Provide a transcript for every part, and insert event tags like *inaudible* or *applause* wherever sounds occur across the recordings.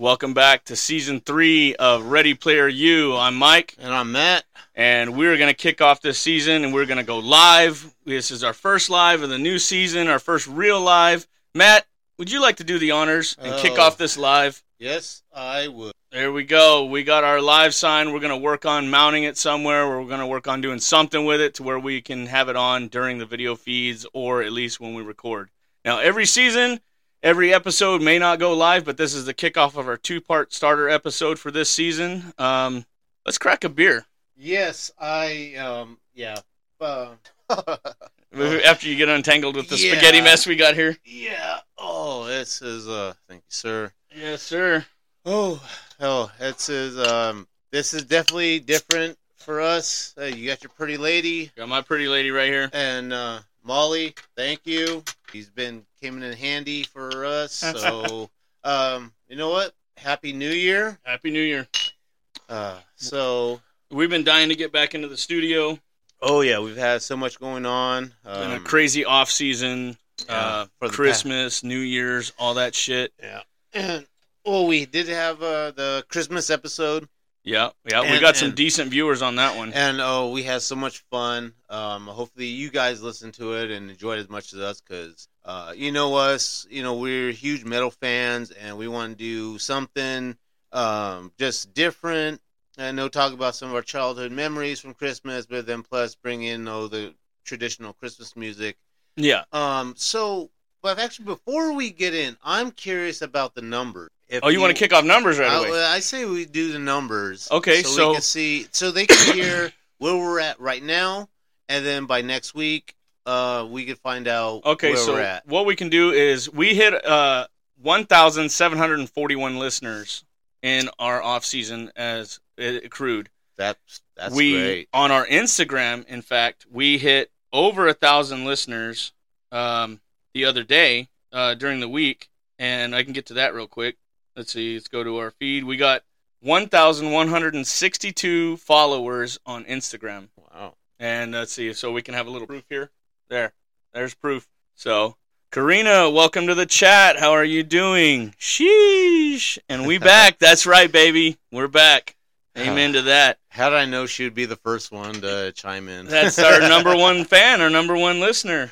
Welcome back to season three of Ready Player U. I'm Mike, And I'm Matt. and we're going to kick off this season and we're going to go live. This is our first live of the new season, our first real live. Matt, would you like to do the honors and kick Oh. off this live? Yes, I would. There we go. We got our live sign. We're going to work on mounting it somewhere. We're going to work on doing something with it to where we can have it on during the video feeds or at least when we record. Now, every season, every episode may not go live, but this is the kickoff of our two part starter episode for this season. Um, let's crack a beer Yes, I, um, yeah. Uh, after you get untangled with the Yeah. spaghetti mess we got here. *laughs* yeah. Oh, this is, uh, thank you, sir. Yes, sir. Oh, oh, this is, um, this is definitely different for us. Uh, you got your pretty lady Got my pretty lady right here. and, uh, Molly, thank you. He's been coming in handy for us. So, um, you know what? Happy New Year. Happy New Year. Uh, so, We've been dying to get back into the studio. oh, yeah, we've had so much going on. Been a Um, crazy off season. uh, for the Christmas, New Year's, all that shit. And *clears throat* well, we did have uh, the Christmas episode, Yeah, yeah, we And- got some and- decent viewers on that one. and oh, we had so much fun. Um, hopefully, you guys listened to it and enjoyed as much as us, because uh, you know us, you know we're huge metal fans, and we want to do something um, just different. I know talk about some of our childhood memories from Christmas, but then plus bring in oh the traditional Christmas music. yeah, Um, so, but actually, before we get in, I'm curious about the number. If oh, you want to kick off numbers right away? I, I say we do the numbers. Okay, so, so- we can see, so they can hear where we're at right now, and then by next week, uh, we could find out Okay, where we're so at. what we can do is we hit uh 1,741 listeners in our off season as it accrued. That's that's we great. on our Instagram, in fact, we hit over a thousand listeners um, the other day uh, during the week, and I can get to that real quick. Let's see, let's go to our feed. We got 1,162 followers on Instagram, Wow. and let's see, so we can have a little proof here. There, there's proof. So, Karina, welcome to the chat. How are you doing? Sheesh, and *laughs* we back. That's right, baby. We're back. Amen to that. How did I know she would be the first one to chime in? That's our number one fan, our number one listener.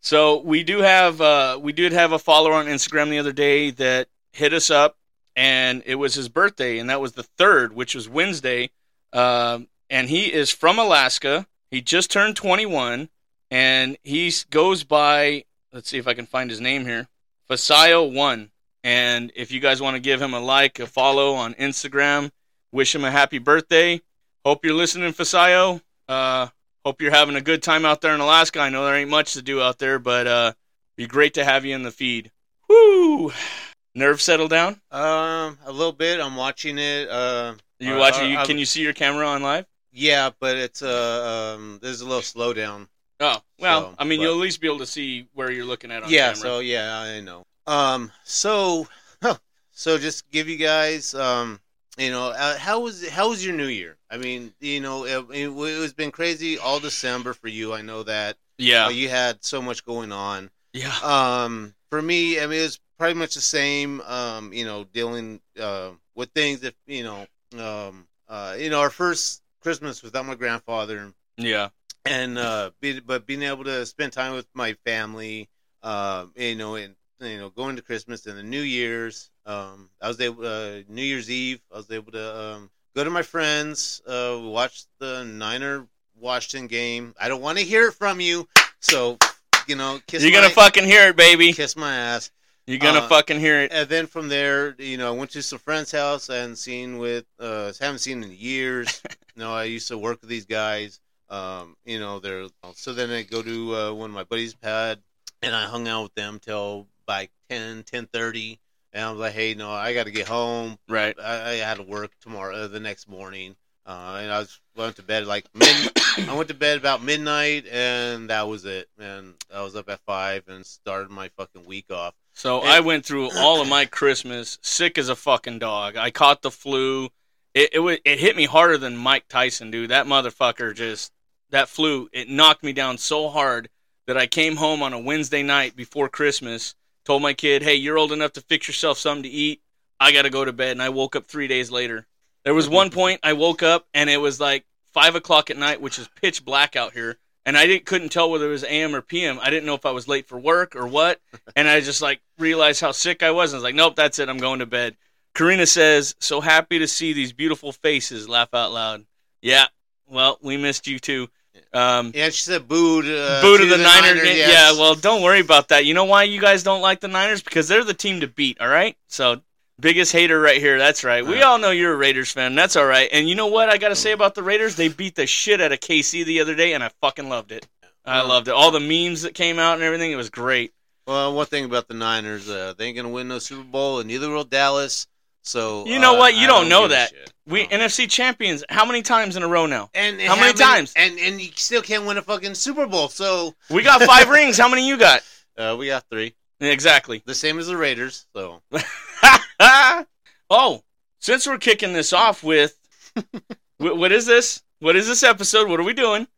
So we do have uh, we did have a follower on Instagram the other day that hit us up, and it was his birthday, and that was the third, which was Wednesday. Um, and he is from Alaska. He just turned 21, and he s- goes by. Let's see if I can find his name here, Fasayo One. And if you guys want to give him a like, a follow on Instagram, wish him a happy birthday. Hope you're listening, Fasayo. Uh, hope you're having a good time out there in Alaska. I know there ain't much to do out there, but uh, be great to have you in the feed. Woo! Nerves settle down. *laughs* um, a little bit. I'm watching it. Uh, You Uh, watching? uh, You, I- can you see your camera on live? yeah, but it's uh, um, there's a little slowdown. Oh well, So, I mean but- you'll at least be able to see where you're looking at on yeah camera. so yeah i know um so *laughs* so just give you guys um you know uh, how was how was your new year i mean you know it, it, was been crazy all december for you i know that yeah, Uh, you had so much going on yeah, um for me i mean it was pretty much the same um you know dealing uh, with things that you know um uh you know our first christmas without my grandfather yeah, and uh be, but being able to spend time with my family uh you know and you know going to christmas and the new year's um i was able uh new year's eve i was able to um go to my friends uh watch the niner washington game i don't want to hear it from you so you know kiss You're my, gonna fucking hear it, baby. kiss my ass You're gonna uh, fucking hear it. and then from there you know i went to some friends house and seen with uh haven't seen in years you know i used to work with these guys um, you know, they're so then I go to uh, one of my buddies' pad and I hung out with them till like 10, 10.30 And I was like, hey, no, I got to get home. Right. I, I had to work tomorrow, uh, the next morning. Uh, and I was, went to bed like mid. *coughs* I went to bed about midnight, and that was it. And I was up at five and started my fucking week off. So It- I went through all of my Christmas sick as a fucking dog. I caught the flu. It it, wa- it hit me harder than Mike Tyson, dude. That motherfucker just that flu. It knocked me down so hard that I came home on a Wednesday night before Christmas. Told my kid, "Hey, you're old enough to fix yourself something to eat. I gotta go to bed." And I woke up three days later. There was one point I woke up and it was like five o'clock at night, which is pitch black out here, and I didn't couldn't tell whether it was AM or PM. I didn't know if I was late for work or what and I just like realized how sick I was. I was like, nope, that's it. I'm going to bed. Karina says, so happy to see these beautiful faces. Laugh out loud. Yeah. Well, we missed you too. Um, Yeah, she said boo to, uh, boo to the, Niners. game. yes. Yeah. Well, don't worry about that. You know why you guys don't like the Niners? Because they're the team to beat. All right. So biggest hater right here. That's right. We Uh. all know you're a Raiders fan. That's all right. And you know what I got to say about the Raiders? They beat the shit out of KC the other day, and I fucking loved it. I Um, loved it. All the memes that came out and everything. It was great. Well, one thing about the Niners, uh, they ain't gonna win no Super Bowl, and neither will Dallas. So You know uh, what? You I don't know give a that. shit. We No. NFC champions. How many times in a row now? and, and how many times? And and you still can't win a fucking Super Bowl. So We got *laughs* five rings. How many you got? uh, we got three, *laughs* Exactly. the same as the Raiders. So oh, since we're kicking this off *laughs* with, wh- what is this? What is this episode? What are we doing?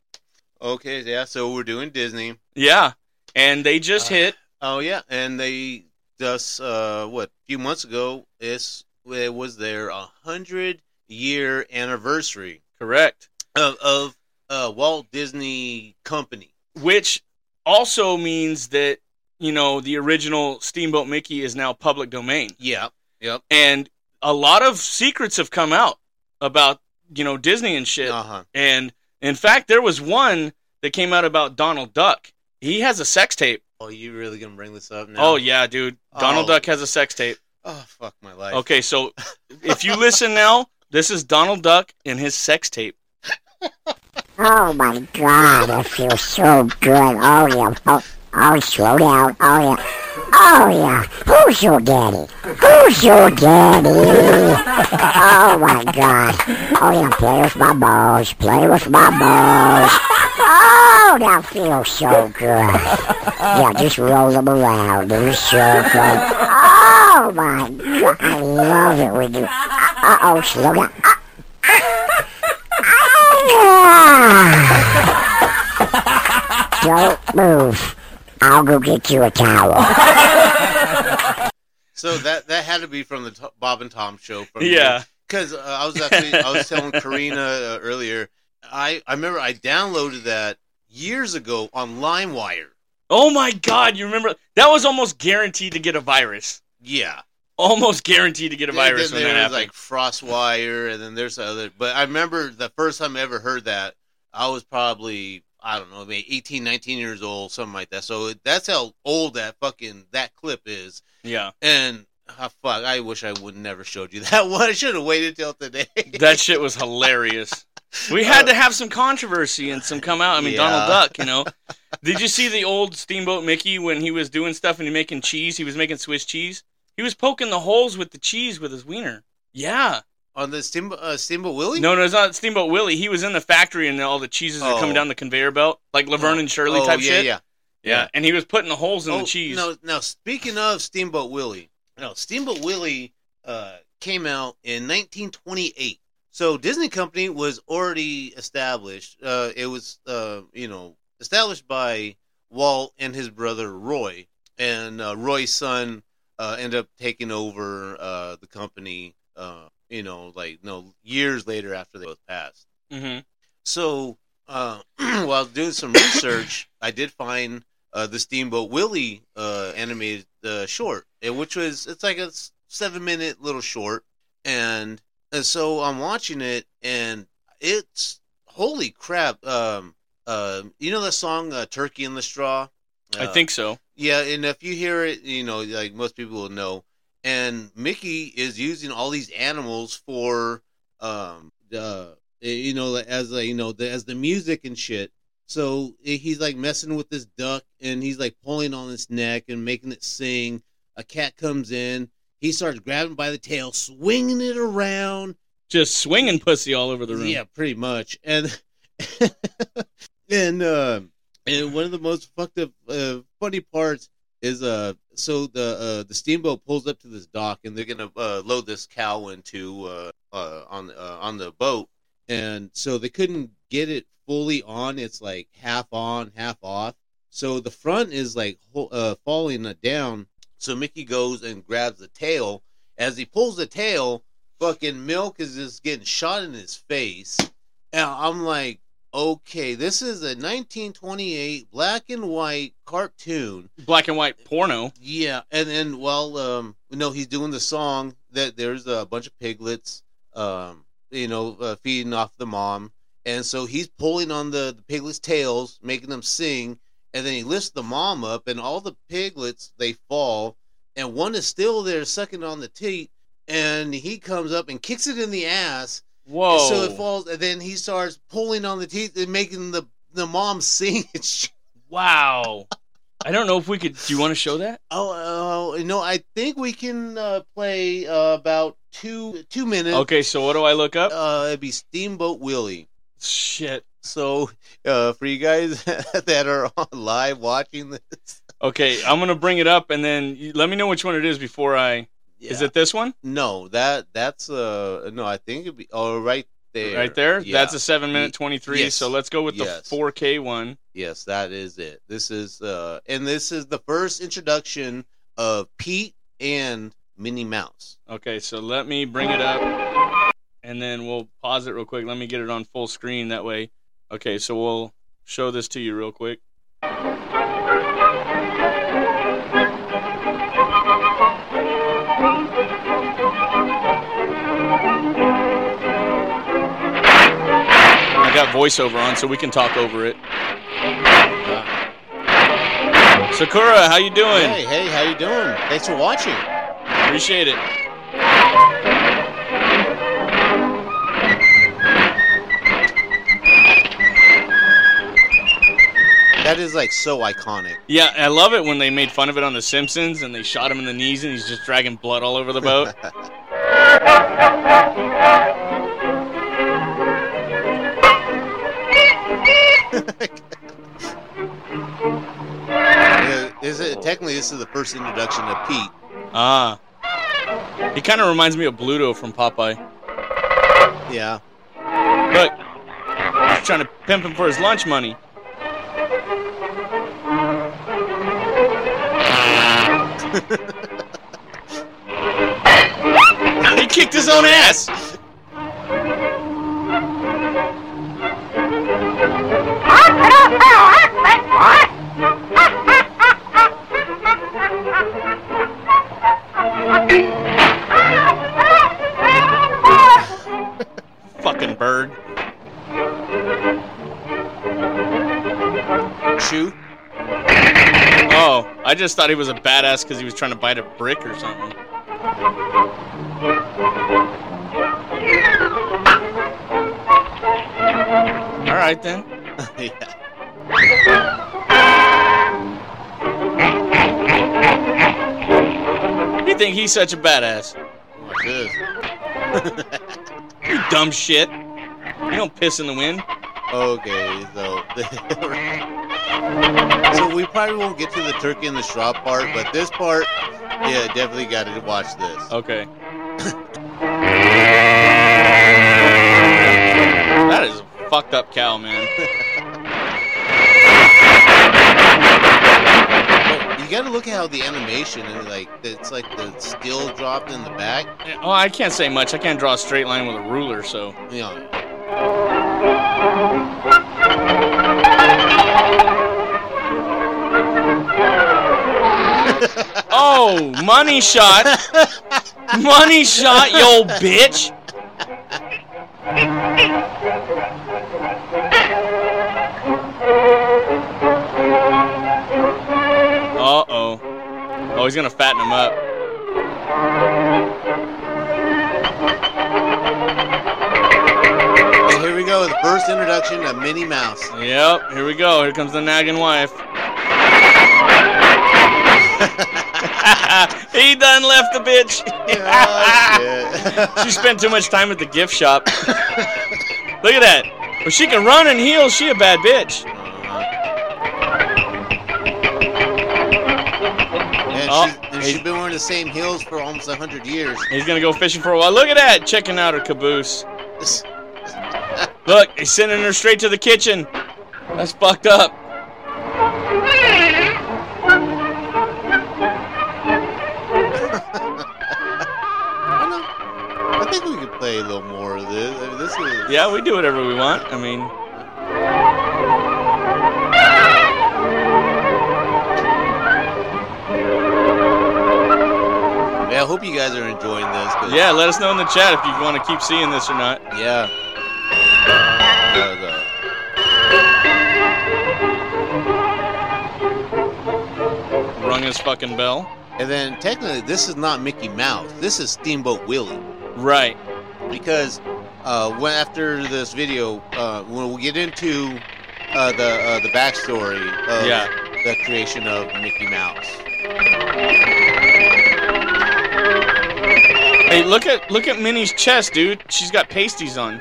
okay, yeah. So we're doing Disney. Yeah, and they just Uh, hit. Oh yeah, and they just uh, what a few months ago it's, it was their hundred year anniversary Correct. of of uh, Walt Disney Company. Which also means that you know the original Steamboat Mickey is now public domain. Yeah. Yep. and a lot of secrets have come out about you know Disney and shit. Uh huh. And in fact, there was one that came out about Donald Duck. He has a sex tape. Oh, you really gonna bring this up now? Oh yeah, dude. Donald Oh. Duck has a sex tape. Oh fuck my life. Okay, so if you listen now, this is Donald Duck and his sex tape. Oh my god, I feel so good. Oh yeah. Oh, oh slow down. Oh yeah. Oh yeah. Who's your daddy? Who's your daddy? Oh my god. Oh yeah, play with my balls. Play with my balls. Oh, that feels so good. Yeah, just roll them around in a circle. Oh my god, I love it when you. Uh oh, slow down. Don't move. I'll go get you a towel. So that that had to be from the T- Bob and Tom show. *laughs* From Yeah. Because uh, I was actually I *laughs* was telling Karina uh, earlier. I I remember I downloaded that years ago on LimeWire. Oh my god, you remember that was almost guaranteed to get a virus. Yeah. Almost guaranteed to get a virus then when that there's happened. like Frostwire, and then there's other. But I remember the first time I ever heard that, I was probably I don't know, maybe 18, 19 years old, something like that. So that's how old that fucking that clip is. yeah. And ah, fuck, I wish I would never showed you *laughs* that one. I should have waited till today. *laughs* That shit was hilarious. We had to have some controversy and some come out. I mean, Uh, Yeah. Donald Duck, you know. Did you see the old Steamboat Mickey when he was doing stuff and he making cheese? He was making Swiss cheese. He was poking the holes with the cheese with his wiener. Yeah. on the Steamboat, uh, Steamboat Willie? No, no, it's not Steamboat Willie. He was in the factory and all the cheeses are coming Oh. down the conveyor belt, like Laverne and Shirley oh, type yeah, shit. Yeah, Yeah, And he was putting the holes in Oh, the cheese. No, now speaking of Steamboat Willie, no, Steamboat Willie uh, came out in 1928. So Disney Company was already established. Uh, it was, uh, you know, established by Walt and his brother Roy, and uh, Roy's son uh, ended up taking over uh, the company. Uh, you know, like no years later after they both passed. hmm So uh, *clears throat* while doing some research, I did find uh, the Steamboat Willie uh, animated uh, short, and which was it's like a s- seven minute little short, and, and so I'm watching it, and it's holy crap. Um, uh, you know the song uh, "Turkey in the Straw." I Uh, think so. yeah, and if you hear it, you know, like most people will know. And Mickey is using all these animals for, um, uh, you know, as like you know, the, as the music and shit. So eh, he's like messing with this duck, and he's like pulling on its neck and making it sing. A cat comes in, He starts grabbing by the tail, swinging it around. Just swinging pussy all over the room. Yeah, pretty much. And *laughs* and uh, and one of the most fucked up uh, funny parts is uh so the uh, the steamboat pulls up to this dock and they're gonna uh, load this cow into uh, uh on uh, on the boat and so they couldn't get it fully on it's like half on half off so the front is like ho- uh, falling down so Mickey goes and grabs the tail as he pulls the tail fucking milk is just getting shot in his face and I'm like okay this is a 1928 black and white cartoon Black and white porno. yeah, and then well, um, no, he's doing the song that there's a bunch of piglets, um, you know, uh, feeding off the mom, and so he's pulling on the, the piglets' tails, making them sing, and then he lifts the mom up, and all the piglets they fall, and one is still there sucking on the teat, and he comes up and kicks it in the ass, Whoa. so it falls, and then he starts pulling on the teeth and making the the mom *laughs* sing. and shit. Wow. I don't know if we could. Do you want to show that? Oh, uh, no, I think we can uh, play uh, about two two minutes. Okay, so what do I look up? Uh, it'd be Steamboat Willie. Shit. So, uh, for you guys *laughs* that are on live watching this, Okay, I'm gonna bring it up and then you, let me know which one it is before I. Is Yeah. it this one No, that that's uh no. I think it'd be oh right there. right there? Yeah. That's a seven minute twenty three. Yes. So let's go with the Yes. four K one. yes, that is it. This is uh, and this is the first introduction of Pete and Minnie Mouse. Okay, so let me bring it up and then we'll pause it real quick. Let me get it on full screen that way. Okay, so we'll show this to you real quick. I got voiceover on so we can talk over it. Uh, Sakura, how you doing? Hey, hey, how you doing? Thanks for watching. Appreciate it. That is like so iconic. Yeah, I love it when they made fun of it on The Simpsons and they shot him in the knees and he's just dragging blood all over the boat. Yeah, This is, technically, this is the first introduction to Pete. ah. He kind of reminds me of Bluto from Popeye. Yeah. Look, he's trying to pimp him for his lunch money. he kicked his own ass. Fucking bird. Chew. Oh, I just thought he was a badass because he was trying to bite a brick or something. All right then. *laughs* yeah. You think he's such a badass? Watch this. You dumb shit. You don't piss in the wind. Okay, so *laughs* so we probably won't get to the turkey and the straw part, but this part, yeah, definitely got to watch this. Okay. that is a fucked up cow, man. You got to look at how the animation and like it's like the steel dropped in the back. *laughs* Oh, I can't say much. I can't draw a straight line with a ruler, so. You know, *laughs* Oh, money shot. money shot, you old bitch. Uh oh. Oh, he's gonna fatten him up. and here we go, the first introduction of Minnie Mouse. Yep, here we go. Here comes the nagging wife. *laughs* He done left the bitch. *laughs* Oh, She spent too much time at the gift shop. *laughs* Look at that. But she can run and heal. She a bad bitch. shit. And, Oh, she's, and hey. she's been wearing the same heels for almost 100 years. He's gonna go fishing for a while. Look at that, checking out her caboose. Look, he's sending her straight to the kitchen. That's fucked up. I, know. I think we could play a little more of this. I mean, this is. Yeah, we do whatever we want. I mean, Yeah, I hope you guys are enjoying this. 'cause- yeah, let us know in the chat if you want to keep seeing this or not. Yeah. Uh, the- Rung his fucking bell. And then technically, this is not Mickey Mouse. This is Steamboat Willie Right. because uh, when after this video, uh, when we get into uh, the uh, the backstory of Yeah. the creation of Mickey Mouse. Hey, look at look at Minnie's chest, dude. She's got pasties on.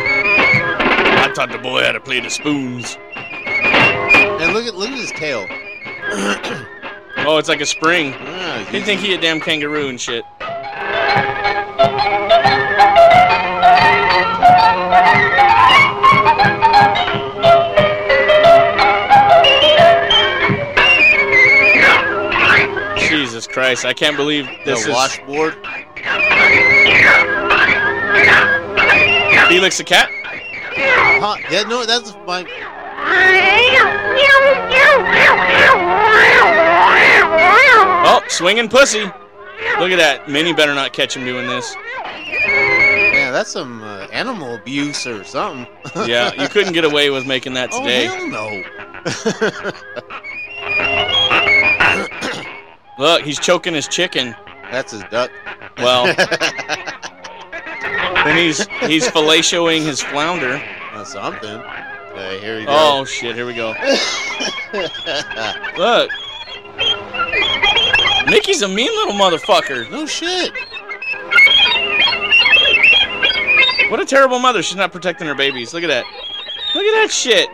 I taught the boy how to play the spoons. And look at look at his tail. Oh, it's like a spring. Ah, He'd he's- think he a damn kangaroo and shit. Jesus Christ, I can't believe this the is washboard. Felix the cat? Huh? Yeah, no, that's my. Oh, swinging pussy. Look at that. Minnie better not catch him doing this. Yeah, that's some uh, animal abuse or something. Yeah, you couldn't get away with making that *laughs* Oh today. hell no! Look, he's choking his chicken. *laughs* That's his duck. Well, then he's he's fellatioing his flounder. *laughs* That's something. Uh, here you go. Oh shit, here we go. Oh. Look. Mickey's a mean little motherfucker. *laughs* no shit. What a terrible mother. She's not protecting her babies. Look at that. Look at that shit.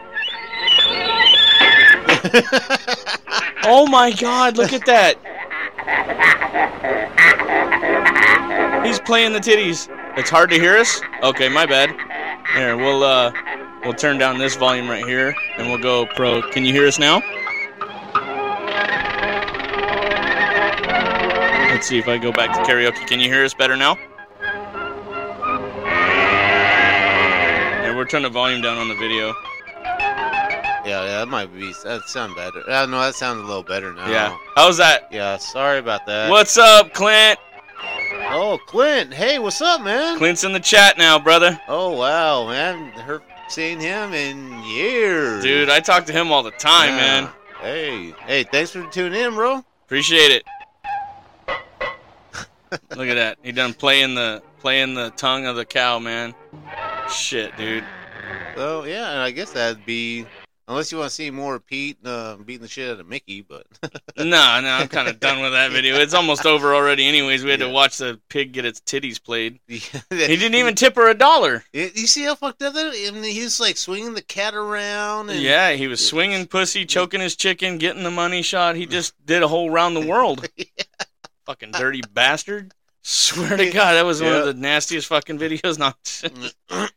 Oh my god, look at that. He's playing the titties. It's hard to hear us? Okay, my bad. Here, we'll uh we'll turn down this volume right here and we'll go pro. Can you hear us now? Let's see if I go back to karaoke. Can you hear us better now? Yeah, we're turning the volume down on the video. Yeah, yeah, that might be. That sound better. Uh, no, that sounds a little better now. Yeah. Um, How's that? Yeah. Sorry about that. What's up, Clint? Oh, Clint. Hey, what's up, man? Clint's in the chat now, brother. Oh wow, man. Her seen him in years. Dude, I talk to him all the time, Yeah. man. Hey, hey, thanks for tuning in, bro. Appreciate it. Look at that. He done playing the playing the tongue of the cow, man. Shit, dude. So yeah, and I guess that'd be unless you want to see more of Pete uh, beating the shit out of Mickey, but *laughs* No, no, I'm kind of done with that video. It's almost over already. Anyways, we had to Yeah. watch the pig get its titties played. *laughs* he He didn't even tip her a dollar. You you see how fucked up that? is? I mean, he was like swinging the cat around. And, Yeah, he was *laughs* swinging pussy, choking his chicken, getting the money shot. He just did a whole round the *laughs* world. Fucking dirty bastard. Swear to God, that was one of Yeah. the nastiest fucking videos. *laughs* Not. *clears throat* well,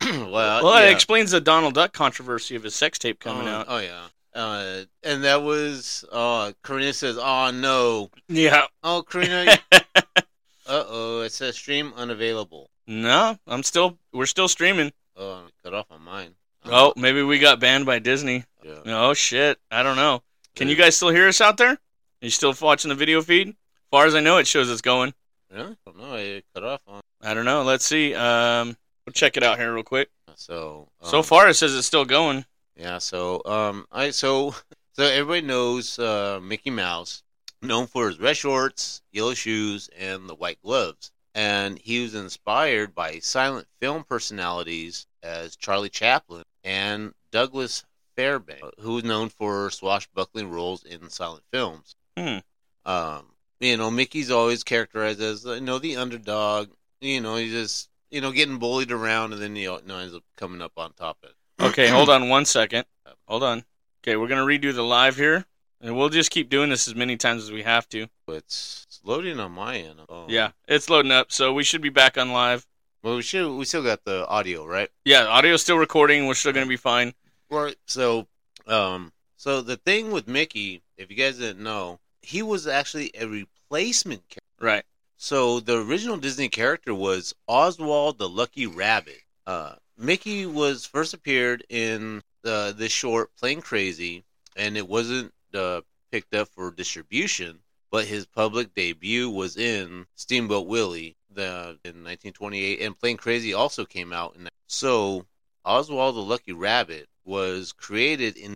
Well, yeah. it explains the Donald Duck controversy of his sex tape coming oh, out. Oh yeah. Uh, and that was uh, Karina says, "Oh no, Yeah. oh Karina, *laughs* uh oh, it says stream unavailable. No, I'm still. We're still streaming. Oh, I cut off on mine. Oh, maybe we got banned by Disney. yeah. Oh shit, I don't know. Can you guys still hear us out there? You still watching the video feed? far as I know, it shows it's going. Really? I don't know. It cut off on. I don't know. Let's see. Um, we'll check it out here real quick. So so um, far, it says it's still going. Yeah, so um, I so *laughs* so everybody knows uh, Mickey Mouse, known for his red shorts, yellow shoes, and the white gloves. and he was inspired by silent film personalities as Charlie Chaplin and Douglas Fairbanks, who was known for swashbuckling roles in silent films. Hmm. Um, you know, Mickey's always characterized as you know the underdog. You know, he's just you know getting bullied around, and then he you know, ends up coming up on top of it. Okay, hold on one second. Hold on. Okay, we're gonna redo the live here, and we'll just keep doing this as many times as we have to. But it's, it's loading on my end. Oh. Yeah, it's loading up, so we should be back on live. Well, we should. We still got the audio, right? Yeah, audio's still recording. We're still gonna be fine. Right. So, um, so the thing with Mickey, if you guys didn't know, he was actually a replacement character. Right. So the original Disney character was Oswald the Lucky Rabbit. Uh, Mickey was first appeared in the this short Plain Crazy, and it wasn't uh, picked up for distribution. But his public debut was in Steamboat Willie the, in 1928, and Plain Crazy also came out. In, so Oswald the Lucky Rabbit was created in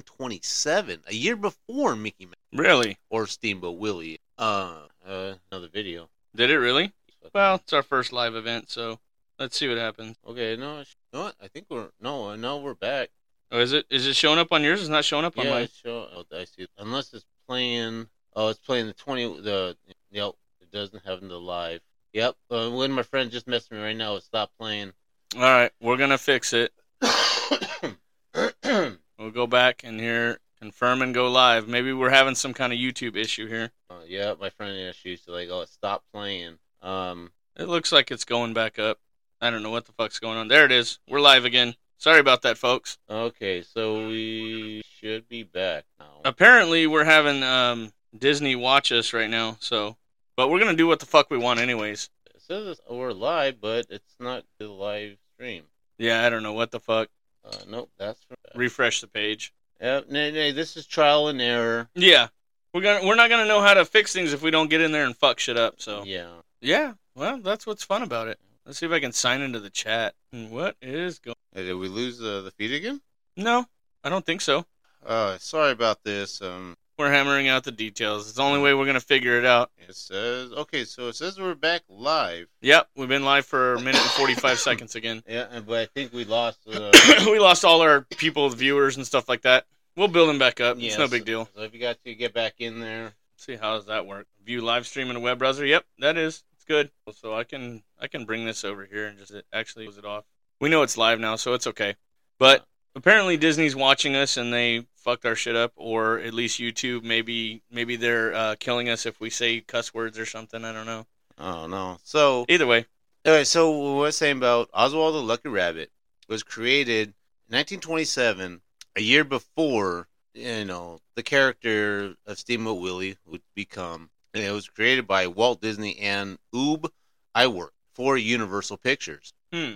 1927, a year before Mickey Mouse Really? or Steamboat Willie. Uh, uh another video. Did it really? Well, it's our first live event, so let's see what happens. okay, no, sh- you know what? I think we're no, no, we're back. Oh, is it is it showing up on yours? It's not showing up on Yeah, mine. it's show, oh, I see. Unless it's playing, oh, it's playing the twenty. The yep, it doesn't have the live. Yep, uh, when my friend just messaged me right now, it stopped playing. *coughs* All right, we're gonna fix it. uh, We'll go back and here confirm and go live. Maybe we're having some kind of YouTube issue here. yeah, my friend had issues. So like, oh, it stopped playing. Um, It looks like it's going back up. I don't know what the fuck's going on. There it is. We're live again. Sorry about that, folks. okay, so we should be back now. Apparently, we're having um, Disney watch us right now. So, but we're gonna do what the fuck we want, anyways. It says it's- we're live, but it's not the live stream. Yeah, I don't know what the fuck. Uh, nope, that's from. Refresh the page. Yep, no, no, this is trial and error. Yeah, we're gonna we're not gonna know how to fix things if we don't get in there and fuck shit up. So Yeah. yeah, well, that's what's fun about it. Let's see if I can sign into the chat. Hmm, What is going? Hey, did we lose uh, the feed again? No, I don't think so. Uh, sorry about this. Um, We're hammering out the details. It's the only way we're gonna figure it out. it says okay, so it says we're back live. Yep, we've been live for a minute and 45 seconds again. *clears throat* Yeah, and- but I think we lost. *coughs* Uh, we lost all our people, viewers, and stuff like that. We'll build them back up. yeah, it's no so- big deal. So if you got to get back in there, See how does that work? View live stream in a web browser. Yep, that is. It's good. So I can I can bring this over here and just actually close it off. We know it's live now, so it's okay. But apparently Disney's watching us and they fucked our shit up, or at least YouTube. Maybe maybe they're uh, killing us if we say cuss words or something. I don't know. oh no. So Either way, Anyway, so what we're saying about Oswald the Lucky Rabbit was created in 1927, a year before you know the character of Steamboat Willie would become, and it was created by Walt Disney and Oob Iwerk for Universal Pictures. Hmm.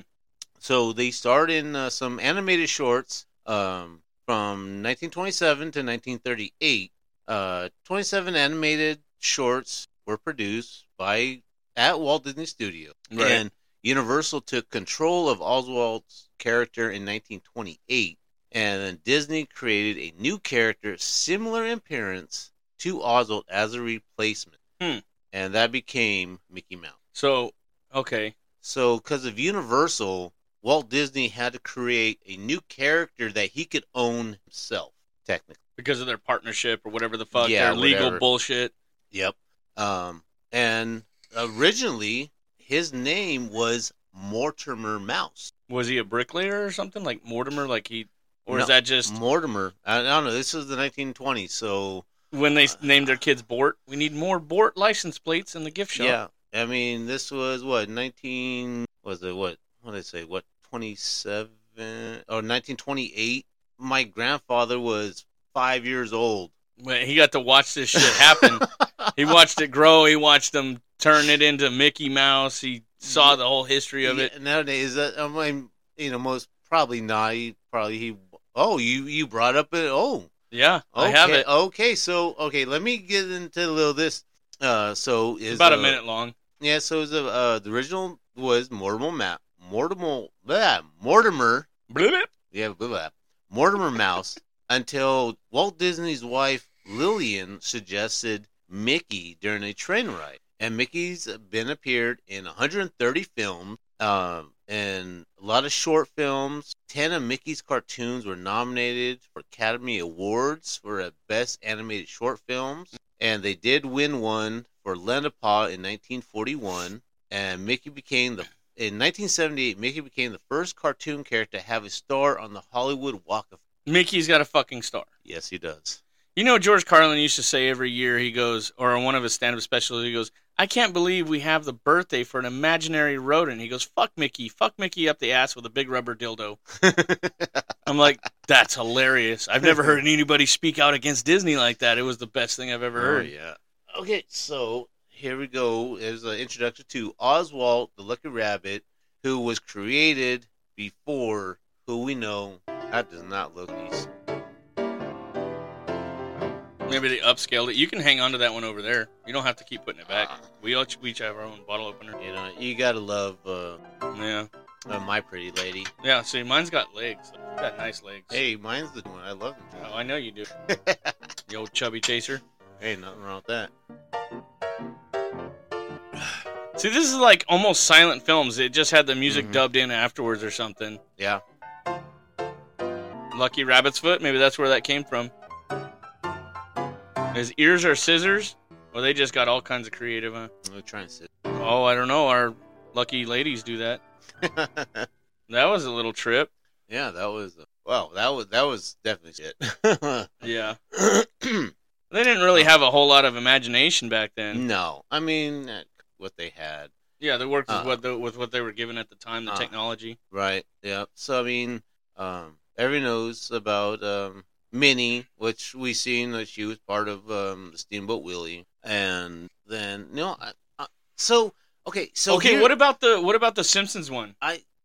So they starred in uh, some animated shorts um, from 1927 to 1938. Uh, 27 animated shorts were produced by at Walt Disney Studios. Right. And Universal took control of Oswald's character in 1928, and then Disney created a new character similar in appearance to Oswald as a replacement, Hmm. and that became Mickey Mouse. so okay, So, because of Universal, Walt Disney had to create a new character that he could own himself, technically. because of their partnership or whatever the fuck, Yeah, their legal whatever. bullshit. Yep. Um, and originally, his name was Mortimer Mouse. Was he a bricklayer or something like Mortimer? Like he, or is No. that just Mortimer. I I don't know. This was the 1920s, so when they s named their kids Bort? We need more Bort license plates in the gift shop. yeah. I mean, this was what 19 was it? What what did I say? What 27 or 1928? My grandfather was five years old. When he got to watch this *laughs* shit happen. he watched it grow. He watched them turn it into Mickey Mouse. He saw the whole history of it. Yeah, nowadays, that I mean, you know, most probably not. He probably he. Oh, you you brought up it. Oh, Yeah, okay, Oh, I have it. Okay, so okay, let me get into a little this. Uh, so is It's about a uh, minute long. Yeah, so it was a, uh, the original was Mortimer Map. Mortimer, blah, Mortimer, Bloop. yeah, blah, blah, Mortimer Mouse until Walt Disney's wife Lillian suggested Mickey during a train ride. and Mickey's been appeared in 130 films, um, and a lot of short films. Ten of Mickey's cartoons were nominated for Academy Awards for uh, Best Animated Short Films, and they did win one for Linda Paw in 1941. And Mickey became the in 1978. Mickey became the first cartoon character to have a star on the Hollywood Walk of. Mickey's got a fucking star. Yes, he does. You know, George Carlin used to say every year, he goes, or on one of his stand up specials, he goes, I can't believe we have the birthday for an imaginary rodent. He goes, fuck Mickey, fuck Mickey up the ass with a big rubber dildo. I'm like, that's hilarious. I've never heard anybody speak out against Disney like that. It was the best thing I've ever Oh heard. yeah. Okay, so here we go. There's an introduction to Oswald the Lucky Rabbit, who was created before who we know. That does not look nice. Maybe they upscaled it. You can hang on to that one over there. You don't have to keep putting it back. Ah. We each, we each have our own bottle opener. You know, you gotta love uh, Yeah. uh, my pretty lady. Yeah, see, mine's got legs. It's got nice legs. Hey, mine's the one I love. It. Oh, I know you do. the old chubby chaser. Hey, nothing wrong with that. See, this is like almost silent films. It just had the music Mhm. dubbed in afterwards or something. Yeah. Lucky Rabbit's Foot, maybe that's where that came from. His ears are scissors. Well, they just got all kinds of creative, huh? I'm gonna try and sit. *laughs* Oh, I don't know. Our lucky ladies do that. That was a little trip. yeah, that was. Uh, wow, that was that was definitely shit. *laughs* Yeah. They didn't really have a whole lot of imagination back then. no, I mean uh, what they had. Yeah, they worked Uh. with, what the, with what they were given at the time, the Uh. technology. Right. Yeah. So I mean, um, everyone knows about um, Minnie, which we seen that she was part of um, Steamboat Willie, and then you know, I, I, so okay, so okay, here- what about the what about the Simpsons one?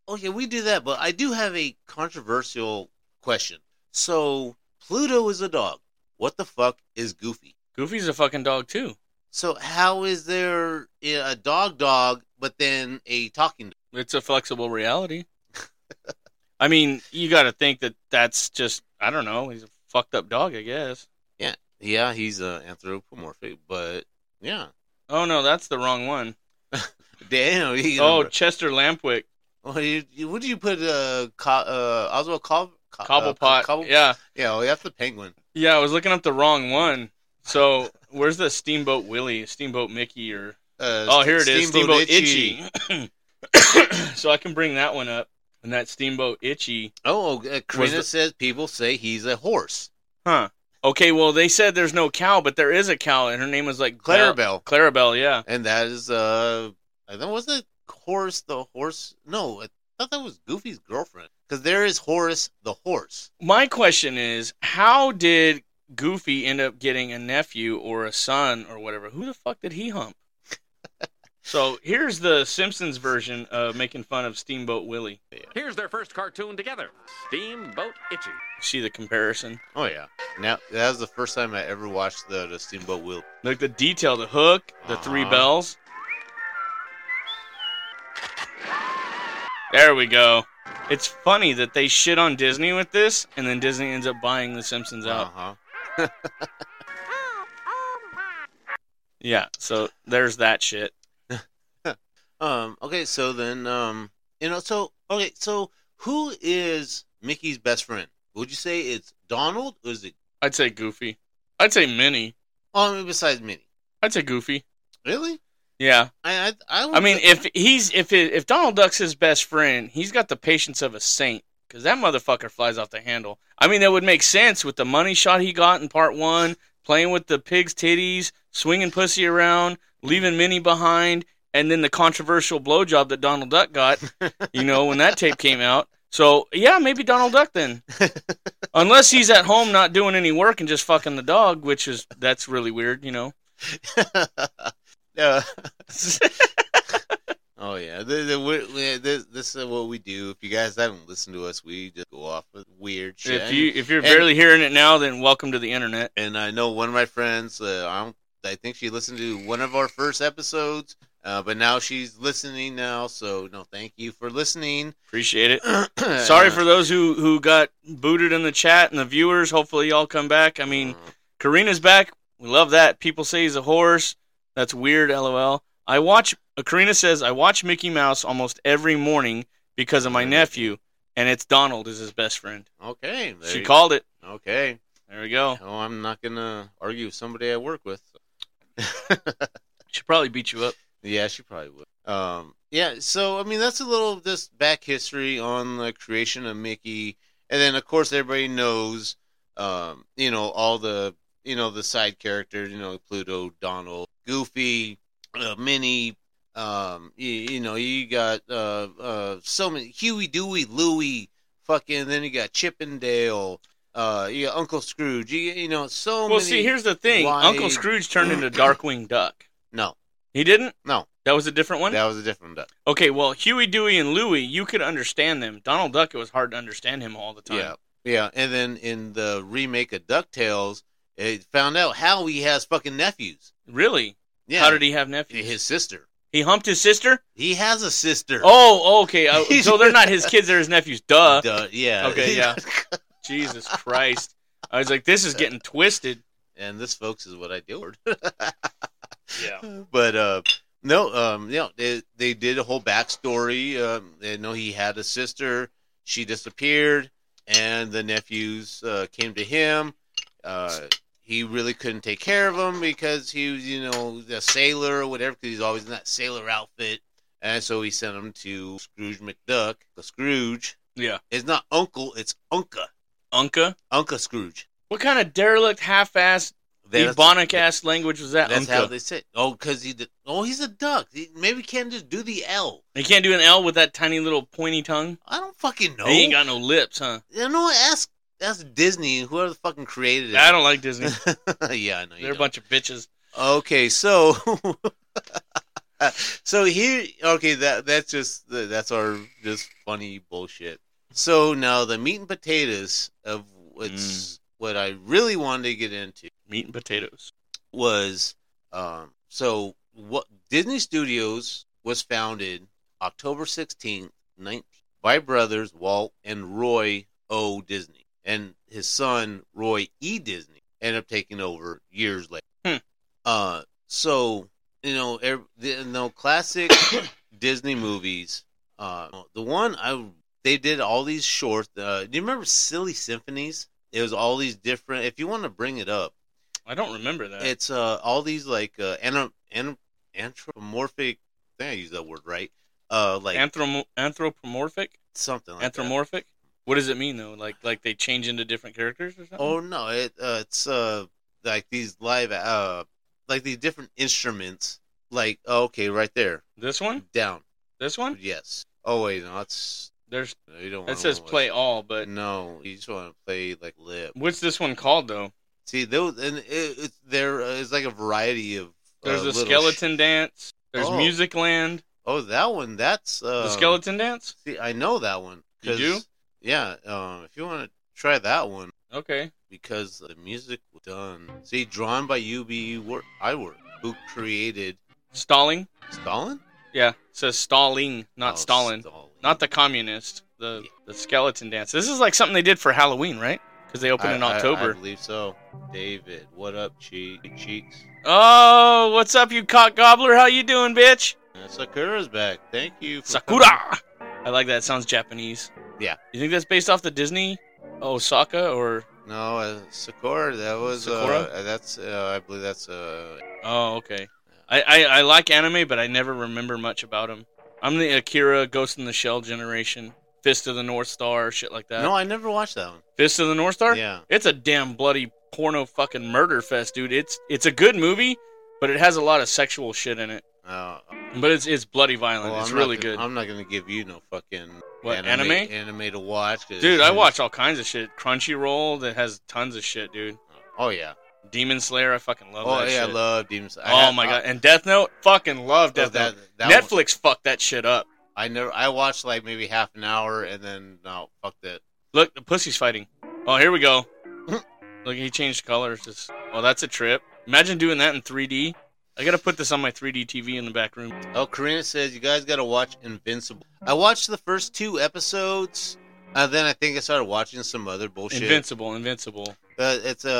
okay, we do that, but I do have a controversial question. So Pluto is a dog. What the fuck is Goofy? Goofy's a fucking dog too. So how is there a dog dog, but then a talking? It's a flexible reality. I mean, you got to think that that's just I don't know. He's a fucked up dog, I guess. Yeah, he's uh, anthropomorphic, but yeah, Oh no, that's the wrong one. damn. He, Oh, Chester Lampwick, Well, you, you, what do you put? Uh, co- uh Oswald Cob- co- uh, Cobblepot. Cobble- yeah, yeah, well, that's the penguin. yeah. I was looking up the wrong one. So where's the Steamboat Willie, Steamboat Mickey, or Uh, oh here it is, Steamboat Steamboat Itchy. *coughs* so I can bring that one up, and that Steamboat Itchy. Oh, uh, Karina the- says people say he's a horse. Huh. Okay, well they said there's no cow, but there is a cow, and her name was like Belle- Clarabelle, Clarabelle, yeah. and that is uh, I think was it horse the horse? No, I thought that was Goofy's girlfriend because there is Horace the horse. My question is, how did Goofy end up getting a nephew or a son or whatever? Who the fuck did he hump? so here's the Simpsons version of making fun of Steamboat Willie. Here's their first cartoon together Steamboat Itchy. See the comparison? Oh yeah, now that was the first time I ever watched the, the Steamboat Will. Look the detail, the hook, the three Uh-huh. bells. There we go. It's funny that they shit on Disney with this, and then Disney ends up buying The Simpsons Uh out. huh. Yeah, so there's that shit. Um. Okay. So then, um. You know. So okay. So who is Mickey's best friend? Would you say it's Donald? Or is it? I'd say Goofy. I'd say Minnie. Oh, I mean, besides Minnie. I'd say Goofy. Really? Yeah, I. I. I, would- I mean, if he's if it, if Donald Duck's his best friend, he's got the patience of a saint because that motherfucker flies off the handle. I mean, that would make sense with the money shot he got in part one, playing with the pig's titties, swinging pussy around, leaving Minnie behind, and then the controversial blowjob that Donald Duck got. You know, when that tape came out. So yeah, maybe Donald Duck then, unless he's at home not doing any work and just fucking the dog, which is that's really weird. You know. *laughs* Uh, oh yeah. The, the, we, we- this, this is what we do. If you guys haven't listened to us, we just go off with weird shit. If you if you're And- barely hearing it now, then welcome to the internet. and I know one of my friends. Uh, I don't, I think she listened to one of our first episodes, uh, but now she's listening now. So no, thank you for listening. Appreciate *laughs* it. Sorry Uh, for those who who got booted in the chat and the viewers. Hopefully y'all come back. I mean, Karina's back. We love that. People say he's a horse. That's weird, lol. I watch, Karina says, I watch Mickey Mouse almost every morning because of my nephew, and it's Donald is his best friend. Okay. there she you- called it. Okay. There we go. Oh, I'm not gonna argue with somebody I work with. She probably beat you up. Yeah, she probably would. Um, yeah, so I mean, that's a little of this back history on the creation of Mickey, and then of course everybody knows, um, you know, all the you know the side characters, you know, Pluto, Donald, Goofy, uh, Minnie. Um, you, you know, you got uh, uh, so many Huey, Dewey, Louie, fucking. Then you got Chippendale. Uh, you got Uncle Scrooge. You, you know, so many. Well, see, here's the thing. why- Uncle Scrooge turned into Darkwing Duck. no, He didn't? No. That was a different one? that was a different duck. Okay, well, Huey, Dewey, and Louie, you could understand them. Donald Duck, it was hard to understand him all the time. Yeah, yeah. And then in the remake of Ducktales, it found out how he has fucking nephews. Really? Yeah, How did he have nephews? His sister. He humped his sister? He has a sister. Oh, okay. *laughs* I- so they're not his kids, they're his nephews. Duh. Duh, yeah. Okay, yeah. Jesus Christ. I was like, this is getting twisted. *laughs* and this, folks, is what I do. Yeah. *laughs* but uh, no, um, you know, they they did a whole backstory. Um, they know he had a sister. She disappeared, and the nephews uh, came to him. Uh, he really couldn't take care of him because he was, you know, a sailor or whatever. Because he's always in that sailor outfit, and so he sent him to Scrooge McDuck. Scrooge. Yeah. It's not uncle. It's Unca. Unca? Unca Scrooge. What kind of derelict, half assed, That's- ebonic ass language was that? That's Unca. how they sit. Oh, because he did. Oh, he's a duck. He- Maybe he can't just do the L. They can't do an L with that tiny little pointy tongue. I don't fucking know. He ain't got no lips, huh? you know, ask ask Disney whoever the fucking created it. I *laughs* don't like Disney. yeah, I know. you They're a don't. bunch of bitches. Okay, so *laughs* so here, okay, that that's just that's our just funny bullshit. So now the meat and potatoes of Mm. what's what I really wanted to get into Meat and potatoes. was um, so what Disney Studios was founded October 16th, 19 by brothers Walt and Roy O. Disney, and his son Roy E. Disney ended up taking over years later. Hmm. Uh, so you know, ev the, you know, classic *coughs* Disney movies. Uh, the one I they did all these short. Uh, do you remember Silly Symphonies? It was all these different. If you want to bring it up, I don't remember that. it's uh all these like uh ana- an- anthropomorphic. I think I used that word right. Uh, like Anthromo- anthropomorphic? something like that. Anthropomorphic? What does it mean though? Like like they change into different characters or something? Oh no, it uh, it's uh like these live uh like these different instruments. Like oh, okay, right there This one? down. This one? Yes. Oh wait, no, that's There's no, you don't. it wanna says watch- play all, Mm. but No, you just want to play like lip. what's this one called though? See those, and it, it's there uh, is like a variety of. uh, There's a little sh- skeleton dance. There's Oh. Music Land. oh, that one. That's uh, the skeleton dance? See, I know that one. You 'cause- do? Yeah. Um, if you want to try that one, Okay. because the music was done. See, drawn by UB Work, I Work, who created Stalling? Stalin. Yeah. It says stalling, not Oh, Stalin. Not the communist. The the skeleton dance. This is like something they did for Halloween, right? Because they opened I- in I- I, October. believe so. David, what up, che- cheeks? Oh, what's up, you cock gobbler? How you doing, bitch? Uh, Sakura's back. Thank you. For coming. Sakura. I like that. It sounds Japanese. Yeah. You think that's based off the Disney Osaka or? No, uh, Sakura. That was. Sakura? Uh, that's. Uh, I believe that's. Uh, Oh, okay. I, I, I like anime, but I never remember much about them. I'm the Akira, Ghost in the Shell generation, Fist of the North Star, shit like that. no, I never watched that one. Fist of the North Star. Yeah. It's a damn bloody porno fucking murder fest, dude. It's it's a good movie, but it has a lot of sexual shit in it. Uh, But it's it's bloody violent. well, it's I'm not really gonna- good. I'm not gonna give you no fucking What, anime? anime to watch. 'cause- Dude, I watch all kinds of shit. Crunchyroll that has tons of shit, dude. Oh yeah. Demon Slayer, I fucking love Oh that yeah, shit. I love Demon Slayer. I oh have- my I- god! And Death Note, fucking love oh, Death that, Note. that Netflix one- fucked that shit up. I never. I watched like maybe half an hour and then no, fuck that. Look, the pussy's fighting. Oh, here we *laughs* go. Look, he changed colors. Just, oh, that's a trip. Imagine doing that in 3D. I gotta put this on my 3D TV in the back room. Oh, Karina says you guys got to watch Invincible. I watched the first two episodes, and then I think I started watching some other bullshit. Invincible, invincible. Uh, it's uh,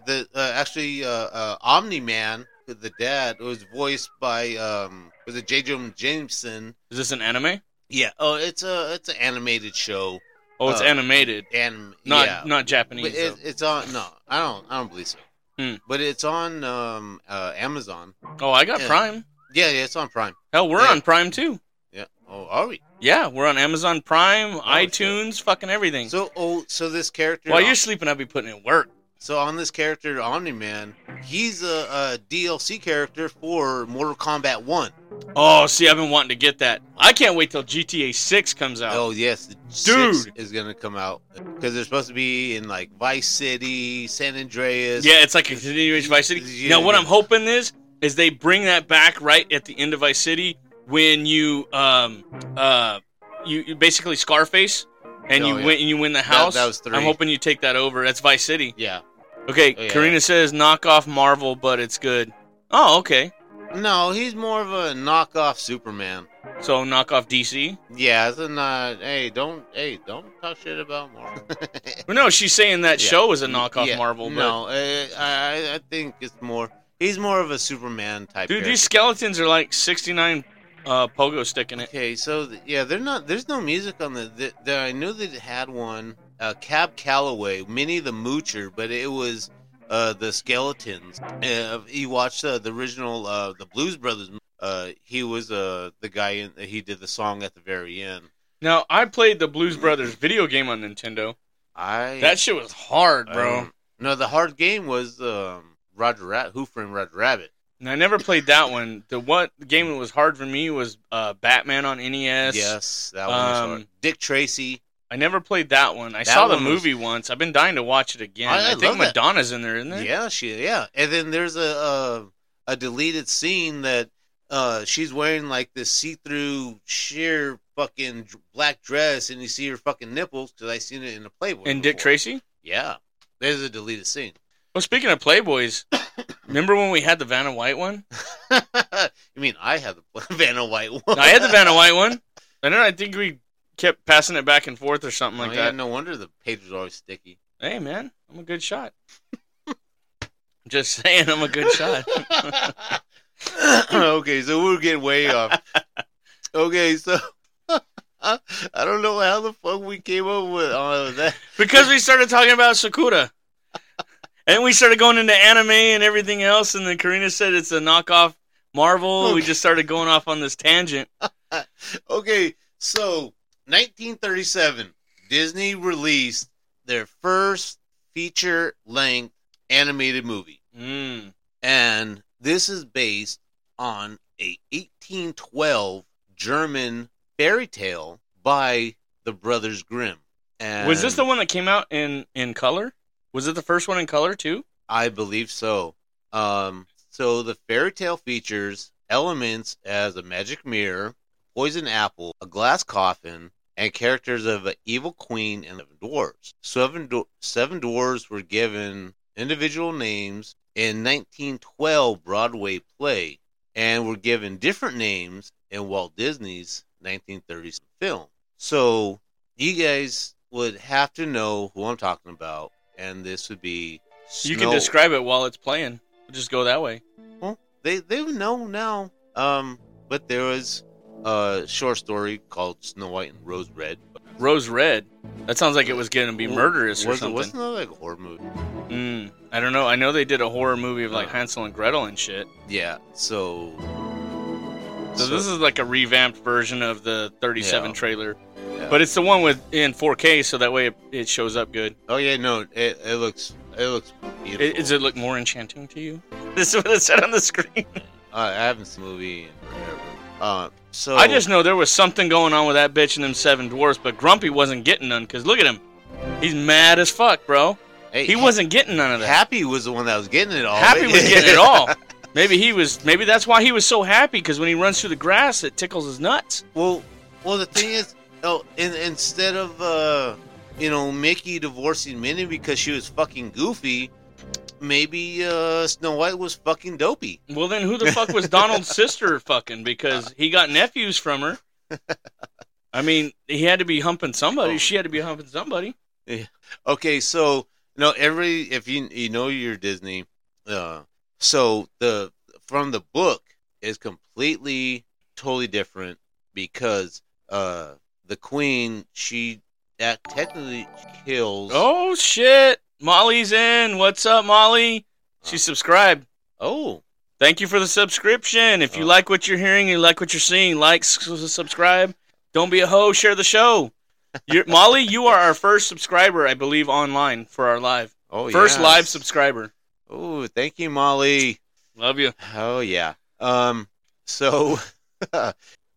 uh the uh, actually uh, uh Omni Man the dad was voiced by um was it J. Jonah Jameson? Is this an anime? Yeah. Oh, it's a it's an animated show. Oh, it's Uh, animated, Anim- not yeah. not Japanese. But it, though. it's on no, I don't I don't believe so. Hmm. But it's on um uh Amazon. oh, I got yeah. Prime. Yeah, yeah, it's on Prime. Hell, we're Yeah. on Prime too. Yeah. Oh, are we? Yeah, we're on Amazon Prime, Oh, shit. iTunes, fucking everything. So oh so this character While you're sleeping, I'll be putting in work. so on this character Omni Man, he's a, a DLC character for Mortal Kombat One. Oh, see, I've been wanting to get that. I can't wait till GTA 6 comes out. Oh yes, the Dude. six is gonna come out because they're supposed to be in like Vice City, San Andreas. yeah, it's like a continuation of Vice City. Yeah. Now, what I'm hoping is, is they bring that back right at the end of Vice City when you, um, uh, you, you basically Scarface and Oh, you yeah. win, and you win the house. that was three. I'm hoping you take that over. That's Vice City. yeah. Okay, Oh, yeah. Karina says knock off Marvel, but it's good. Oh, okay. No, he's more of a knockoff Superman. So knock off DC. Yeah, it's a not. Hey, don't. Hey, don't talk shit about Marvel. *laughs* Well, no, she's saying that Yeah. show is a knockoff Yeah, Marvel. But No, eh, I, I- I think it's more. He's more of a Superman type. dude, character. these skeletons are like 69 uh, pogo stick in it. Okay, so th- yeah, they're not. There's no music on the. the, the I knew they had one. Uh, Cab Calloway, Minnie the Moocher, but it was uh, the Skeletons. Uh, you watched uh, the original, uh, the Blues Brothers. Uh, he was uh, the guy in. He did the song at the very end. Now, I played the Blues Brothers video game on Nintendo. I That shit was hard, I bro. don't- no, the hard game was um, Roger Rabbit. Who framed Roger Rabbit? and I never played that one. The what game that was hard for me was uh, Batman on NES. Yes, that one. was Um, hard. Dick Tracy. I never played that one. I That saw the one was- movie once. I've been dying to watch it again. I- I I, think love that. Madonna's in there, isn't there? Yeah, she yeah. And then there's a a, a deleted scene that uh she's wearing like this see-through sheer fucking dr- black dress and you see her fucking nipples cuz I seen it in the Playboy. And Dick before. Tracy? Yeah. There's a deleted scene. *laughs* Well, speaking of Playboys, remember when we had the Vanna White one? you mean I have the *laughs* Vanna White one? I had the Vanna White one. And then I think we kept passing it back and forth or something like *laughs* oh, that. yeah, no wonder the page was always sticky. Hey, man, I'm a good shot. *laughs* Just saying, I'm a good shot. okay, so we're getting way off. Okay, so *laughs* I don't know how the fuck we came up with all of that. Because we started talking about Sakura. And we started going into anime and everything else, and then Karina said it's a knockoff Marvel. Hmm. We just started going off on this tangent. Okay, so 1937, Disney released their first feature length animated movie. Mm. And this is based on a 1812 German fairy tale by the Brothers Grimm. And Was this the one that came out in, in color? Was it the first one in color, too? I believe so. Um, so the fairy tale features elements as a magic mirror, poison apple, a glass coffin, and characters of an evil queen and seven dwarves. Seven, dwar- seven dwarves were given individual names in 1912 Broadway play and were given different names in Walt Disney's 1930s film. So you guys would have to know who I'm talking about, and this would be. You can Snow- describe it while it's playing. Just go that way. they they know now. Um, but there was a short story called Snow White and Rose Red. Rose Red. That sounds like it was going to be murderous or was, something. Wasn't that like a horror movie? Mm, I don't know. I know they did a horror movie of like Hansel and Gretel and shit. Yeah. So. So, this is like a revamped version of the 37 Yeah. trailer, Yeah. but it's the one with in 4K, so that way it, it shows up good. Oh yeah, no, it, it looks it looks I- beautiful. Does it look more enchanting to you? *laughs* This is what it said on the screen. Uh, I haven't seen the movie in forever. Uh, so I just know there was something going on with that bitch and them seven dwarfs, but Grumpy wasn't getting none. Cause look at him, he's mad as fuck, bro. Hey, He Ha- wasn't getting none of that. Happy was the one that was getting it all. Happy was getting *laughs* it all. Maybe he was. Maybe that's why he was so happy. Cause when he runs through the grass, it tickles his nuts. Well, well, the thing is, oh, in, instead of uh, you know Mickey divorcing Minnie because she was fucking goofy, maybe uh, Snow White was fucking dopey. Well, then who the fuck *laughs* was Donald's sister fucking? Because he got nephews from her. I mean, he had to be humping Oh. somebody. She had to be humping somebody. Okay, so no, every if you you know you're Disney, uh, so the from the book is completely totally different because uh the queen she that technically kills Oh shit! Molly's in. What's up, Molly? She subscribed. oh Thank you for the subscription. If you Oh. like what you're hearing, you like what you're seeing, like, s- s- subscribe. Don't be a hoe. Share the show. *laughs* You're, Molly, you are our first subscriber, I believe, online for our live oh first yes. live subscriber. oh thank you Molly Love you. Oh yeah. Um. So, *laughs*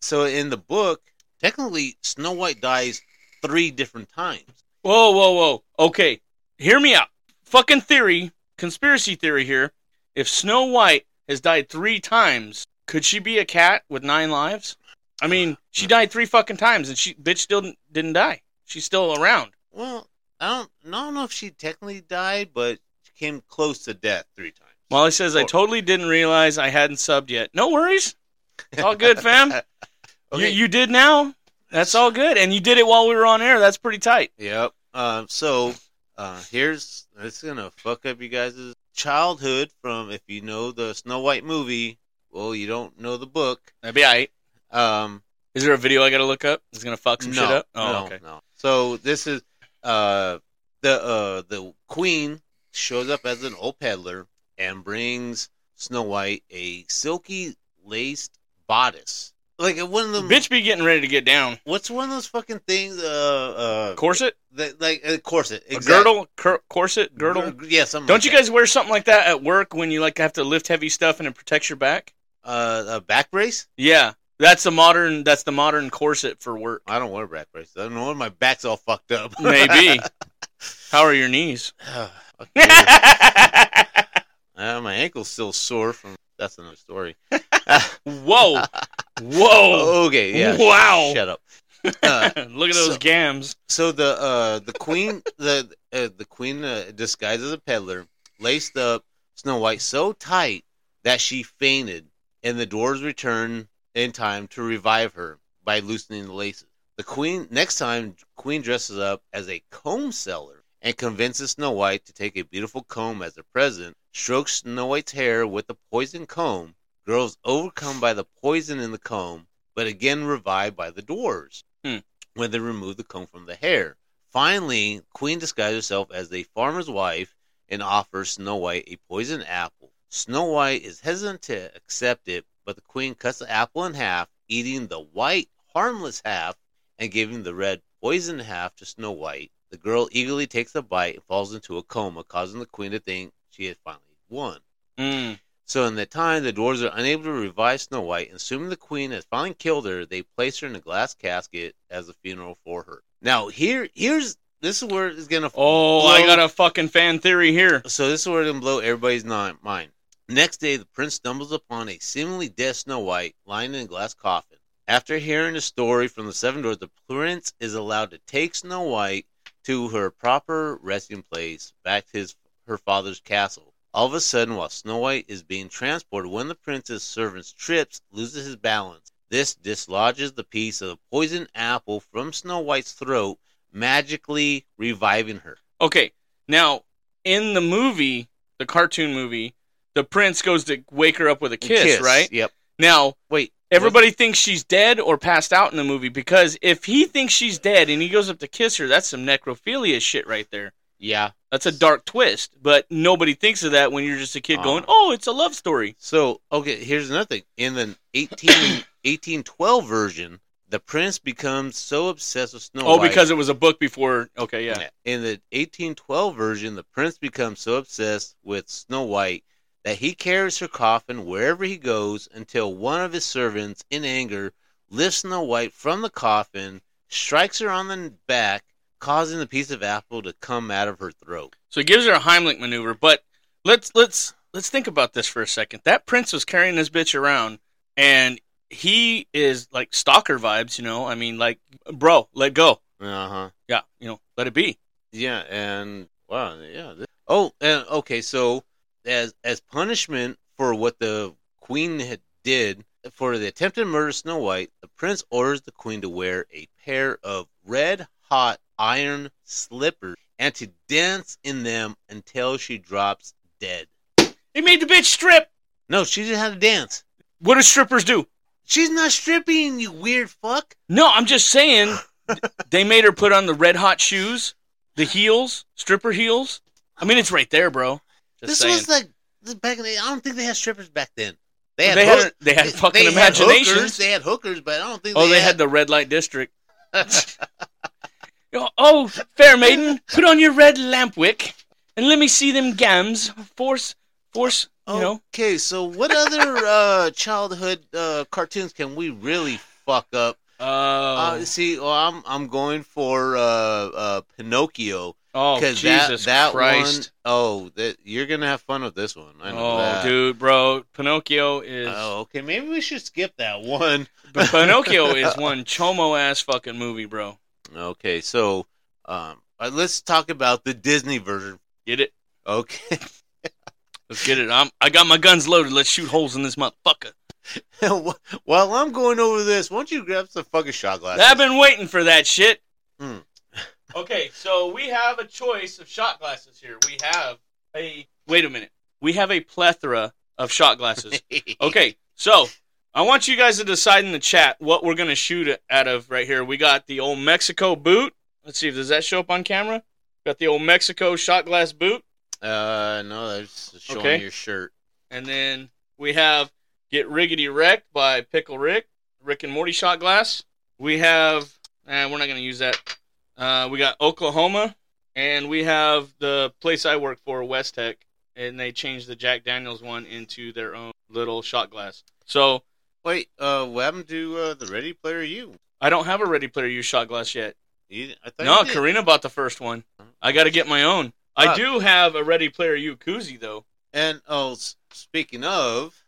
so in the book, technically, Snow White dies three different times. Whoa, whoa, whoa. Okay, hear me out. Fucking theory, conspiracy theory here. If Snow White has died three times, could she be a cat with nine lives? I mean, she died three fucking times, and she bitch still didn't- didn't die. She's still around. Well, I don't, I don't know if she technically died, but she came close to death three times. Molly says, "I totally didn't realize I hadn't subbed yet. No worries, it's all good, fam. *laughs* Okay. You you did now. That's all good, and you did it while we were on air. That's pretty tight. Yep. Um. So, uh, here's it's gonna fuck up you guys' childhood from if you know the Snow White movie. Well, you don't know the book. That'd be all right. Um. Is there a video I gotta look up? It's gonna fuck some no, shit up. Oh, no, okay. no. So this is uh the uh the queen shows up as an old peddler and brings Snow White a silky laced bodice. Like one of them Bitch, be getting ready to get down. what's one of those fucking things uh uh Corset. that, like a corset. A exact- girdle, cur- corset, girdle. Gir- Yeah, something Don't you like guys wear something like that at work when you like have to lift heavy stuff and it protects your back? that. uh a back brace? Yeah, that's the modern. That's the modern corset for work. I don't wear back braces. I don't know why my back's all fucked up. *laughs* *sighs* Maybe. How are your knees? Fuck *laughs* you. Whoa! uh, my ankle's still sore from that's another story. Whoa! Okay, Oh, yeah. Wow. *laughs* Shut up. Uh, Look at those so- gams. so the uh the queen the uh, the queen uh, disguised as a peddler laced up Snow White so tight that she fainted, and the dwarves return in time to revive her by loosening the laces. The queen next time queen dresses up as a comb seller and convinces Snow White to take a beautiful comb as a present. Strokes Snow White's hair with the poison comb. Girls overcome by the poison in the comb, but again revived by the dwarves when they remove the comb from the hair. Finally, Queen disguises herself as a farmer's wife and offers Snow White a poisoned apple. Snow White is hesitant to accept it, but the Queen cuts the apple in half, eating the white, harmless half and giving the red, poisoned half to Snow White. The girl eagerly takes a bite and falls into a coma, causing the Queen to think she has finally won. Mm. So in the time the dwarves are unable to revive Snow White, and assuming the queen has finally killed her, they place her in a glass casket as a funeral for her. Now here here's this is where it's gonna Oh, blow, I got a fucking fan theory here. so this is where it's gonna blow everybody's ni- mind. Next day the prince stumbles upon a seemingly dead Snow White lying in a glass coffin. After hearing the story from the seven dwarves, the prince is allowed to take Snow White to her proper resting place, back to his her father's castle. All of a sudden, while Snow White is being transported, one of the prince's servants trips, loses his balance. This dislodges the piece of the poisoned apple from Snow White's throat, magically reviving her. Okay, now in the movie, the cartoon movie, the prince goes to wake her up with a kiss, right? Yep. Now, Wait. everybody thinks she's dead or passed out in the movie because if he thinks she's dead and he goes up to kiss her, that's some necrophilia shit right there. Yeah. That's a dark twist, but nobody thinks of that when you're just a kid Uh. going, "Oh, it's a love story." So, okay, here's another thing. In the 18, *coughs* 1812 version, the prince becomes so obsessed with Snow Oh, White. because it was a book before. Okay, yeah. In the 1812 version, the prince becomes so obsessed with Snow White that he carries her coffin wherever he goes until one of his servants, in anger, lifts Snow White from the coffin, strikes her on the back, causing the piece of apple to come out of her throat. So it gives her a Heimlich maneuver, but let's let's let's think about this for a second. That prince was carrying this bitch around, and he is like stalker vibes, you know. I mean, like, bro, let go. Uh huh. Yeah, you know, let it be. Yeah, and wow, yeah. th- Oh, and okay, so as as punishment for what the queen had did for the attempted murder of Snow White, the prince orders the queen to wear a pair of red hot iron slippers and to dance in them until she drops dead. He made the bitch strip. No, she just had to dance. What do strippers do? She's not stripping, you weird fuck. No, I'm just *laughs* saying they made her put on the red hot shoes, the heels, stripper heels. I mean, it's right there, bro. Just this saying. was like this back in the. I don't think they had strippers back then. They had they hook- had they had they- fucking they had imaginations. hookers, they had hookers, but I don't think. oh, they, they had the red light *laughs* district. You know, oh, fair maiden, put on your red lamp wick and let me see them gams. Force, force, you know. Okay, so what *laughs* other uh, childhood uh, cartoons can we really fuck up? Oh, Uh, see, well, I'm I'm going for uh, uh, Pinocchio oh that Jesus that Christ. one oh that you're gonna have fun with this one. I know Oh, that. dude, bro, Pinocchio is Oh, okay. Maybe we should skip that one. but Pinocchio *laughs* is one chomo ass fucking movie, bro. Okay, so um, uh, let's talk about the Disney version. Get it? Okay, *laughs* Let's get it. I'm, I got my guns loaded. Let's shoot holes in this motherfucker. while I'm going over this, why don't you grab some fucking shot glasses? I've *laughs* been waiting for that shit. Hmm. *laughs* okay, so we have a choice of shot glasses here. We have a wait a minute. We have a plethora of shot glasses. Okay, so I want you guys to decide in the chat what we're gonna shoot out of right here. We got the old Mexico boot. Let's see if does that show up on camera. Got the old Mexico shot glass boot, Uh, no, that's just showing Okay. your shirt. and then we have "Get Riggedy Wrecked" by Pickle Rick, Rick and Morty shot glass. We have, eh, we're not gonna use that. Uh, we got Oklahoma, and we have the place I work for, West Tech, and they changed the Jack Daniels one into their own little shot glass. So Wait, uh, what happened to uh, the Ready Player U? I don't have a Ready Player U shot glass yet. You, I thought No, you did. Karina bought the first one. I got to get my own. I Ah. do have a Ready Player U koozie though. And oh, s- speaking of,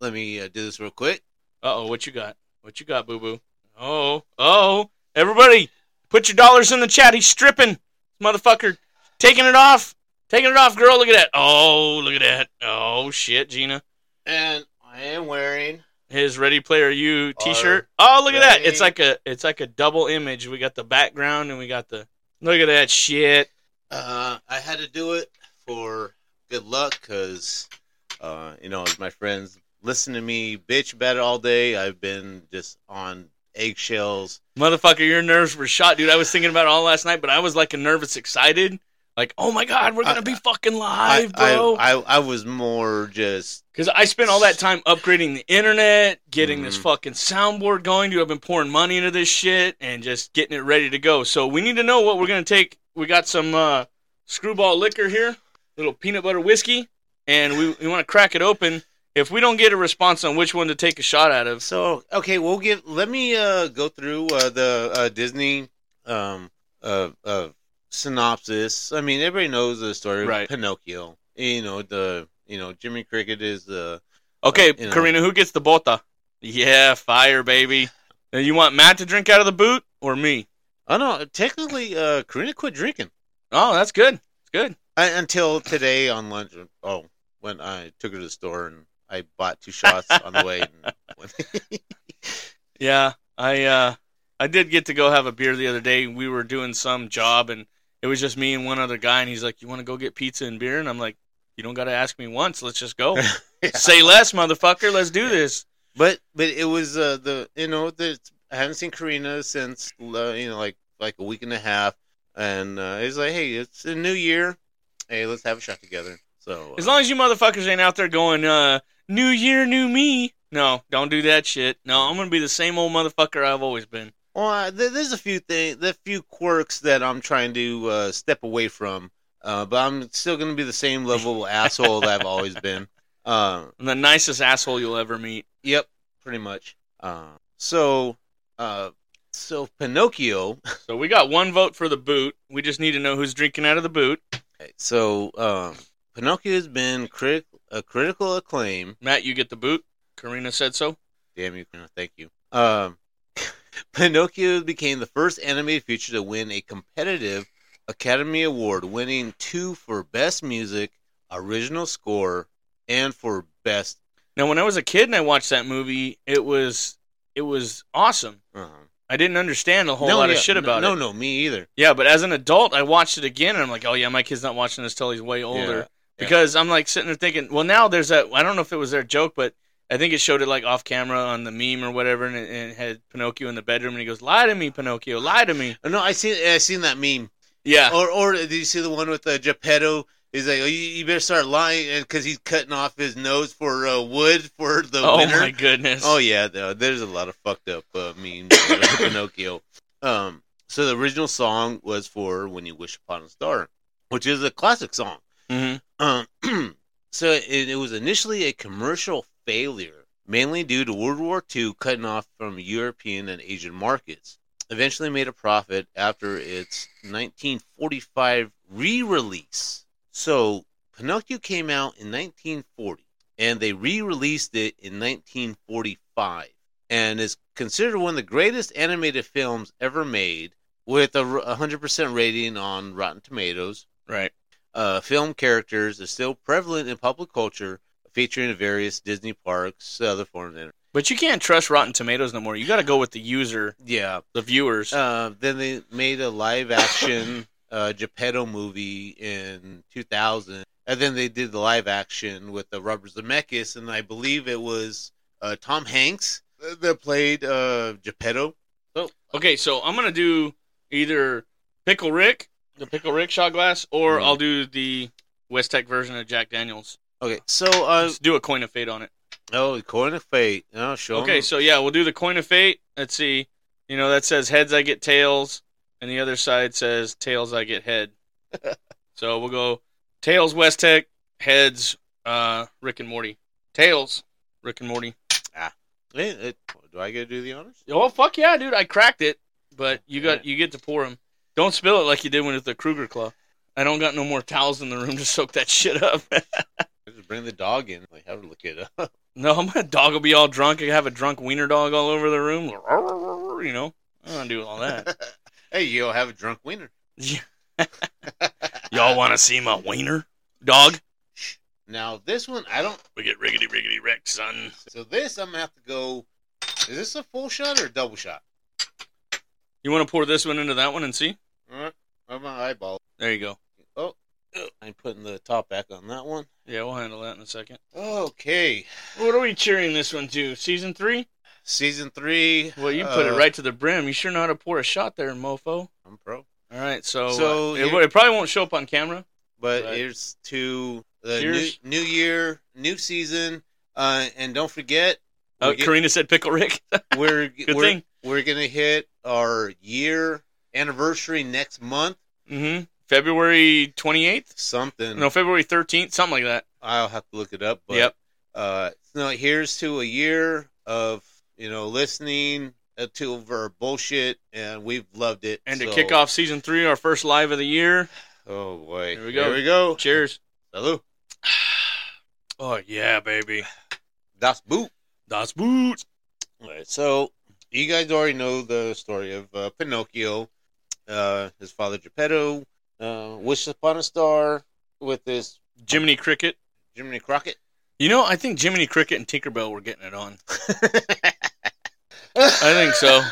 let me uh, do this real quick. Uh oh, what you got? What you got, Boo Boo? Oh, oh! Everybody, put your dollars in the chat. He's stripping, motherfucker, taking it off, taking it off, girl. Look at that. Oh, look at that. Oh shit, Gina. And I am wearing. His Ready Player U T-shirt. oh, look at that! It's like a it's like a double image. We got the background and we got the look at that shit. Uh, I had to do it for good luck because, uh, you know, as my friends listen to me bitch about it all day, I've been just on eggshells. Motherfucker, your nerves were shot, dude. I was thinking about it all last night, but I was like a nervous, excited, like, oh my god, we're gonna I- be fucking live, I, bro. I, I, I was more just Because I spent all that time upgrading the internet, getting this Mhm. fucking soundboard going, dude. I've been pouring money into this shit and just getting it ready to go. So we need to know what we're gonna take. We got some uh, screwball liquor here, little peanut butter whiskey, and we, we want to crack it open. If we don't get a response on which one to take a shot out of, So okay, we'll give. Let me uh, go through uh, the uh, Disney um, uh, uh, synopsis. I mean, everybody knows the story of Right. Pinocchio. You know the you know Jimmy Cricket is the Okay, you know. Karina, who gets the bota? Yeah, fire, baby. Now you want Matt to drink out of the boot or me? oh no technically uh, Karina quit drinking Oh, that's good. That's good. I, until today on lunch. Oh, when I took her to the store and I bought two shots on the way. *laughs* Yeah, I uh, I did get to go have a beer the other day. We were doing some job, and it was just me and one other guy. And he's like, "You want to go get pizza and beer?" And I'm like, "You don't got to ask me once. Let's just go. Yeah. Say less, motherfucker. Let's do this." But but it was uh, the you know the I haven't seen Karina since uh, you know like like a week and a half, and uh, it's like hey it's a new year, hey let's have a shot together. So As uh, long as you motherfuckers ain't out there going, uh, "New year, new me." No, don't do that shit. No, I'm gonna be the same old motherfucker I've always been. well, I, there, there's a few things, the few quirks that I'm trying to uh, step away from, uh, but I'm still gonna be the same level asshole that I've always *laughs* been. Uh, I'm the nicest asshole you'll ever meet. yep, pretty much. Uh, so uh, so Pinocchio So we got one vote for the boot. We just need to know who's drinking out of the boot. Okay, So, um, Pinocchio has been crit- a critical acclaim. Matt, you get the boot. Karina said so. Damn you, Karina, thank you. Um, *laughs* Pinocchio became the first animated feature to win a competitive Academy Award, winning two for Best Music, Original Score, and for Best. Now, when I was a kid and I watched that movie, it was it was awesome. Uh, I didn't understand a whole lot of shit about no, it. No, no, me either. Yeah, but as an adult, I watched it again, and I'm like, oh yeah, my kid's not watching this till he's way older. Yeah. because I'm like sitting there thinking, well, now there's that. I don't know if it was their joke, but I think it showed it like off camera on the meme or whatever, and it, and it had Pinocchio in the bedroom, and he goes, "Lie to me, Pinocchio, lie to me." Oh, Oh, no, I see. I seen that meme. Yeah, Or, or did you see the one with uh, Geppetto? He's like, oh, you, you better start lying because he's cutting off his nose for uh, wood for the oh winter. my goodness. Oh yeah, though, there's a lot of fucked up uh, memes about Pinocchio. Um, so the original song was for "When You Wish Upon a Star," which is a classic song. Mhm. Um, *clears throat* so it, it was initially a commercial failure, mainly due to World War II cutting off from European and Asian markets. Eventually made a profit after its 1945 re release. So Pinocchio came out in 1940 and they re released it in 1945 and is considered one of the greatest animated films ever made with a r- 100% rating on Rotten Tomatoes Right. uh, film characters is still prevalent in public culture, featuring in various Disney parks, other forms. Of But you can't trust Rotten Tomatoes no more. You got to go with the user, yeah. the viewers. Uh, then they made a live action uh, Geppetto movie in 2000, and then they did the live action with the Robert Zemeckis, and I believe it was uh, Tom Hanks that played uh, Geppetto. okay, so I'm gonna do either Pickle Rick, the Pickle Rick shot glass, or Mhm. I'll do the West Tech version of Jack Daniels. Okay, so uh, Let's do a coin of fate on it. oh, Coin of Fate. Oh, show 'em. Okay, so yeah, we'll do the coin of fate. Let's see. You know, that says heads I get tails, and the other side says tails I get *laughs* head. so we'll go tails West Tech, heads uh, Rick and Morty. Tails Rick and Morty. Hey, it- do I get to do the honors? Oh fuck yeah, dude! I cracked it, but you got you get to pour them. Don't spill it like you did with the Kruger Claw. I don't got no more towels in the room *laughs* to soak that shit up. *laughs* Just bring the dog in. Like, have her look it up. no, my dog will be all drunk. I have a drunk wiener dog all over the room. *laughs* You know, I don't do all that. *laughs* hey, you'll have a drunk wiener. *laughs* Y'all want to see my wiener dog? Now this one, I don't. We get riggedy riggedy wrecked, son. So this, I'm gonna have to go. Is this a full shot or a double shot? You want to pour this one into that one and see? Uh, I'm gonna eyeball. There you go. Oh. I'm putting the top back on that one. Yeah, we'll handle that in a second. Okay, What are we cheering this one to? Season three? season three. Well, you put uh, it right to the brim. You sure know how to pour a shot there, mofo. I'm pro, All right, so, So uh, you- it, wo- it probably won't show up on camera. but Right. here's to the Here's- new, new year, new season, uh, and don't forget. Uh, we get- Karina said pickle Rick. *laughs* we're Good we're, thing. we're gonna hit our year anniversary next month. mm-hmm. February twenty eighth? Something. No, February thirteenth, something like that. I'll have to look it up. But, Yep. Uh, no, here's to a year of you know listening uh, to our bullshit, and we've loved it. And to so- kick off season three, our first live of the year. Oh boy. Here we go. Here we go. Cheers. Salud. Oh yeah, baby. Das boot. Das Boot. All right, so you guys already know the story of uh, Pinocchio. Uh, his father Geppetto uh, wishes upon a star with this Jiminy Cricket. Jiminy Crockett. You know, I think Jiminy Cricket and Tinkerbell were getting it on. I think so.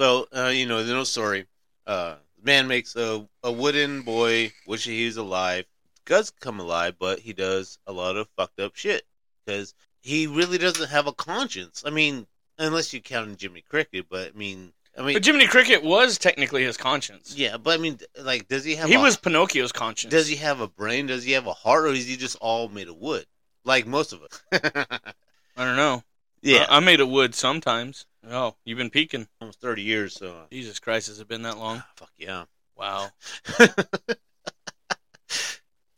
So uh, you know, the no story. Uh, man makes a, a wooden boy wish he was alive. Does come alive, but he does a lot of fucked up shit because he really doesn't have a conscience. I mean, unless you count in Jimmy Cricket, but I mean, I *laughs* mean, But Jiminy Cricket was technically his conscience. yeah, but I mean, like, does he have? He a, was Pinocchio's conscience. Does he have a brain? Does he have a heart, or is he just all made of wood, like most of us? *laughs* I don't know. I, I made of wood sometimes. Oh, you've been peeking. almost thirty years. So uh, Jesus Christ, has it been that long? fuck yeah. Wow.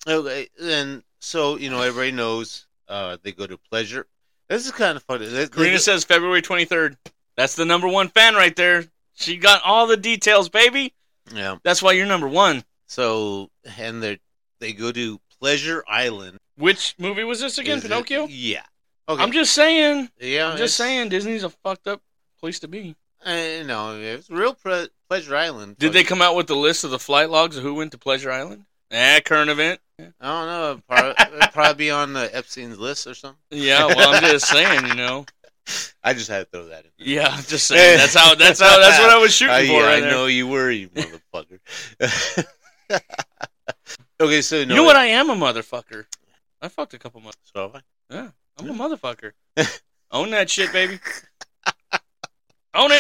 Okay, and so you know everybody knows uh, they go to pleasure. This is kind of funny. They- they Karina go- says February 23rd. That's the number one fan right there. She got all the details, baby. yeah. That's why you're number one. So and they they go to Pleasure Island Which movie was this again, Is it- Pinocchio? yeah. Okay. I'm just saying. yeah. I'm just it's- saying Disney's a fucked up place to be. Uh, no, it's real pre- Pleasure Island. Did they come out with the list of the flight logs of who went to Pleasure Island? Eh, current event. I don't know. it'd *laughs* Probably, it'd probably be on the Epstein's list or something. Yeah, well, I'm *laughs* just saying, you know. I just had to throw that in. Yeah, I'm just saying. That's how. That's how. That's *laughs* what I was shooting Eh. I, for. yeah, right I there. know you were, you motherfucker. *laughs* Okay, so no, you know what? I am a motherfucker. I fucked a couple motherfuckers. So have I. Yeah, I'm *laughs* a motherfucker. Own that shit, *laughs* baby. Own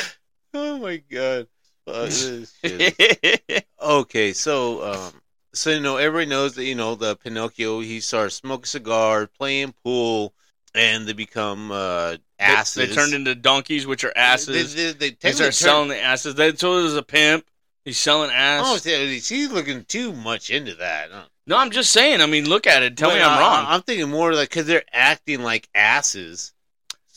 Oh my god. Fuck *laughs* this shit. it. okay, so um, so you know everybody knows that you know the Pinocchio. He starts smoking cigars, playing pool, and they become uh, asses. They, they turned into donkeys, which are asses. They, they, they, They, technically start turned- selling the asses. They told us a pimp. He's selling ass. Oh, see, he's looking too much into that. huh? no, I'm just saying. I mean, look at it. Tell But me I'm I- wrong. I, am thinking more like because they're acting like asses.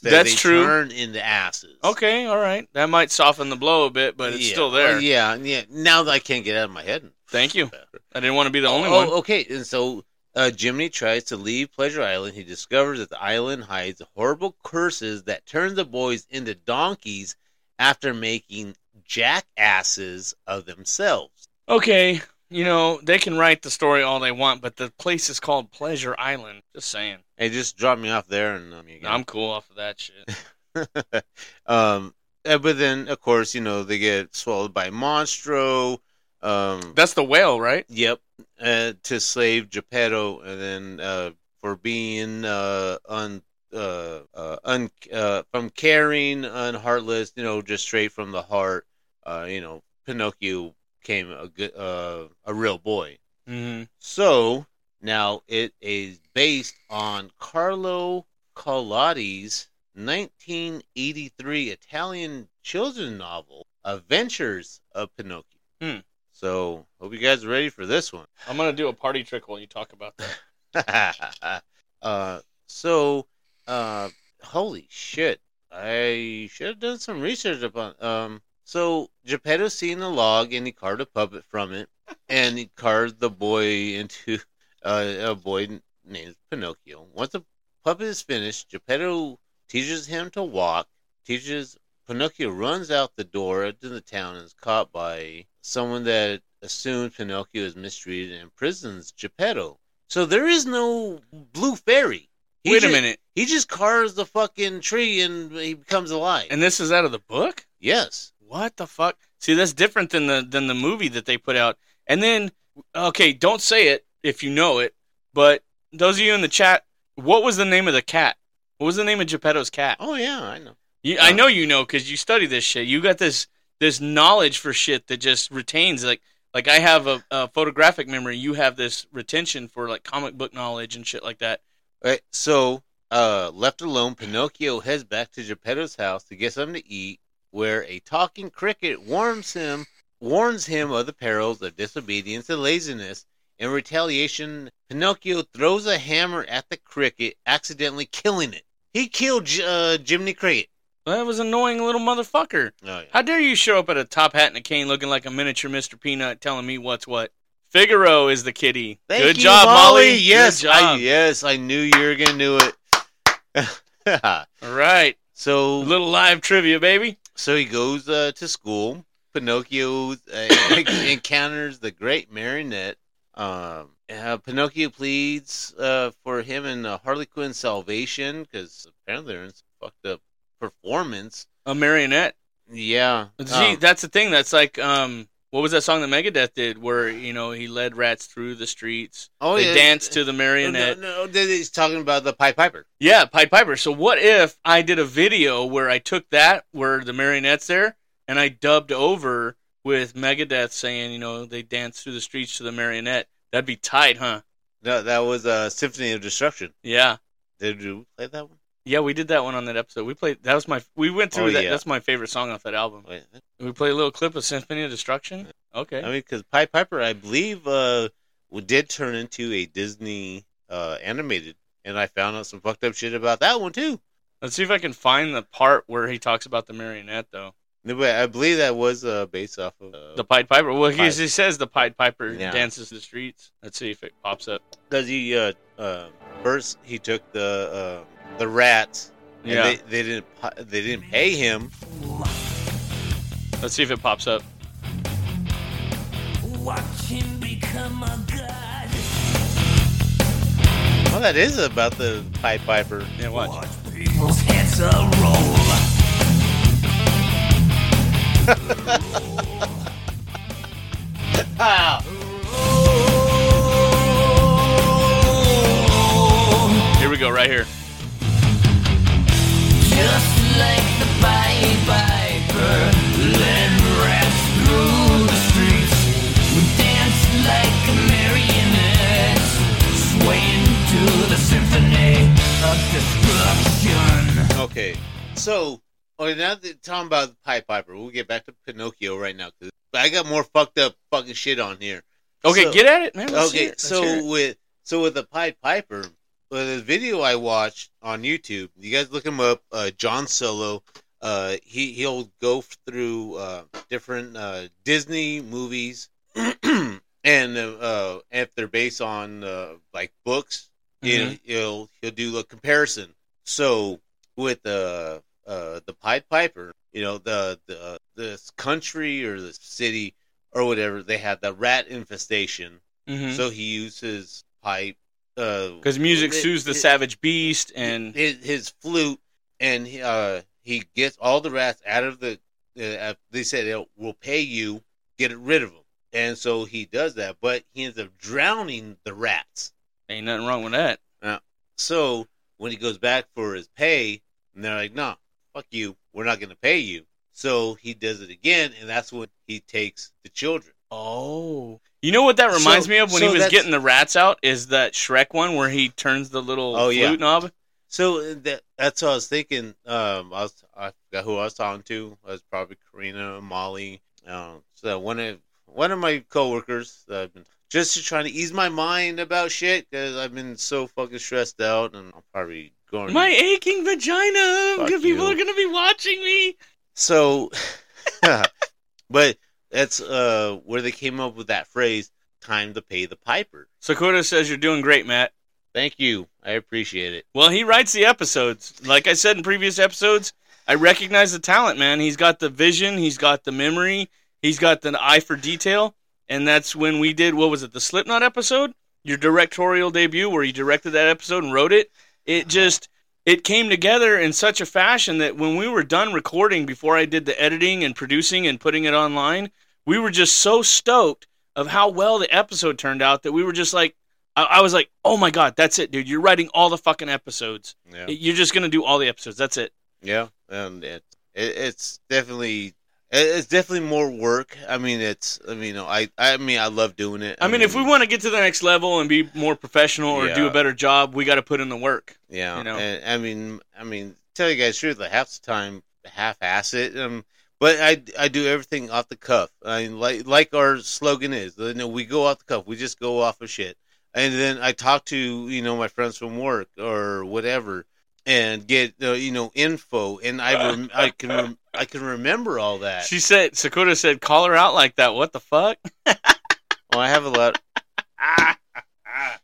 that That's they true. Turn into asses. okay, all right. That might soften the blow a bit, but it's Yeah. still there. Oh, yeah, yeah. Now that I can't get out of my head. Thank you. I didn't want to be the only oh, one. okay. And so uh, Jiminy tries to leave Pleasure Island. He discovers that the island hides horrible curses that turn the boys into donkeys after making jackasses of themselves. Okay, you know they can write the story all they want, but the place is called Pleasure Island. Just saying. Hey, just drop me off there, and um, you No, I'm cool off of that shit. *laughs* um, uh, but then, of course, you know they get swallowed by Monstro. Um, That's the whale, right? Yep, uh, to save Geppetto, and then uh, for being uh, un uh, uh, un uh, from caring, unheartless, you know, just straight from the heart. Uh, you know, Pinocchio came a good uh, a real boy. Mm-hmm. So now it is based on Carlo Collodi's 1983 Italian children's novel, Adventures of Pinocchio. Hmm. So, hope you guys are ready for this one. I'm gonna do a party trick while you talk about that. *laughs* uh, so, uh, holy shit! I should have done some research upon. Um, so Geppetto's seen the log and he carved a puppet from it, and he carved the boy into uh, a boy named Pinocchio. Once the puppet is finished, Geppetto teaches him to walk. Teaches Pinocchio runs out the door into the town and is caught by someone that assumes Pinocchio is mistreated and imprisons Geppetto. So there is no blue fairy. *laughs* He Wait a ju- minute, He just carves the fucking tree and he becomes alive. and this is out of the book. yes. What the fuck? See, that's different than the than the movie that they put out. And then, okay, don't say it if you know it, but those of you in the chat, what was the name of the cat? What was the name of Geppetto's cat? Oh yeah, I know. You, I Uh. know you know because you study this shit. You got this this knowledge for shit that just retains. Like like I have a, a photographic memory. You have this retention for like comic book knowledge and shit like that. All right, so uh, left alone, Pinocchio heads back to Geppetto's house to get something to eat, where a talking cricket warns him warns him of the perils of disobedience and laziness. In retaliation, Pinocchio throws a hammer at the cricket, accidentally killing it. He killed J- uh, Jiminy Cricket. Well, that was an annoying little motherfucker. Oh, yeah. How dare you show up at a top hat and a cane looking like a miniature Mr. Peanut telling me what's what? Figaro is the kitty. Thank Good you, job, Molly. Good Yes, I, job. yes, I knew you were gonna do it. *laughs* All right. A so little live trivia, baby. So he goes uh, to school. Pinocchio uh, *coughs* encounters the great marionette. Um, uh, Pinocchio pleads uh, for him and uh, Harley Quinn's salvation because apparently they're in some fucked up performance. A marionette. Yeah. See, um, that's the thing. That's like, um, what was that song that Megadeth did where, you know, he led rats through the streets? oh, they yeah, danced to the No, marionette. no, no, they- he's talking about the Pied Piper. Yeah, Pied Piper. So what if I did a video where I took that, where the marionette's there, and I dubbed over with Megadeth saying, you know, they dance through the streets to the marionette. That'd be tight, huh? No, that was uh, Symphony of Destruction. Yeah. Did you play that one? Yeah, we did that one on that episode. We played that was my we went through Oh, that. yeah. That's my favorite song off that album. Wait, We played a little clip of Symphony of Destruction. Okay. I mean, because Pied Piper, I believe, uh, w- did turn into a Disney uh, animated, and I found out some fucked up shit about that one too. Let's see if I can find the part where he talks about the marionette though. No, But I believe that was uh, based off of The Pied Piper. Well, he, Pied- he says the Pied Piper Yeah. dances the streets. Let's see if it pops up. because he uh, uh, first he took the uh, the rats, and Yeah. they, they didn't pi- they didn't pay him. Let's see if it pops up. Watch him become a god. Well, that is about the Pied Piper. Yeah, watch. Watch people's heads a roll. Ah, Roll. go, right here. Just like the Pied Piper, led rats through the streets. We dance like marionettes, swaying to the symphony of destruction. Okay, so okay, now that talking about the Pied Piper, we'll get back to Pinocchio right now because I got more fucked up fucking shit on here. Okay, So- get at it, man. Let's hear it. Okay, Let's hear it. so with so with the Pied Piper, uh, the video I watched on YouTube, you guys look him up. Uh, John Solo, uh, he he'll go through uh, different uh, Disney movies, *clears throat* and uh, uh, if they're based on uh, like books, Mhm. he'll, he'll he'll do a comparison. So with the uh, the Pied Piper, you know the the this country or the city or whatever they had the rat infestation. Mhm. So he used his pipe. uh, Because Because music soos the savage beast, and his, his flute, and he, uh, he gets all the rats out of the. Uh, they said "They'll- we'll pay you, get rid of them, and so he does that. But he ends up drowning the rats. ain't nothing wrong with that. So when he goes back for his pay, and they're like, "Nah, fuck you, we're not gonna pay you." So he does it again, and that's when he takes the children. Oh. You know what that reminds So- me of when so he was that's- getting the rats out is that Shrek one where he turns the little Oh, flute yeah. knob. So that, that's what I was thinking. Um, I was I forgot who I was talking to. It was probably Karina, Molly. Um, so one of one of my coworkers. That I've been just to trying to ease my mind about shit because I've been so fucking stressed out, and I'm probably going. My aching vagina. Oh, Fuck Good people you. are gonna be watching me. So, *laughs* but that's uh where they came up with that phrase. Time to pay the piper. Sakura says you're doing great, Matt. Thank you. I appreciate it. Well, he writes the episodes. Like I said in previous episodes, I recognize the talent, man. He's got the vision, he's got the memory, he's got the eye for detail. And that's when we did what was it, the Slipknot episode? Your directorial debut where you directed that episode and wrote it. It just it came together in such a fashion that when we were done recording before I did the editing and producing and putting it online, we were just so stoked of how well the episode turned out that we were just like I, I was like, "Oh my god, that's it, dude! You're writing all the fucking episodes. Yeah. You're just gonna do all the episodes. That's it." Yeah, and it, it it's definitely it, it's definitely more work. I mean, it's I mean, you know, I I mean, I love doing it. I mean, if we want to get to the next level and be more professional or do Yeah. a better job, we got to put in the work. yeah, you know. and, I mean, I mean, tell you guys the truth, like half the time, half ass it. Um, but I I do everything off the cuff. I mean, like like our slogan is, you know, we go off the cuff. We just go off of shit, and then I talk to you know my friends from work or whatever. And get uh, you know info, and I rem- I can rem- I can remember all that. She said, Sakura said, "Call her out like that. What the fuck? Well, Oh, I have a lot.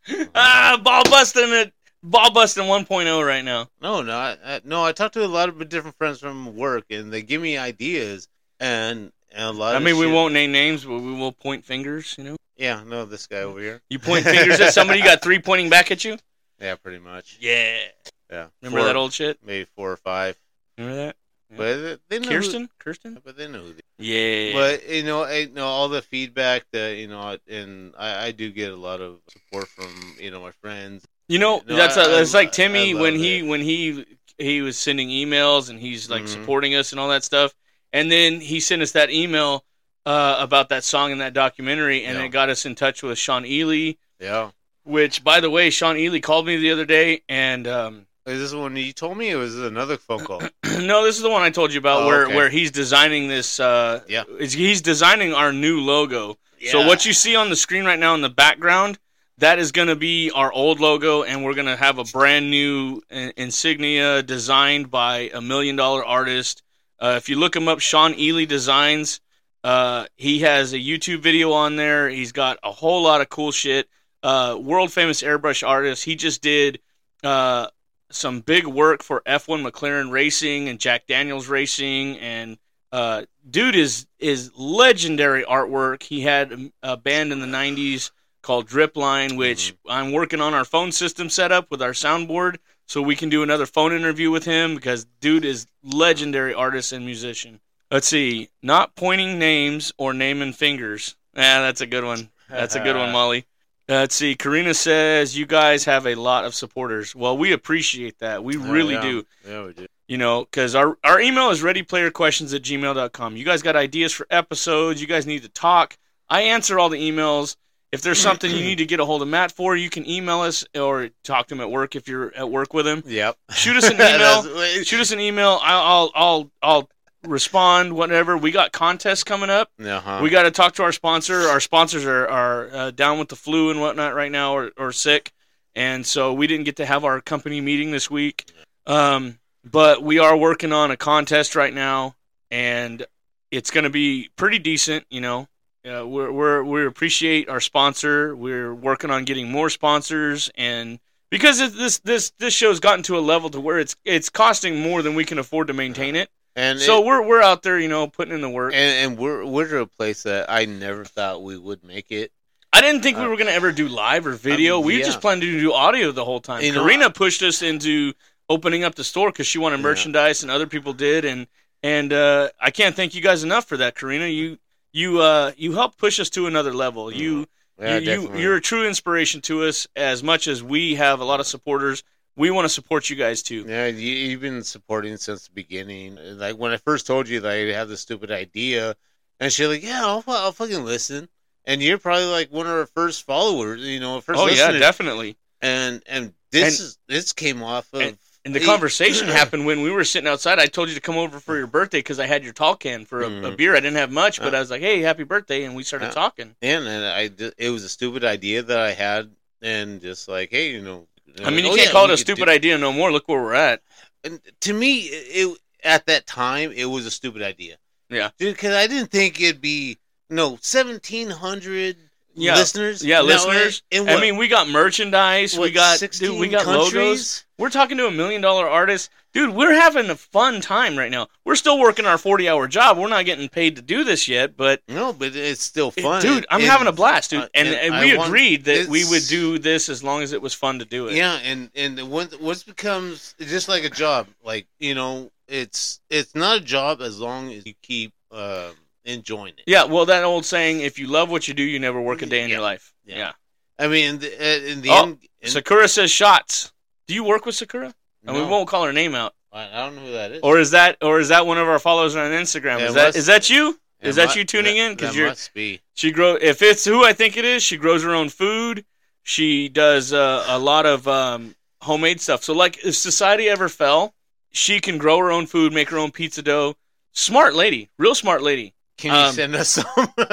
Mm-hmm. ah, ball busting it, ball busting 1.0 right now. No, no, I, I, no. I talked to a lot of different friends from work, and they give me ideas, and, and a lot. I of mean, we shit- won't name names, but we will point fingers. You know, Yeah, no, this guy over here. you point fingers at somebody, you got three pointing back at you. Yeah, pretty much. Yeah, *laughs* Yeah, remember Four- that old shit? maybe four or five, Remember that? Yeah. but they know who- Kirsten, Kirsten. but they know. Who they, Yeah, But you know, I know all the feedback that you know, I- and I, I do get a lot of support from you know my friends. You know, No, that's I- a, that's I- like Timmy I love when he it. when he he was sending emails and he's like Mhm. supporting us and all that stuff. And then he sent us that email uh, about that song and that documentary, and Yeah. it got us in touch with Sean Ely. Yeah, Which, by the way, Sean Ely called me the other day, and um, *clears throat* is this one you told me? Or was this another phone call? no, this is the one I told you about Oh, where okay. where he's designing this. Uh, Yeah. is- he's designing our new logo. So what you see on the screen right now in the background, that is going to be our old logo, and we're going to have a brand new in- insignia designed by a million dollar artist. Uh, if you look him up, Sean Ely Designs. Uh, he has a YouTube video on there. He's got a whole lot of cool shit. Uh, world famous airbrush artist. He just did uh, some big work for F1 McLaren Racing and Jack Daniels Racing, and uh, dude is is legendary artwork. He had a band in the '90s called Dripline, which I'm working on our phone system setup with our soundboard, so we can do another phone interview with him because dude is legendary artist and musician. Let's see, *laughs* not pointing names or naming fingers. Ah, that's a good one. That's a good one, Molly. Uh, let's see. Karina says you guys have a lot of supporters. Well, we appreciate that. We really yeah. do. Yeah, we do. You know, because our, our email is readyplayerquestions at gmail.com. You guys got ideas for episodes. You guys need to talk. I answer all the emails. If there's something you need to get a hold of Matt for, you can email us or talk to him at work if you're at work with him. Yep. Shoot us *laughs* an That's- email. Shoot us an email. I'll I'll I'll, I'll respond. Whatever. We got contests coming up. Uh-huh. We got to talk to our sponsor. Our sponsors are are uh, down with the flu and whatnot right now, or, or sick, and so we didn't get to have our company meeting this week. Um, but we are working on a contest right now, and it's going to be pretty decent. You know, uh, we're, we're we appreciate our sponsor. We're working on getting more sponsors, and because it- this this this show's gotten to a level to where it's it's costing more than we can afford to maintain it. and So so we're we're out there, you know, putting in the work. and, and we're we're to a place that I never thought we would make it. I didn't think we Uh, were going to ever do live or video. um, we yeah. just planned to do audio the whole time. You know, Karina pushed us into opening up the store because she wanted Yeah. merchandise, and other people did. And and uh, I can't thank you guys enough for that, Karina. You you uh, you helped push us to another level. You, Yeah, you, you definitely. you're a true inspiration to us. As much as we have a lot of supporters, we want to support you guys too. yeah, you, you've been supporting since the beginning. Like when I first told you that I had this stupid idea, and she's like, "Yeah, I'll, fu- I'll fucking listen." And you're probably like one of our first followers, you know, first. oh yeah, listeners. definitely. And and this And- is this came off of and- And the Hey. *clears throat* conversation happened when we were sitting outside. I told you to come over for your birthday because I had your tall can for a, a Mhm. beer. I didn't have much, but Uh. I was like, "Hey, happy birthday!" And we started Uh. talking. and, and I di- it was a stupid idea that I had, and just like, hey, you know. I mean, you oh, can't yeah, call it we a could stupid do- idea no more. Look where we're at. and to me, it, it- at that time it was a stupid idea. Yeah. because I didn't think it'd be no seventeen hundred Yeah. listeners. Yeah, Now, listeners. And, I mean, we got merchandise. we got dude, we got logos. We're talking to a million dollar artist, dude. We're having a fun time right now. We're still working our forty hour job. We're not getting paid to do this yet, but No, but it's still fun, dude, I'm And- having a blast, dude. uh, and, and, I we want- agreed that we it's- would do this as long as it was fun to do it. Yeah, and and once once becomes just like a job, like you know, it's it's not a job as long as you keep um, enjoying it. Yeah, well, that old saying, if you love what you do, you never work a day in Yeah. your life. Yeah. Yeah. I mean, in the, uh, in the Oh, end, in- Sakura says shots. Do you work with Sakura? And we no, won't call her name out. I, I don't know who that is. Or is that or is that one of our followers on Instagram? Yeah, Is it that must- is that you? It Is that mu- you tuning in? that 'Cause you're- must be. She grow if it's who I think it is, she grows her own food. She does uh, a lot of um, homemade stuff. So like if society ever fell, she can grow her own food, make her own pizza dough. Smart lady, real smart lady. Can you Um, send us some? *laughs*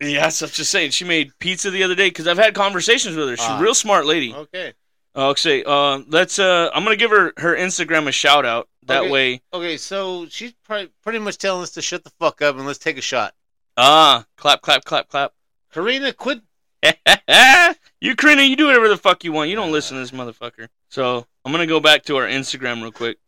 Yeah, that's what I'm just saying. She made pizza the other day because I've had conversations with her. She's a Ah. real smart lady. okay. Okay, uh, let's. Uh, I'm gonna give her her Instagram a shout out. That Okay. way, Okay, so she's pri- pretty much telling us to shut the fuck up and let's take a shot. ah, clap, clap, clap, clap. *laughs* Karina, quit. you Karina, you do whatever the fuck you want. You don't listen to this motherfucker. So I'm gonna go back to our Instagram real quick.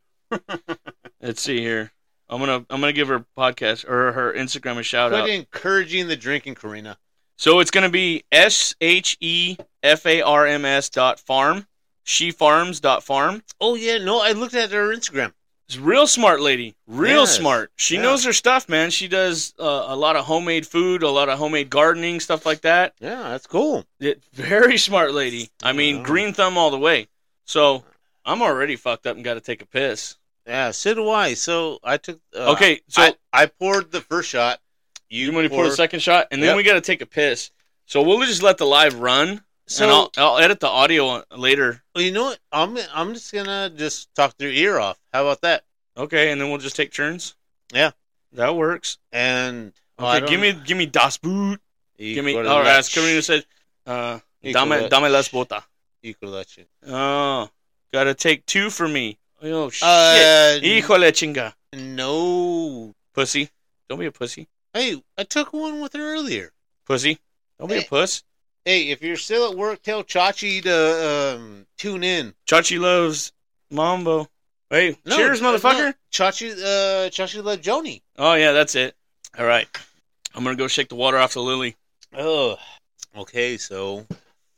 let's see here. I'm gonna I'm gonna give her podcast or her Instagram a shout Quit out. encouraging the drinking, Karina. So it's gonna be S H E F A R M S dot farm. She farms dot farm. Oh yeah, no, I looked at her Instagram. She's a real smart lady. Real Yes. smart. She Yeah. knows her stuff, man. She does uh, a lot of homemade food, a lot of homemade gardening, stuff like that. Yeah, that's cool. It, very smart lady. I mean, Wow. green thumb all the way. So I'm already fucked up and got to take a piss. Yeah, so do I. So I took. Uh, okay, so I, I poured the first shot. you want me to pour the second shot, and then Yep. we got to take a piss. So we'll just let the live run, and So I'll, I'll edit the audio on- later. you know what? I'm I'm just gonna just talk their ear off. How about that? Okay, and then we'll just take turns. Yeah. that works. And well, I Okay, don't- give me give me das Boot. You Give me go all to right. that As Karina sh- said, uh, You go dame to- dame las bota. you go to that shit. Oh, gotta take two for me. Oh shit! Uh, Híjole chinga, no. pussy. Don't be a pussy, Hey, I took one with her earlier. pussy. Don't be a Eh. puss. Hey, if you're still at work, tell Chachi to um, tune in. Chachi loves Mambo. Hey, cheers, no, motherfucker. no, Chachi, uh, Chachi led Joni. Oh, yeah, that's it. All right. I'm going to go shake the water off the lily. Oh, okay. So,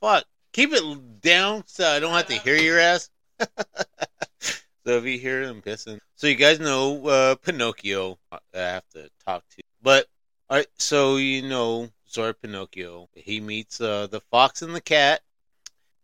fuck, keep it down so I don't have to hear your ass. *laughs* so if you hear them pissing, so you guys uh, know uh, Pinocchio. I have to talk to, but all right. So you know story of Pinocchio. He meets uh, the fox and the cat.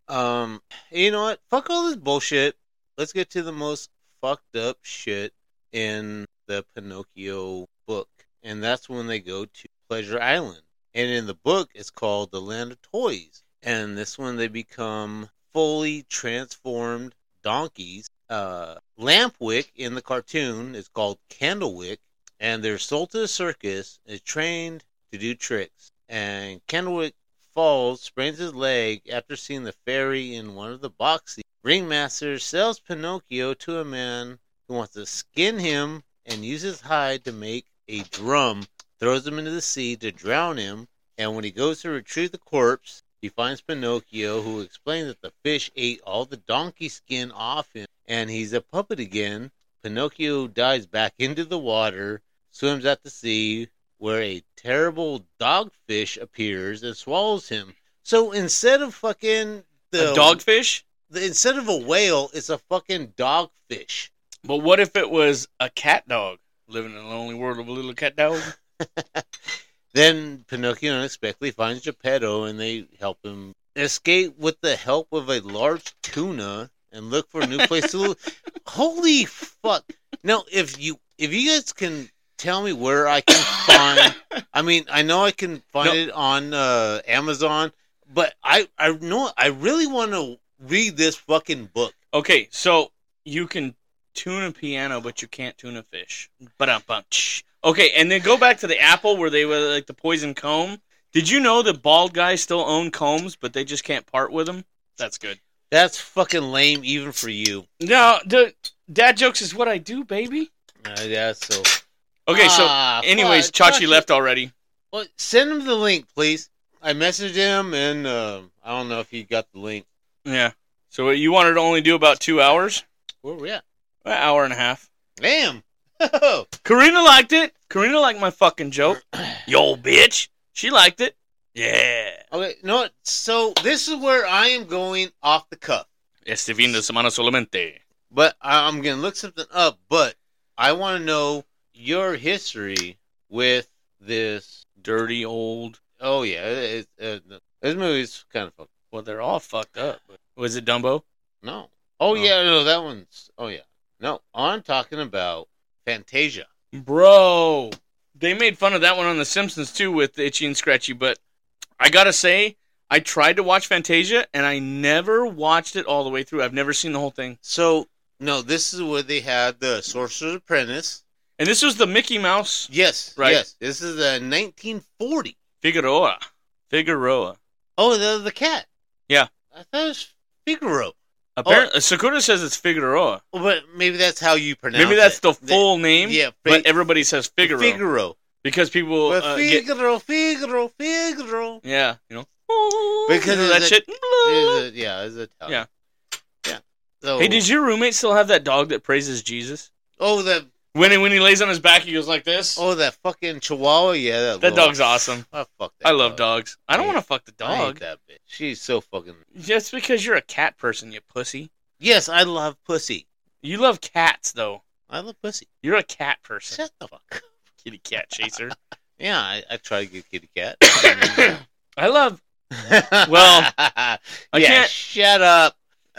Um, you know what? Fuck all this bullshit. Let's get to the most fucked up shit in the Pinocchio book, and that's when they go to Pleasure Island. And in the book, it's called the Land of Toys. And this one, they become fully transformed donkeys. Uh, Lampwick in the cartoon is called Candlewick, and they're sold to the circus. Is trained to do tricks, and Candlewick falls, sprains his leg after seeing the fairy in one of the boxes. Ringmaster sells Pinocchio to a man who wants to skin him and use his hide to make a drum. Throws him into the sea to drown him, and when he goes to retrieve the corpse, he finds Pinocchio, who explains that the fish ate all the donkey skin off him, and he's a puppet again. Pinocchio dives back into the water, swims out to sea, where a terrible dogfish appears and swallows him. So instead of fucking the a dogfish? the, instead of a whale, it's a fucking dogfish. But what if it was a cat dog living in a lonely world of a little cat dog? Then Pinocchio unexpectedly finds Geppetto and they help him escape with the help of a large tuna and look for a new place *laughs* to live. Holy fuck. Now if you if you guys can tell me where I can *laughs* find I mean, I know I can find No. it on uh, Amazon, but I I know I really want to read this fucking book. Okay, so you can tune a piano, but you can't tune a fish. Ba-dum-bum-tsh. Okay, and then go back to the apple where they were like the poison comb. Did you know that bald guys still own combs, but they just can't part with them? That's good. That's fucking lame even for you. No, the dad jokes is what I do, baby. Uh, yeah, so Okay, so Ah, anyways, fuck, Chachi left already. Well, send him the link, please. I messaged him, and uh, I don't know if he got the link. Yeah. So you wanted to only do about two hours, Where we at? an hour and a half. Damn. *laughs* Karina liked it. Karina liked my fucking *clears throat* joke. Yo, bitch. She liked it. Yeah. okay, no. what? So this is where I am going off the cuff, Este fin de semana solamente. but I, I'm gonna look something up. But I want to know your history with this. Dirty old. Oh yeah, it, it, uh, this movie's kind of fucked. Well, they're all fucked up. Was it Dumbo? No. Oh Oh. yeah, no, that one's. Oh yeah, no. I'm talking about Fantasia. Bro. They made fun of that one on The Simpsons too with the Itchy and Scratchy, but I gotta say, I tried to watch Fantasia and I never watched it all the way through. I've never seen the whole thing. So no, this is where they had the Sorcerer's Apprentice. And this was the Mickey Mouse Yes, Right? Yes, this is a 1940. Figueroa. Figueroa. Oh, the the cat. Yeah. I thought it was Figaro. Apparently, Oh, uh, Sakura says it's Figueroa. Well, But maybe that's how you pronounce. Maybe that's it. the full name. yeah, but fi- everybody says Figaro Figaro. because people But uh, get Figaro, Figaro, Figaro. yeah, you know. Because You know that it's a- shit. It is a- yeah, it's Italian. Yeah. yeah. So, Hey, did your roommate still have that dog that praises Jesus? oh that When he, when he lays on his back, he goes like this. oh that fucking Chihuahua? Yeah, that, that little- dog's awesome. Oh, fuck that I love dog. dogs. I don't Yeah. want to fuck the I hate dog. that bitch. She's so fucking. Just because you're a cat person, you pussy. Yes, I love pussy. You love cats though. I love pussy. You're a cat person. *laughs* Shut the fuck. up. Kitty cat chaser. Yeah, I, I try to get kitty *laughs* cat. I love. *laughs* well, I yeah, can't- Shut up. *laughs*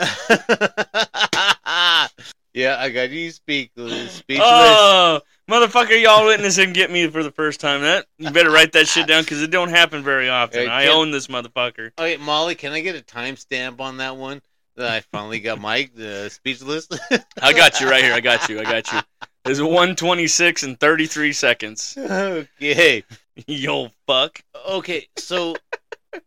yeah, I got you speechless. Speechless. Oh, motherfucker! Y'all witnessing get me for the first time. That you better write that shit down because it don't happen very often. Hey, I kid. own this motherfucker. Okay, Molly, can I get a timestamp on that one? That I finally got Mike uh, speechless. *laughs* I got you right here. I got you. I got you. It's 126 and 33 seconds. *laughs* okay. Yo, fuck. Okay, so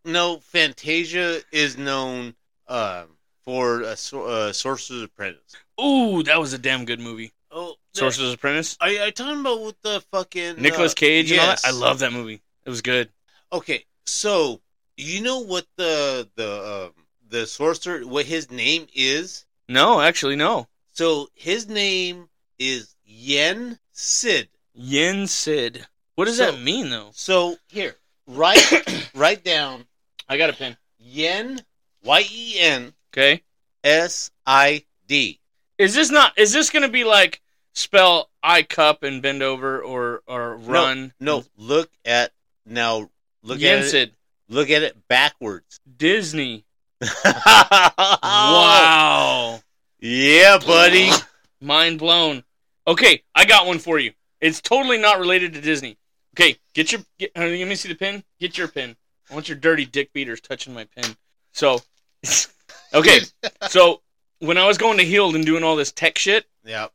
no, Fantasia is known um, for a, sor- uh Sorcerer's Apprentice. Ooh, that was a damn good movie. Oh, Sorcerer's. Sorcerer's Apprentice. Are you are you talking about with the fucking Nicolas uh, Cage and all that. yes. I love that movie. It was good. Okay, so you know what the the um, the sorcerer what his name is? No, actually, no. So his name is Yen Sid. Yin Sid. What does So- that mean, though? So here, *coughs* write write down I got a pen. Yen Y E N Okay. S I D. Is this not? Is this going to be like spell I cup and bend over or or run? No, look at now Look at it. Yensid, Look at it backwards. *laughs* Disney. Oh. wow. Wow. Yeah, buddy. Mind blown. Okay, I got one for you. It's totally not related to Disney. Okay, get your. Get, uh, let me see the pin. Get your pin. I want your dirty dick beaters touching my pin. So, *laughs* okay. So when I was going to Healed and doing all this tech shit, yeah.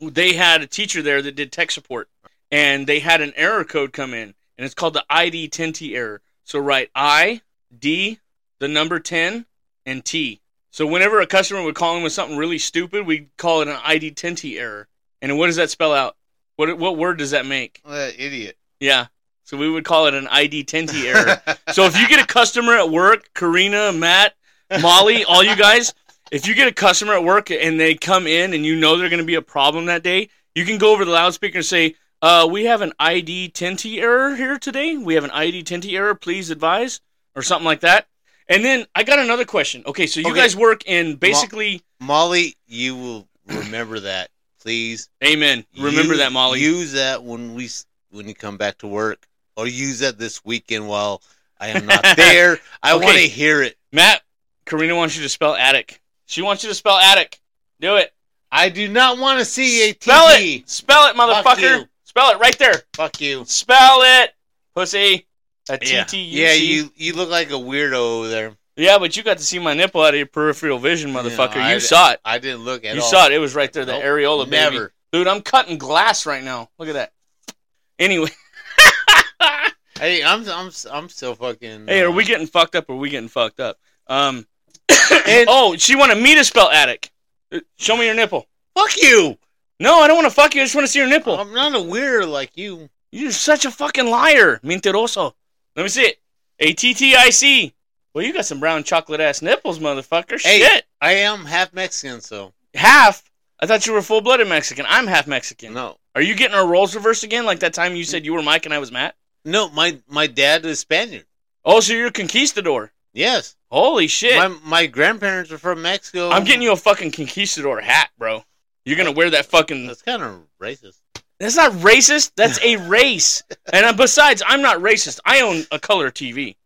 they had a teacher there that did tech support, and they had an error code come in, and it's called the ID 10T error. So write I D the number 10 and T. So whenever a customer would call in with something really stupid, we'd call it an ID 10T error. And what does that spell out? What what word does that make? What an idiot. Yeah. So we would call it an ID 10T error. *laughs* So if you get a customer at work, Karina, Matt, Molly, all you guys, if you get a customer at work and they come in and you know they're going to be a problem that day, you can go over to the loudspeaker and say, uh, "We have an ID 10T error here today. We have an ID 10T error. Please advise," or something like that. And then I got another question. Okay, so you Okay. guys work in basically. Molly, you will remember that, please. Amen. Remember Use- that, Molly. Use that when we s- when you come back to work, or use that this weekend while I am *laughs* not there. I Okay. want to hear it. Matt, Karina wants you to spell attic. She wants you to spell attic. Do it. I do not want to see a TV. Spell it. Spell it, motherfucker. you. Spell it right there. Fuck you. Spell it, pussy. A Yeah. TTUC. Yeah, you you look like a weirdo over there. Yeah, but you got to see my nipple out of your peripheral vision, motherfucker. No, I you d- saw it. I didn't look at You all. saw it. It was right there, the Nope. areola, baby. Never. Dude, I'm cutting glass right now. Look at that. Anyway, *laughs* Hey, I'm I'm I'm still fucking. hey, uh, are we getting fucked up? Or are we getting fucked up? Um. *coughs* *coughs* And- oh, she wanted me to spell attic. Uh, Show me your nipple. Fuck you. Oh, No, I don't want to fuck you. I just want to see your nipple. I'm not a weirdo like you. You're such a fucking liar, mentiroso. Let me see it. A T T I C. Well, you got some brown chocolate ass nipples, motherfucker. Hey. Shit. I am half Mexican, so Half. I thought you were full blooded Mexican. I'm half Mexican. no, Are you getting our roles reversed again? Like that time you said you were Mike and I was Matt? no. My my dad was Spaniard. Oh, so you're a conquistador. Yes, Holy shit. my my grandparents are from Mexico. I'm getting you a fucking conquistador hat, bro. You're gonna wear that fucking. That's kind of racist. That's not racist. That's a race. And uh, besides, I'm not racist. I own a color TV.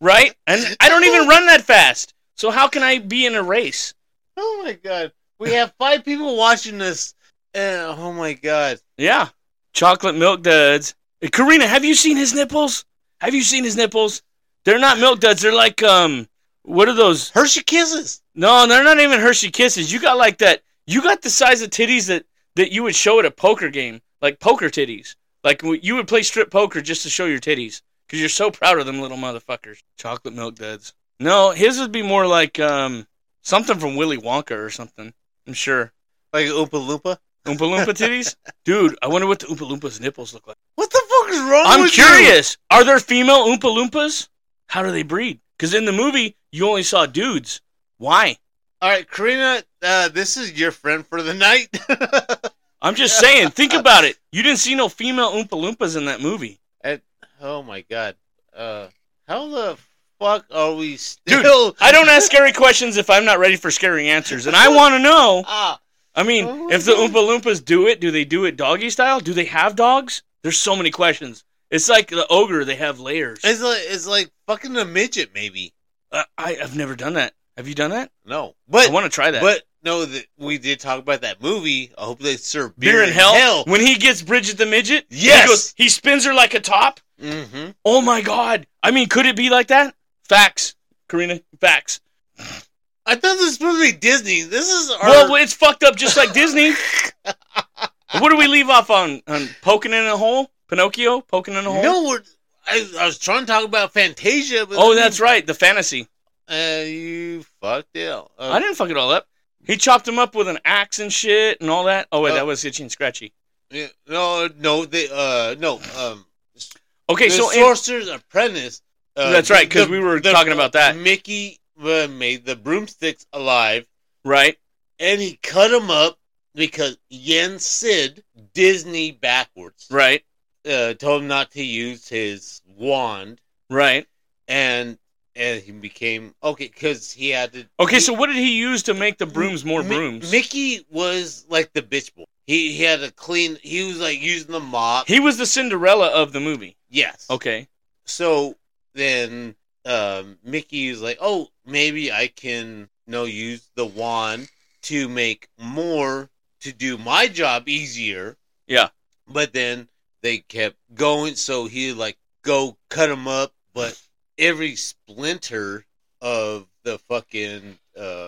right? And I don't even run that fast. So how can I be in a race? Oh my god, we have five people watching this. Uh, oh my god, Yeah. Chocolate milk duds. Uh, Karina, have you seen his nipples? Have you seen his nipples? They're not milk duds. They're like um what are those? Hershey kisses. No, they're not even Hershey kisses. You got like that you got the size of titties that that you would show at a poker game, like poker titties. Like w- you would play strip poker just to show your titties cuz you're so proud of them little motherfuckers. Chocolate milk duds. No, his would be more like um something from Willy Wonka or something. I'm sure. Like Oompa Loompa. Oompa Loompa titties? *laughs* Dude, I wonder what the Oompa Loompa's nipples look like. What the fuck is wrong I'm with curious. Are there female Oompa Loompas? How do they breed? Because in the movie, you only saw dudes. Why? you? All right, Karina, uh, this is your friend for the night. *laughs* I'm just saying. Think about it. You didn't see no female Oompa Loompas in that movie. oh my god, uh, how the fuck are we still? I don't ask scary questions if I'm not ready for scary answers. And I want to know. *laughs* ah, I mean, if the Oompa Loompas do it, do they do it doggy style? Do they have dogs? There's so many questions. It's like the ogre. They have layers. it's like it's like fucking a midget, maybe. Uh, I, I've never done that. Have you done that? No, but I want to try that. But no, th- we did talk about that movie. I hope they serve Beer, in hell. When he gets Bridget the midget, Yes! he, goes, he spins her like a top. Mm-hmm. Oh my god! I mean, could it be like that? Facts, Karina. Facts. I thought this was supposed to be Disney. This is our. well, it's fucked up just like *laughs* Disney. what do we leave off on? On poking in a hole? Pinocchio poking in a hole? no, we're, I, I was trying to talk about Fantasia, but Oh, that's right. The fantasy. Uh, you fucked it. up. Uh, I didn't fuck it all up. He chopped him up with an axe and shit and all that. Oh wait, Uh, that was itchy and scratchy. yeah, No, no, they. Uh, no. Um, Okay, the so in- Sorcerer's Apprentice. uh, That's right, 'cause the- we were the- talking about that. Mickey uh, made the broomsticks alive, right? and he cut them up because Yen Sid Disney backwards. Right. uh, told him not to use his wand, Right. and and he became okay because he had to. Okay, he- so what did he use to make the brooms more Mi- brooms? Mickey was like the bitch boy. He he had to clean. He was like using the mop. He was the Cinderella of the movie. yes. Okay. *clears throat* So then um, Mickey's like, oh, maybe I can no use the wand to make more to do my job easier. Yeah. But then they kept going, so he like go cut him up, but every splinter of the fucking uh,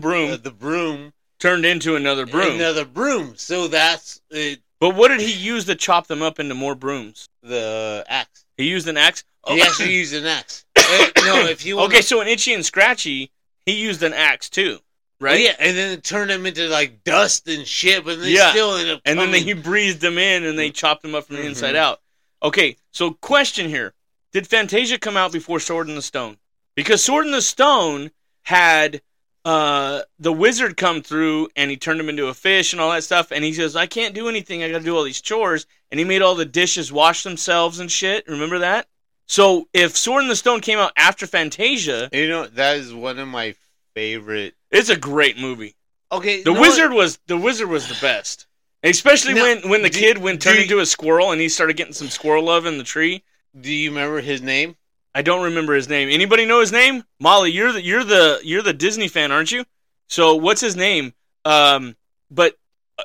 broom uh, the broom, turned into another broom. another broom. So that's it, but what did he use to chop them up into more brooms? the axe. He used an axe. He actually used *coughs* an axe. Uh, no, if you want okay, so in Itchy and Scratchy, he used an axe too, right? Yeah, and then it turned them into like dust and shit, but they Yeah. still end up. And then they, coming- he breathed them in and they chopped them up from the inside Mhm. out. Okay, so question here. Did Fantasia come out before Sword in the Stone? Because Sword in the Stone had uh, the wizard come through and he turned him into a fish and all that stuff. And he says, I can't do anything. I got to do all these chores. And he made all the dishes wash themselves and shit. Remember that? So if Sword in the Stone came out after Fantasia, you know, that is one of my favorite. it's a great movie. Okay, The you know what? wizard was the wizard was the best. Especially Now, when, when the do- kid when do turned you- into a squirrel and he started getting some squirrel love in the tree. Do you remember his name? I don't remember his name. Anybody know his name? Molly, you're the you're the you're the Disney fan, aren't you? So what's his name? Um, but uh,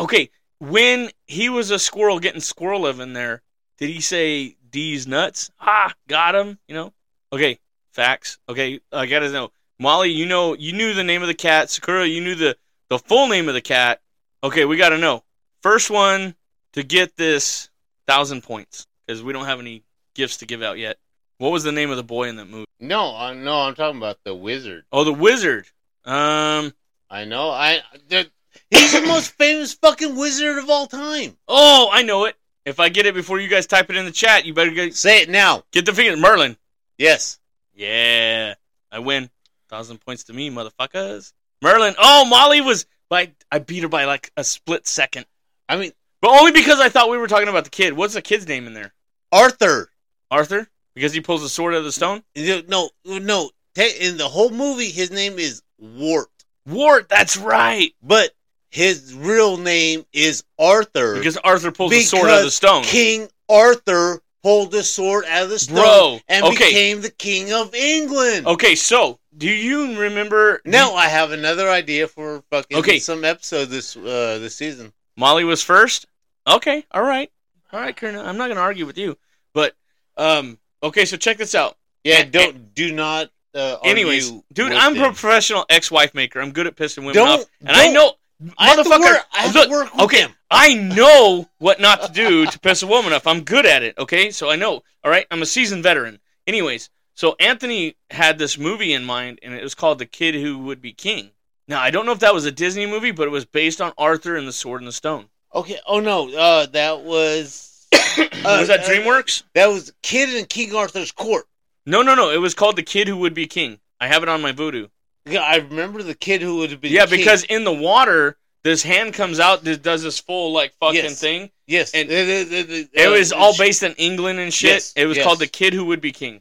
okay, when he was a squirrel getting squirrel love in there, did he say D's nuts? Ah, got him. You know. Okay, facts. Okay, I gotta know. Molly, you know you knew the name of the cat. Sakura, you knew the the full name of the cat. Okay, we gotta know. First one to get this thousand points because we don't have any gifts to give out yet. What was the name of the boy in that movie? No, I, no, I'm talking about the wizard. Oh, the wizard. Um. I know. I the, he's the most famous fucking wizard of all time. Oh, I know it. If I get it before you guys type it in the chat, you better get Say it now. get the finger. Merlin. Yes. Yeah, I win. Thousand points to me, motherfuckers. Merlin. Oh, Molly was by. I beat her by like a split second, I mean but only because I thought we were talking about the kid. What's the kid's name in there? Arthur. Arthur. Because he pulls the sword out of the stone. You know, No, no. te- In the whole movie, his name is Wart, Wart. That's right. but his real name is Arthur. Because Arthur pulls the sword out of the Because stone. King Arthur pulled the sword out of the stone Bro, and okay. became the king of England. Okay, so do you remember? Now I have another idea for fucking Okay. some episode this uh, this season. Molly was first. Okay, all right, all right, Karina. I'm not gonna argue with you, but um, okay. So check this out. Yeah, And- don't do not. Uh, argue Anyways, dude, with I'm a them. professional ex-wife maker. I'm good at pissing women Don't- off, and I don't- know, I have to motherfucker. work- I have to look, work with okay, them. I know what not to do to piss a woman off. I'm good at it. Okay, so I know. All right, I'm a seasoned veteran. Anyways, so Anthony had this movie in mind, and it was called The Kid Who Would Be King. Now I don't know if that was a Disney movie, but it was based on Arthur and the Sword and the Stone. Okay. Oh no, uh, that was *coughs* Uh, was that DreamWorks? that was Kid in King Arthur's court. No, no, no. It was called The Kid Who Would Be King. I have it on my voodoo. Yeah, I remember the kid who would have been. yeah, king. because in the water, this hand comes out, this does this full like fucking Yes. thing. yes, and- the- the- the- the- It was uh, all based in England and shit. Yes, it was yes. called The Kid Who Would Be King.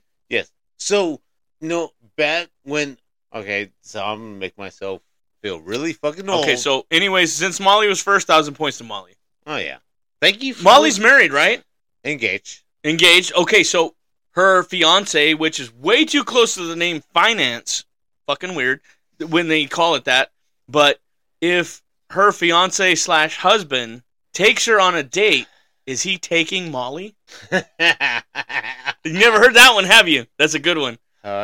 So no, back when okay, so I'm gonna make myself feel really fucking old. Okay, so anyways, since Molly was first, thousand points to Molly. oh yeah, thank you. For Molly's married, right? *laughs* engaged. Engaged. Okay, so her fiance, which is way too close to the name finance, fucking weird when they call it that. But if her fiance slash husband takes her on a date, is he taking Molly? uh, You never heard that one, have you? That's a good one.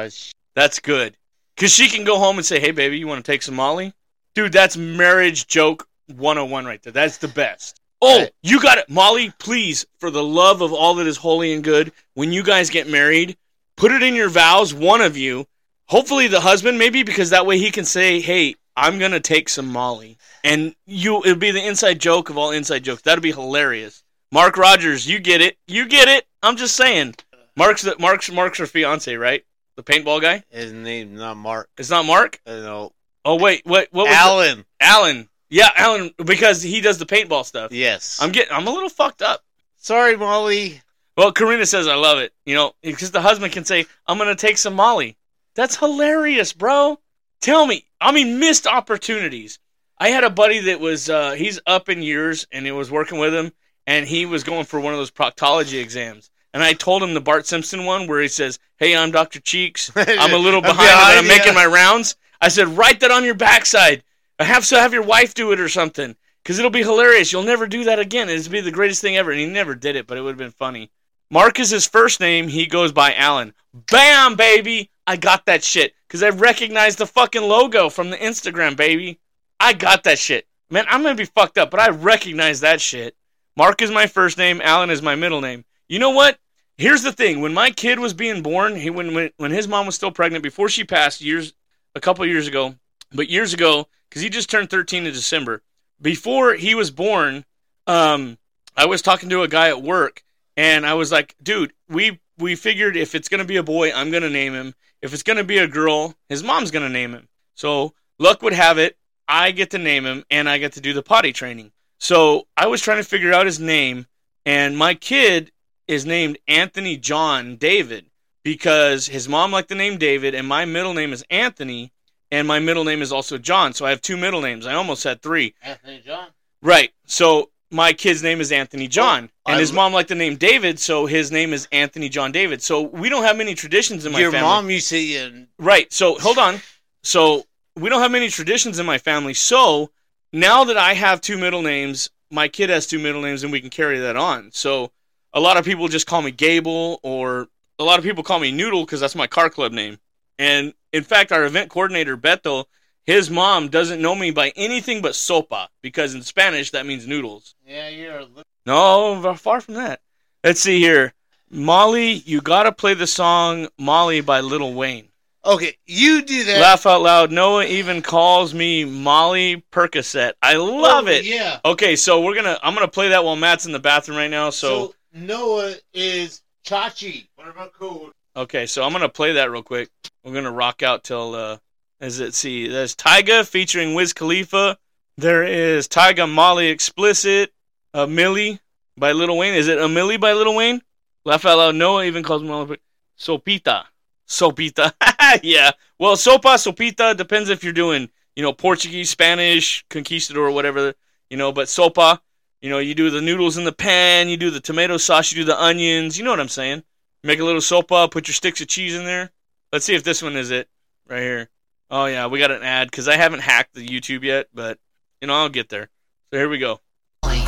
sh- That's good. Cause she can go home and say, "Hey, baby, you want to take some Molly?" Dude, that's marriage joke 101 right there. That's the best. Oh, Right. you got it, Molly. Please, for the love of all that is holy and good, when you guys get married, put it in your vows. One of you, hopefully the husband, maybe, because that way he can say, "Hey, I'm gonna take some Molly," and you. It'll be the inside joke of all inside jokes. That'd be hilarious. Mark Rogers, you get it. You get it. I'm just saying. Mark's the, Mark's Mark's her fiance, right? The paintball guy. his name not Mark. It's not Mark. I don't know Oh wait, what? What was it? Alan. Alan? Yeah, Alan, because he does the paintball stuff. Yes. I'm getting, I'm a little fucked up. sorry, Molly. Well, Karina says I love it. You know, because the husband can say, "I'm gonna take some Molly." That's hilarious, bro. Tell me, I mean, missed opportunities. I had a buddy that was uh, he's up in years, and it was working with him, and he was going for one of those proctology exams. And I told him the Bart Simpson one where he says, "Hey, I'm Doctor Cheeks. *laughs* I'm a little behind, but I'm behind, making yeah. my rounds." I said, "Write that on your backside. I have to have your wife do it or something, because it'll be hilarious. You'll never do that again. It'd be the greatest thing ever." And he never did it, but it would have been funny. Mark is his first name. He goes by Alan. Bam, baby! I got that shit because I recognized the fucking logo from the Instagram, baby. I got that shit. Man, I'm gonna be fucked up, but I recognize that shit. Mark is my first name. Alan is my middle name. You know what? Here's the thing. When my kid was being born, he when when, when his mom was still pregnant before she passed years a couple years ago, but years ago because he just turned 13 in December. Before he was born, um, I was talking to a guy at work, and I was like, "Dude, we we figured if it's gonna be a boy, I'm gonna name him. If it's gonna be a girl, his mom's gonna name him." So luck would have it, I get to name him and I get to do the potty training. So I was trying to figure out his name, and my kid is named Anthony John David because his mom liked the name David, and my middle name is Anthony, and my middle name is also John. So I have two middle names. I almost had three. Anthony John. Right. So my kid's name is Anthony John, and I his lo- mom liked the name David, so his name is Anthony John David. So we don't have many traditions in my Your family. mom used to and Right. So hold on. So we don't have many traditions in my family. So now that I have two middle names, my kid has two middle names, and we can carry that on. So a lot of people just call me Gable, or a lot of people call me Noodle because that's my car club name. And in fact, our event coordinator Beto, his mom doesn't know me by anything but sopa because in Spanish that means noodles. yeah, you're a No, v- far from that. Let's see here, Molly. You gotta play the song "Molly" by Little Wayne. okay. You do *laughs* that. Laugh out loud. Noah even calls me Molly Percocet. I love Oh, it. Yeah. Okay, so we're gonna I'm gonna play that while Matt's in the bathroom right now. So, So, Noah is Chachi. What about cool? okay, so I'm gonna play that real quick. We're gonna rock out till uh is it see there's Tyga featuring Wiz Khalifa. There is Tyga Molly Explicit, a Millie by Little Wayne. Is it a Millie by Little Wayne? Laugh out loud. Noah even calls me Molly Perc- Sopita. Sopita. *laughs* yeah. Well, sopa, sopita depends if you're doing, you know, Portuguese, Spanish, conquistador, whatever, you know, but sopa, you know, you do the noodles in the pan, you do the tomato sauce, you do the onions, you know what I'm saying? Make a little sopa, put your sticks of cheese in there. Let's see if this one is it right here. Oh yeah, we got an ad cuz I haven't hacked the YouTube yet, but you know, I'll get there. So here we go. Molly,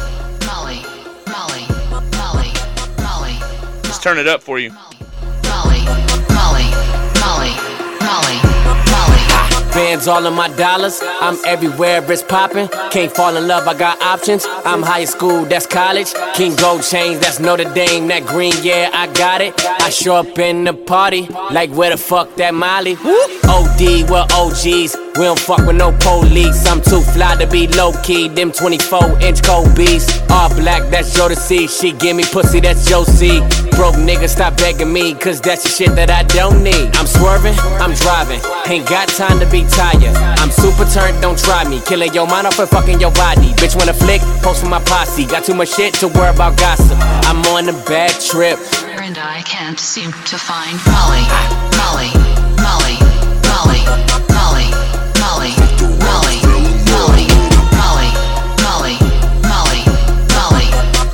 Molly, Molly, Molly, Molly, Let's turn it up for you. Molly, Molly, Molly, Molly, Molly. Bands all of my dollars. I'm everywhere, it's poppin'. Can't fall in love, I got options. I'm high school, that's college. King Gold Chains, that's Notre Dame. That green, yeah, I got it. I show up in the party, like where the fuck that Molly? Whoop. OD, we're OGs. We don't fuck with no police. I'm too fly to be low key. Them 24 inch Kobe's. All black, that's Jodeci. She give me pussy, that's Josie. Broke nigga, stop begging me, cause that's the shit that I don't need. I'm swerving, I'm driving. Ain't got time to be tired. I'm super turned, don't try me. Killing your mind off and fucking your body. Bitch, wanna flick, post with my posse. Got too much shit to worry about gossip. I'm on a bad trip. And I can't seem to find Molly, Molly, Molly, Molly, Molly, Molly, Molly, Molly, Molly, Molly, Molly, Molly, Molly,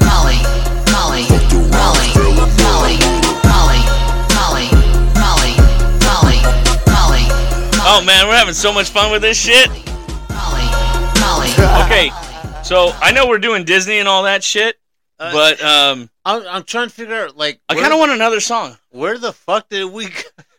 Molly, Molly, Molly, Molly, Molly, Molly, Molly, Molly, Oh man, we're having so much fun with this shit. Molly, Molly. Okay. So, I know we're doing Disney and all that shit, Uh, but um I'm, I'm trying to figure out like I where- kind of want another song. where the fuck did we?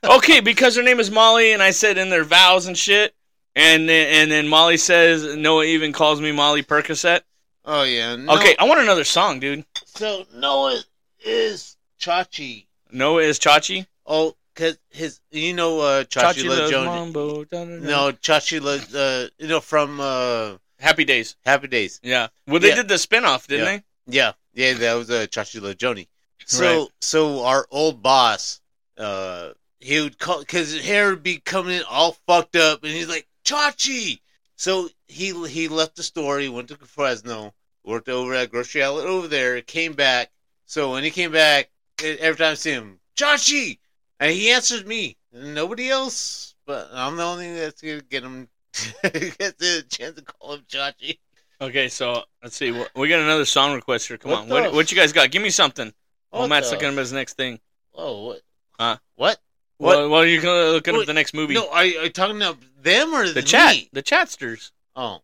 okay, because her name is Molly, and I said in their vows and shit, and then- and then Molly says Noah even calls me Molly Percocet. Oh yeah. no- Okay, I want another song, dude. So Noah is Chachi. Noah is Chachi. Oh, cause his you know uh, Chachi, Chachi Love loves Jones. mambo. da, da, da. No, Chachi loves uh, you know from uh, Happy Days. Happy Days. Yeah. Well, they Yeah. did the spinoff, didn't Yeah. Yeah, yeah, that was uh, Chachi Lojoni. So, Right. so our old boss, uh, he would call because his hair would be coming in all fucked up, and he's like Chachi. So he he left the store. He went to Fresno, worked over at grocery outlet over there, came back. So when he came back, e- every time I see him, Chachi, and he answers me. Nobody else, but I'm the only that's gonna get him *laughs* Get the chance to call him Chachi. Okay, so let's see. We- We got another song request here. Come What on, the what, f- what you guys got? Give me something. Well, What Matt's the- looking up his next thing. Oh, what? Huh? What? What? Well, well, you're gonna looking up Wait, the next movie. No, are, are you talking about them or the chat, me? the chatsters. Oh.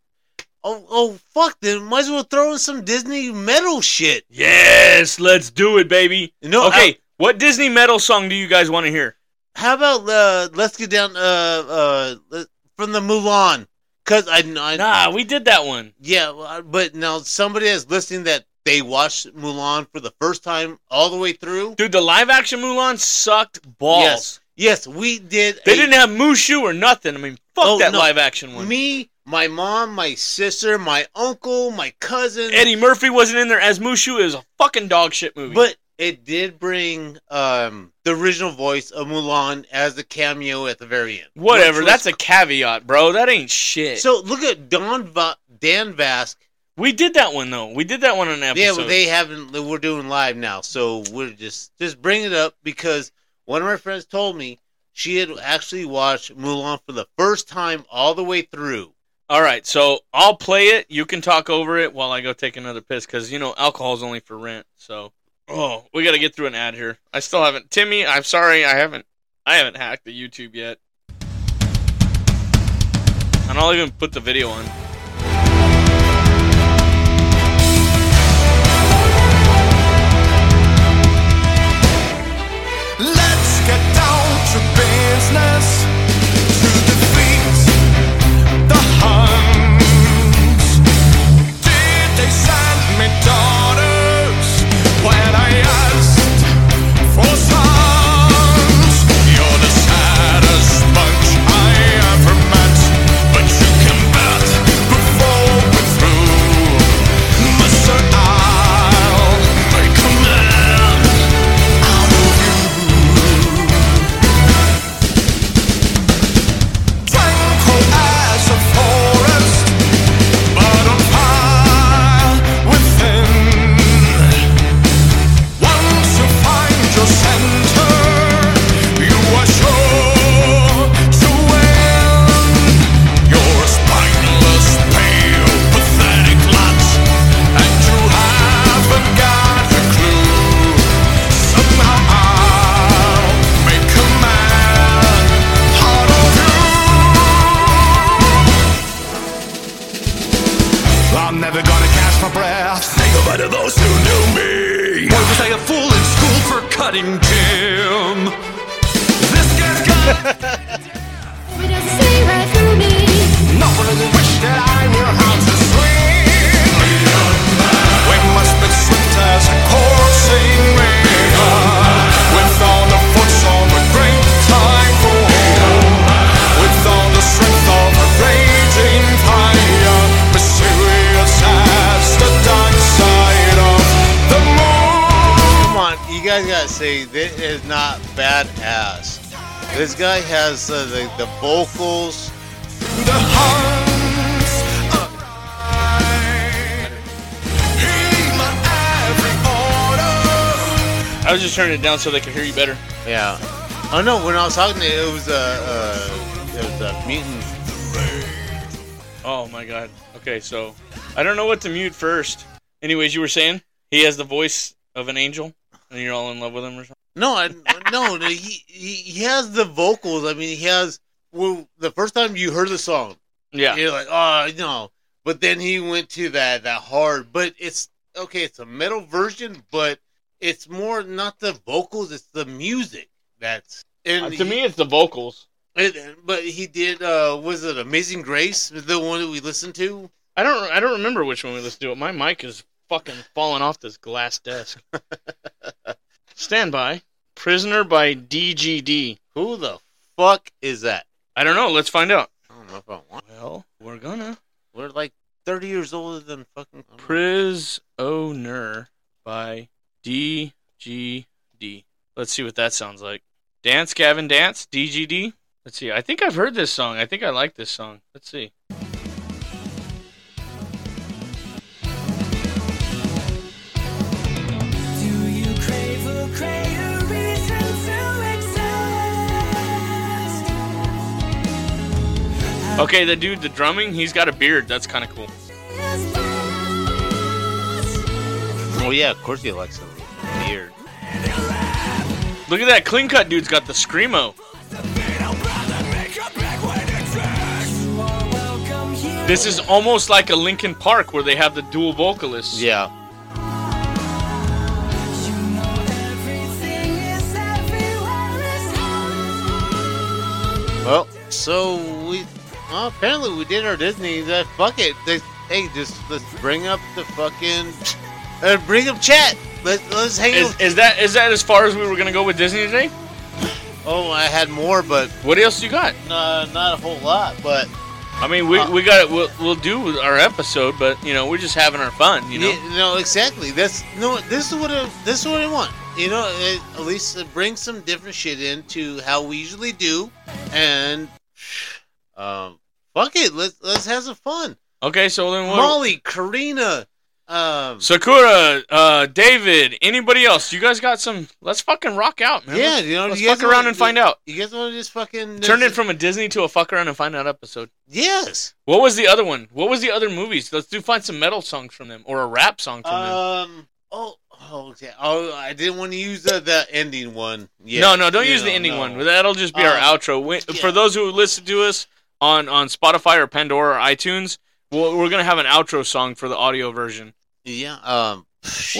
Oh, oh, fuck! Then might as well throw in some Disney metal shit. Yes, let's do it, baby. You know, okay, what Disney metal song do you guys want to hear? I- how about uh, let's get down uh uh let- from the Mulan? Cause I, I Nah, we did that one. Yeah, well, I- but now somebody that's listening that they watched Mulan for the first time all the way through. Dude, the live action Mulan sucked balls. Yes. Yes, we did. They a- didn't have Mushu or nothing. I mean, fuck Oh, that no. live action one. Me, my mom, my sister, my uncle, my cousin. Eddie Murphy wasn't in there as Mushu. It was a fucking dog shit movie. But it did bring um, the original voice of Mulan as a cameo at the very end. whatever, which was- that's a caveat, bro. That ain't shit. So look at Don Va- Dan Vask. we did that one though. We did that one on an episode. Yeah, well, they haven't. We're doing live now, so we're just just bring it up because one of my friends told me she had actually watched Mulan for the first time all the way through. All right, so I'll play it. You can talk over it while I go take another piss because you know alcohol's only for rent. So, oh, we got to get through an ad here. I still haven't, Timmy. I'm sorry, I haven't, I haven't hacked the YouTube yet. And I'll even put the video on. Let's get down to business. To defeat the Huns. Did they send me daughters when I asked for sons? You're the saddest bunch I ever met, but you can bet before we're through, Mister, I'll make a man tranquil as a forest, but on fire within. Once you find your center, you are sure to win. You're a spineless, pale, pathetic lot, and you haven't got a clue. Somehow I'll make a man out of you. I'm never gonna catch my breath. Think about it, those who knew me. Why was I a fool in school for cutting Tim? This guy's got It doesn't see right through me. Nothing in wish that I knew how to swim. We must be swift as a coursing river. With all the force of a great typhoon. With all the strength of a raging fire. Mysterious as the dark side of the moon. Come on, you guys gotta say this is not badass. This guy has uh, the the vocals. The hands arrive. Heed my every order. I was just turning it down so they could hear you better. Yeah. Oh no, when I was talking to you, it was a uh, it was a mutant. Oh my god. Okay, so I don't know what to mute first. Anyways, you were saying he has the voice of an angel, and you're all in love with him or something. No, I, no, no, he, he he has the vocals. I mean, he has. Well, the first time you heard the song, Yeah. you're like, oh no. But then he went to that that hard. But it's okay. It's a metal version, but it's more not the vocals. It's the music that's. And Uh, to me, it's the vocals. he- and- but he did. uh Was it Amazing Grace? The one that we listened to. I don't. I don't remember which one we listened to. My mic is fucking falling off this glass desk. Stand by. Prisoner by DGD. Who the fuck is that? I don't know. Let's find out. I don't know if I want. Well, we're gonna. We're like thirty years older than fucking. Prisoner by DGD. Let's see what that sounds like. Dance, Gavin, dance. DGD. Let's see. I think I've heard this song. I think I like this song. Let's see. Okay, the dude, the drumming, he's got a beard. That's kind of cool. Oh yeah, of course he likes him. Weird. Look at that clean cut dude's got the screamo. This is almost like a Linkin Park where they have the dual vocalists. Yeah. Well, so we well, apparently we did our Disney. That fuck it. They, hey, just let's bring up the fucking uh, bring up chat. Let's let's hang. Is, with- is that is that as far as we were gonna go with Disney today? oh, I had more, but What else you got? uh, not a whole lot. But I mean, we, Uh, we got it. We'll, we'll do our episode, but you know, we're just having our fun. You know, Yeah, no, exactly. That's no. This is what I, this is what I want. You know, it, at least it brings some different shit into how we usually do, and um, fuck it, let's let's have some fun. Okay, so then what? Molly, Karina, um, Sakura, uh, David, anybody else? You guys got some? Let's fucking rock out, man. yeah, Let's- you know, let's you guys fuck around wanna- and find out. You guys want to just fucking Turned it from a Disney to a fuck around and find out episode. yes. What was the other one? What was the other movies? Let's do find some metal songs from them or a rap song from them. Um. Oh. oh, Okay. Oh, I didn't want to use the, the ending one. Yeah. no, no, don't you use the know, ending no. one. That'll just be our Um, outro. We, yeah. For those who listen to us on on Spotify or Pandora or iTunes, we'll, we're gonna have an outro song for the audio version. Yeah. Um.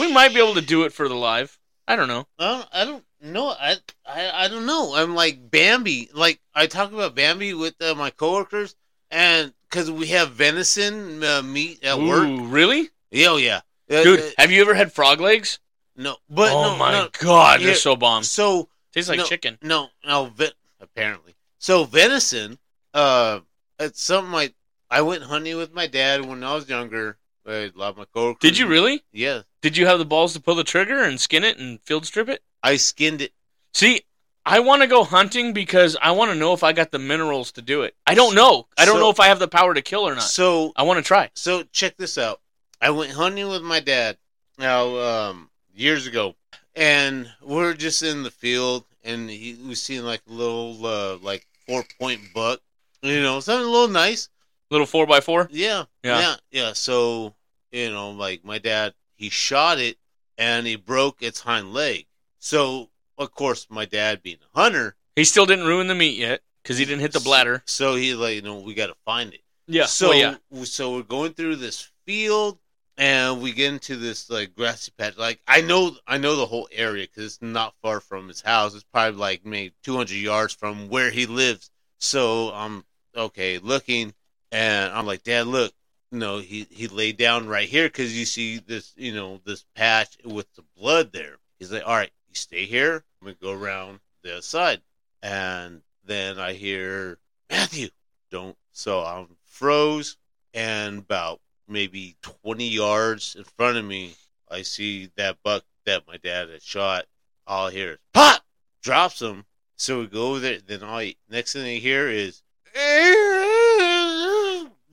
We might be able to do it for the live. I don't know. I don't, I don't know. I, I I don't know. I'm like Bambi. Like I talk about Bambi with uh, my coworkers, and because we have venison uh, meat at work. Ooh, really? Yeah, oh, yeah, Uh, uh, Dude, have you ever had frog legs? no, but oh no, my no. god, Yeah, they're so bomb. So Tastes like no, chicken. No, no, ve- apparently. So venison, uh, it's something I I went hunting with my dad when I was younger. I love my coworkers. Did you really? Yeah, Did you have the balls to pull the trigger and skin it and field strip it? I skinned it. See, I want to go hunting because I want to know if I got the minerals to do it. I don't know. I don't So- know if I have the power to kill or not. So I want to try. So check this out. I went hunting with my dad now um, years ago, and we're just in the field, and he was seeing like a little uh, like four point buck, you know, something a little nice. Little four by four. Yeah, Yeah. yeah, yeah. So you know, like my dad, he shot it and he broke its hind leg. So of course, my dad being a hunter, He still didn't ruin the meat yet because he didn't hit the bladder. so he like you know we got to find it. Yeah. So well, yeah. so we're going through this field and we get into this like grassy patch. Like I know I know the whole area because it's not far from his house. It's probably like maybe 200 yards from where he lives. So I'm okay looking and I'm like, Dad, look. No, he he laid down right here because you see this you know this patch with the blood there. He's like, all right, you stay here. I'm gonna go around the other side, and then I hear Matthew, don't. So I froze, and about maybe 20 yards in front of me, I see that buck that my dad had shot. All I hear is pop, drops him. So we go over there. Then all I, next thing I hear is *laughs*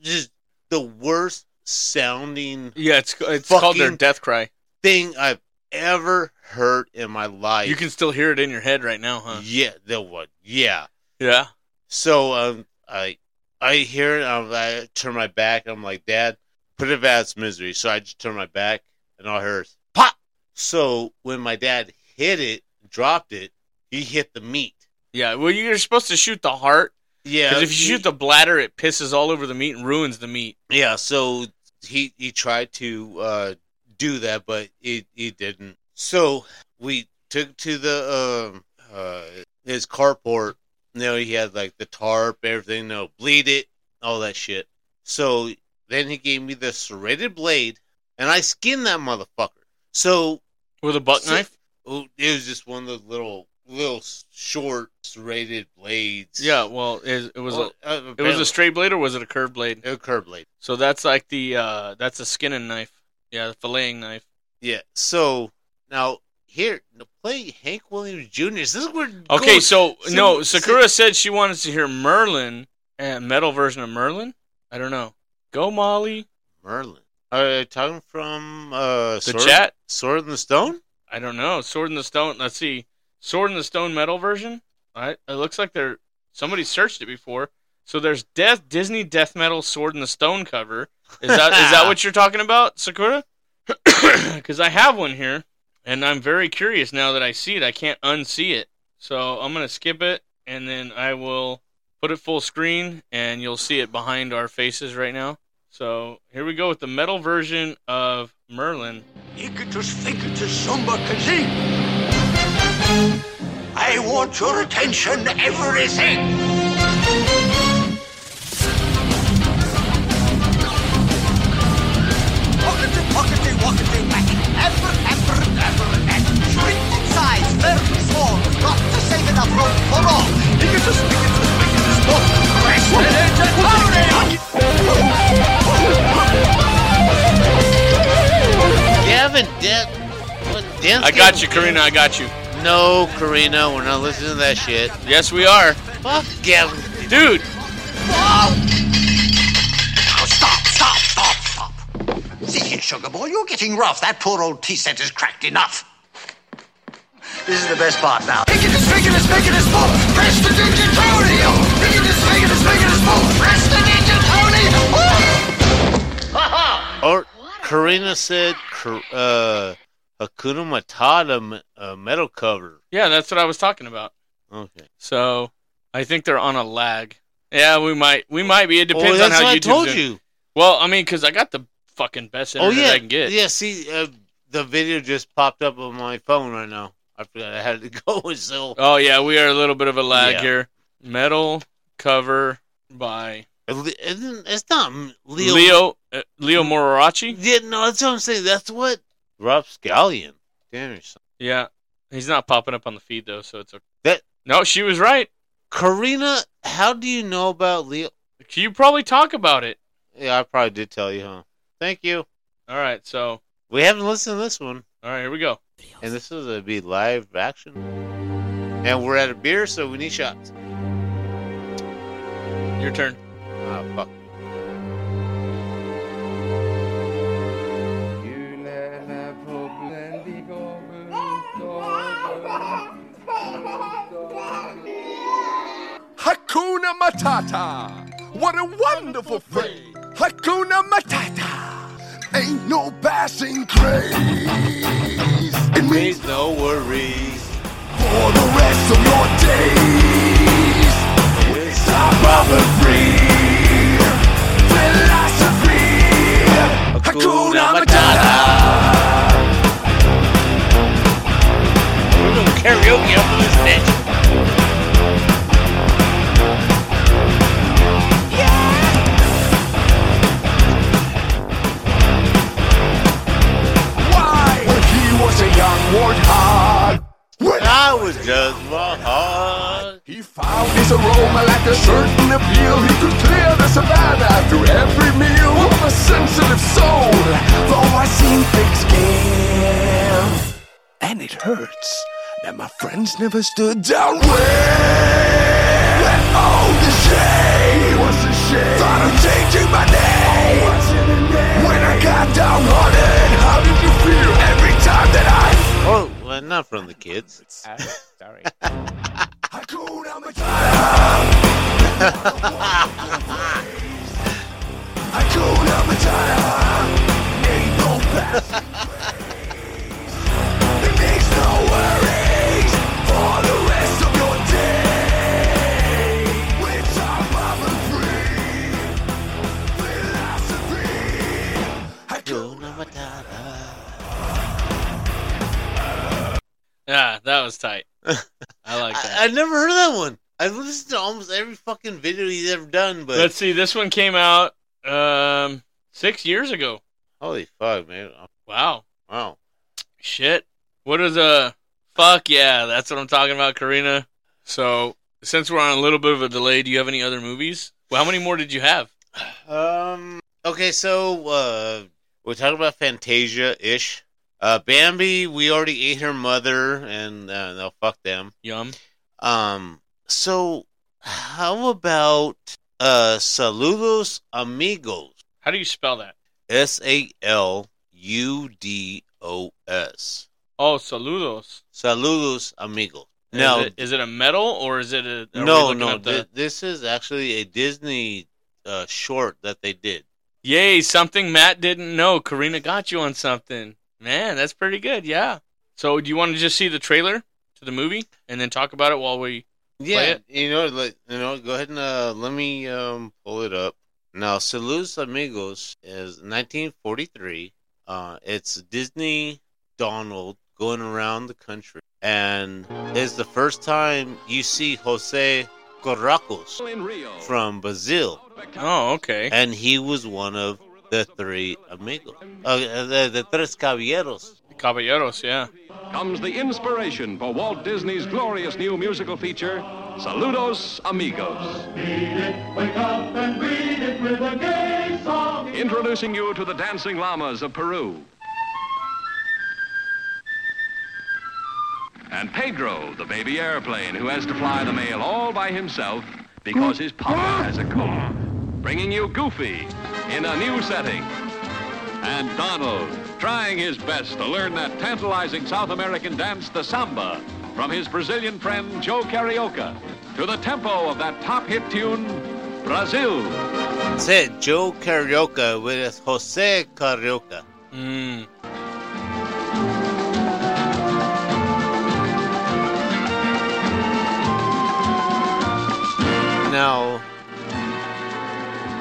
just the worst sounding Yeah, it's it's called their Fucking- death cry. thing I've ever heard in my life. You can uh, still hear it in your head right now, huh? yeah, that one, yeah. Yeah. So um, I I hear it. I'm, I turn my back. I'm like, Dad, put it out of its misery. So I just turn my back, and all I hear is pop. So when my dad hit it, dropped it, he hit the meat. Yeah. Well, you're supposed to shoot the heart Yeah, because if you he- shoot the bladder, it pisses all over the meat and ruins the meat. yeah. So he he tried to uh, do that, but it it didn't. So we took to the um uh, his carport. You know, he had like the tarp, everything. No, bleed it, all that shit. So then he gave me the serrated blade, and I skinned that motherfucker. So With a buck So- knife? oh, it was just one of those little little short serrated blades. uh, Yeah, well, it, it was a a, it was a straight blade or was it a curved blade? a curb blade. So that's like the uh that's a skinning knife. Yeah, the filleting knife. Yeah. So now here, now play Hank Williams Jr. This is where Okay, goes- so, so- no, so- Sakura said she wanted to hear Merlin and metal version of Merlin. I don't know. Go Molly. Merlin. Are you talking from uh, The chat? Sword in the Stone? I don't know. Sword in the Stone. Let's see. Sword in the Stone metal version. All right. It looks like they're somebody searched it before. So there's death Disney death metal sword in the stone cover. Is that is that what you're talking about, Sakura? *coughs* Because I have one here, and I'm very curious now that I see it. I can't unsee it, so I'm gonna skip it, and then I will put it full screen, and you'll see it behind our faces right now. So here we go with the metal version of Merlin. Iketus Finketus Sumba Kazee. I want your attention, everything. Pockety, pockety, walkety, wacky, ever, ever, ever, and shrinking size, very small. We've got to save enough room for all. Iketus Finketus Finketus Sumba Gavin Depp. What dance? I got you, Karina. I got you. No, Karina, we're not listening to that shit. Yes, we are, Fuck Gavin. dude. Now stop, stop, stop, stop. See here, sugar boy, you're getting rough. That poor old tea set is cracked enough. This is the best part now. Make it as big and as big and as full. Press the digitorio. Make it as big and as big and as full. Press the digitorio. Woo! Ha ha! Or Karina said, Kar- uh, Hakuna Matata me- uh, metal cover. Yeah, that's what I was talking about. Okay. So I think they're on a lag. Yeah, we might. We might be. It depends oh, that's on how what I YouTube's told doing. you. Well, I mean, because I got the fucking best Oh internet yeah, I can get. yeah. See, uh, the video just popped up on my phone right now. I forgot I had to *laughs* go. So Oh yeah, we are a little bit of a lag Yeah. here. Metal cover by Isn't- it's not Leo. Leo Leo. Leo, uh, Leo Moriarty. Yeah, no, that's what I'm saying. That's what Rob Scallion. Damn your son. Yeah, he's not popping up on the feed though, so it's okay. That- no, she was right. Karina, how do you know about Leo? You probably talk about it. Yeah, I probably did tell you, huh? Thank you. All right, so We haven't listened to this one, all right, here we go. and this is gonna be live action. And we're at a beer, so we need shots. Your turn. Ah, fuck. Hakuna Matata. What a wonderful phrase. Hakuna Matata. Ain't no passing craze. It means Please, no worries. for the rest of your days. It's our brother free philosophy. Hakuna Matata. We're doing karaoke up in this bitch. Why? When he was a young warthog. When I was just my heart. He found his aroma like a certain appeal. He could clear the savannah after every meal. What a sensitive soul, though I seem thick skinned. And it hurts that my friends never stood down when. when oh, the shame. What's the shame? Thought of changing my name. When I got downhearted, how did you feel every time that I. Oh, well, not from the kids. Sorry. Hakuna Matata. Hakuna Matata. Ain't no passing craze. It makes no worries for the rest of your day. With our mama free philosophy. Hakuna Yeah, Ah, that was *laughs* tight. I like that. I, I never heard that one. I've listened to almost every fucking video he's ever done, but Let's see. This one came out um, six years ago. holy fuck, man! Oh, Wow. Wow. Shit. What is a fuck? Yeah, that's what I'm talking about, Karina. So since we're on a little bit of a delay, do you have any other movies? Well, how many more did you have? Um. Okay, so uh, we're talking about Fantasia ish. Uh, Bambi, we already ate her mother, and uh, no, fuck them. Yum. Um. So, how about uh, Saludos Amigos? How do you spell that? S A L U D O S. Oh, saludos. Saludos, amigo. No. Is it, is it a metal or is it a? are we no, looking no. up the- thi- this is actually a Disney uh, short that they did. Yay! Something Matt didn't know. Karina got you on something. Man, that's pretty good. Yeah. So, do you want to just see the trailer to the movie and then talk about it while we? Yeah, you know, like, you know, go ahead and uh, let me um, pull it up. Now, Salus Amigos is 1943. Uh, it's Disney Donald going around the country, and it's the first time you see Jose Corracos from Brazil, Oh, okay. and he was one of the three amigos, uh, the, the tres caballeros. Caballeros, yeah. Comes the inspiration for Walt Disney's glorious new musical feature, Saludos Amigos. Introducing you to the dancing llamas of Peru. And Pedro, the baby airplane who has to fly the mail all by himself because his papa has a cold. Bringing you Goofy in a new setting. And Donald, trying his best to learn that tantalizing South American dance, the samba, from his Brazilian friend Joe Carioca, to the tempo of that top hit tune, Brazil. Said Joe Carioca with Jose Carioca. Mm. Now,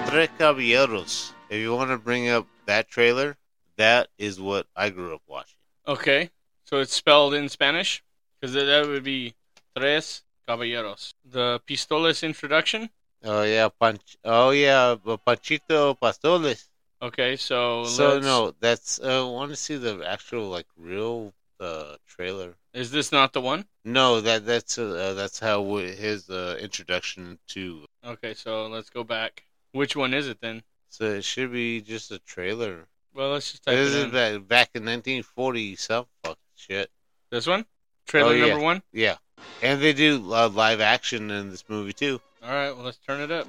Tres Caballeros, if you want to bring up that trailer, that is what I grew up watching. Okay. So it's spelled in Spanish because that would be tres caballeros. The pistolas introduction. Oh, yeah, Panch- oh yeah, but Panchito Pastoles. Okay, so So, let's- no, that's, uh, I want to see the actual, like, real uh, trailer. is this not the one? No, that that's uh, that's how w- his uh, introduction to. Okay, so let's go back. Which one is it then? So it should be just a trailer. Well, let's just type This it is in. back, back in 1940 some fuck shit. This one. Trailer Oh, yeah. number one. Yeah, and they do uh, live action in this movie too. All right. Well, let's turn it up.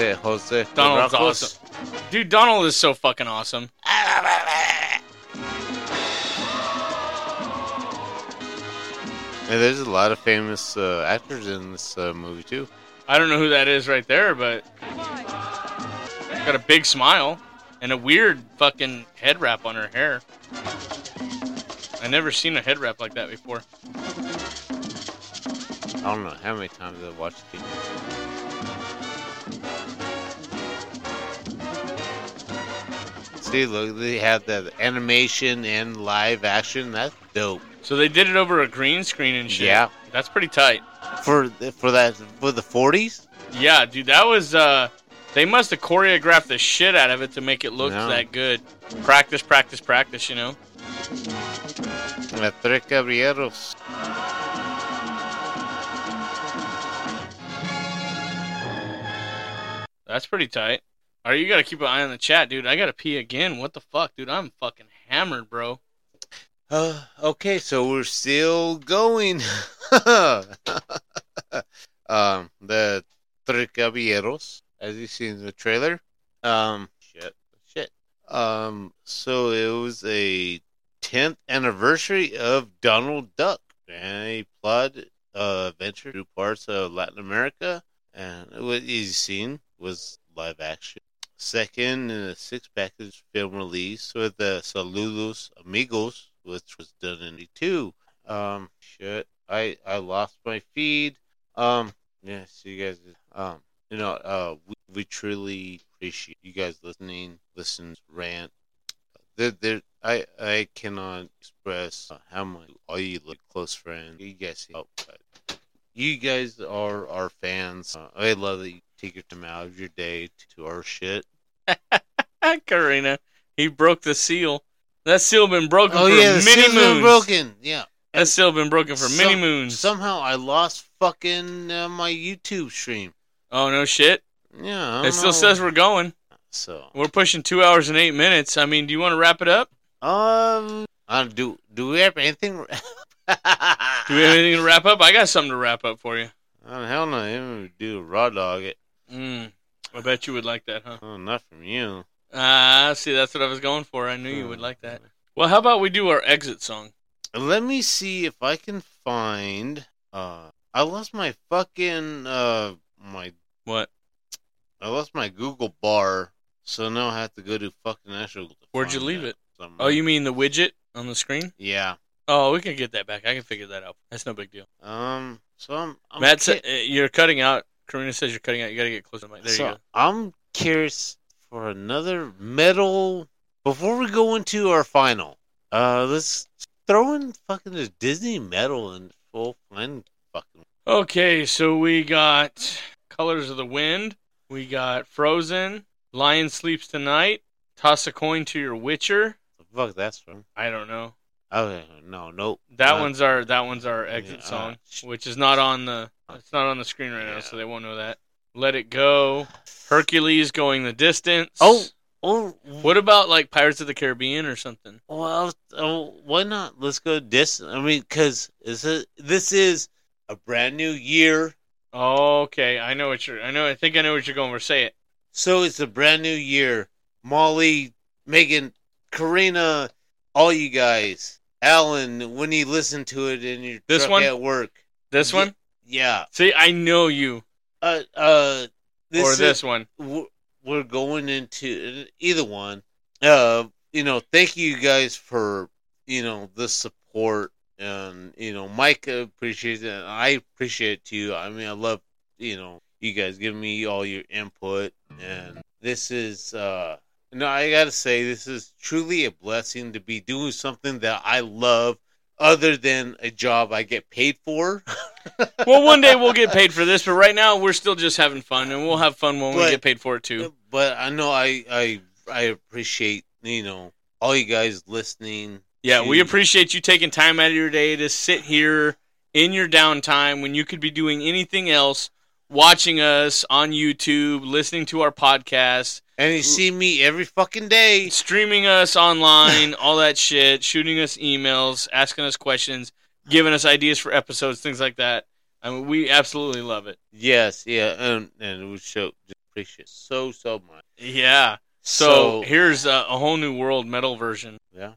Yeah, Jose Donald's Caracos. awesome. Dude, Donald is so fucking awesome. And there's a lot of famous uh, actors in this uh, movie too. I don't know who that is right there, but got a big smile and a weird fucking head wrap on her hair. I never seen a head wrap like that before. I don't know how many times I've watched it. See, look, they have the animation and live action. That's dope. So they did it over a green screen and shit. Yeah. That's pretty tight. For the- for that for the 40s. Yeah, dude, that was uh they must have choreographed the shit out of it to make it look Yeah. that good. Practice, practice, practice, you know. La Tres Caballeros. That's pretty tight. All right, you got to keep an eye on the chat, dude. I got to pee again. What the fuck, dude? I'm fucking hammered, bro. Uh, okay, so we're still going. *laughs* um, the Tres Caballeros, as you see in the trailer. Um, shit, shit. Um, so it was a 10th anniversary of Donald Duck, and a plod uh, venture through parts of Latin America, and what you seen was live action. Second in a six package film release with the Saludos Amigos, which was done in '82. Um, shit, I I lost my feed. Um, yeah, so you guys, um, you know, uh, we, we truly appreciate you guys listening, listens, rant. There, there, I I cannot express how much all you look close friends, you guys help. But you guys are our fans. Uh, I love that you take your time out of your day to, to our shit. *laughs* Karina, he broke the seal. That seal been broken for many Oh, seal's been moons. broken. Yeah, That seal been broken for many Some- moons. Somehow I lost fucking uh, my YouTube stream. oh no shit! Yeah, I It don't still know. says we're going. so. We're pushing two hours and eight minutes. I mean, do you want to wrap it up? Um, uh, do do we have *laughs* anything? Do we have anything to wrap up? I got something to wrap up for you. Oh, hell no, you do a raw dog it. Mm. I bet you would like that, huh? Oh, not from you. Ah, see, that's what I was going for. I knew you would like that. Well, how about we do our exit song? Uh, Let me see if I can find. Uh, I lost my fucking uh my What? I lost my Google bar, so now I have to go to fucking National. to Where'd you find leave that it? somewhere. Oh, you mean the widget on the screen? Yeah. Oh, we can get that back. I can figure that out. That's no big deal. Um. So I'm. I'm Matt, cu- sa- uh, you're cutting out. Karina says you're cutting out. You got to get closer to the mic. There so you go. I'm curious for another metal. Before we go into our final, uh, let's throw in fucking this Disney metal and we'll find fucking Okay, so we got Colors of the Wind. We got Frozen. Lion Sleeps Tonight. Toss a coin to your Witcher. the fuck that's from. I don't know. Okay, no, nope. That Uh, one's our that one's our exit yeah, song, uh, sh- which is not on the it's not on the screen right now, Yeah. so they won't know that. Let It Go. Hercules going the distance. Oh, oh, What about like Pirates of the Caribbean or something? Well, oh, why not? Let's go dis. I mean, because this is this is a brand new year, Okay, I know what you're. I know. I think I know what you're going for. Say it. so it's a brand new year. Molly, Megan, Karina, all you guys, Alan, when you listen to it in your This truck one? at work, This Yeah. one. yeah, See, I know you. uh, uh, this or is- this one. we're- we're going into either one. Uh, you know, thank you guys for you know the support, and you know, Mike appreciates it. and I appreciate it too. I mean, I love you know you guys giving me all your input, and this is uh, no, I gotta say this is truly a blessing to be doing something that I love. Other than a job I get paid for, Well, one day we'll get paid for this, but right now we're still just having fun, and we'll have fun when we But- get paid for it too. but I know I I I appreciate you know all you guys listening. Yeah, we to- appreciate you taking time out of your day to sit here in your downtime when you could be doing anything else, watching us on YouTube, listening to our podcast, and you see me every fucking day. streaming us *laughs* online, all that shit, shooting us emails, asking us questions, giving us ideas for episodes, things like that. I mean, we absolutely love it. Yes, yeah, and and we show just appreciate so so much. Yeah. So, here's a, a whole new world metal version. yeah,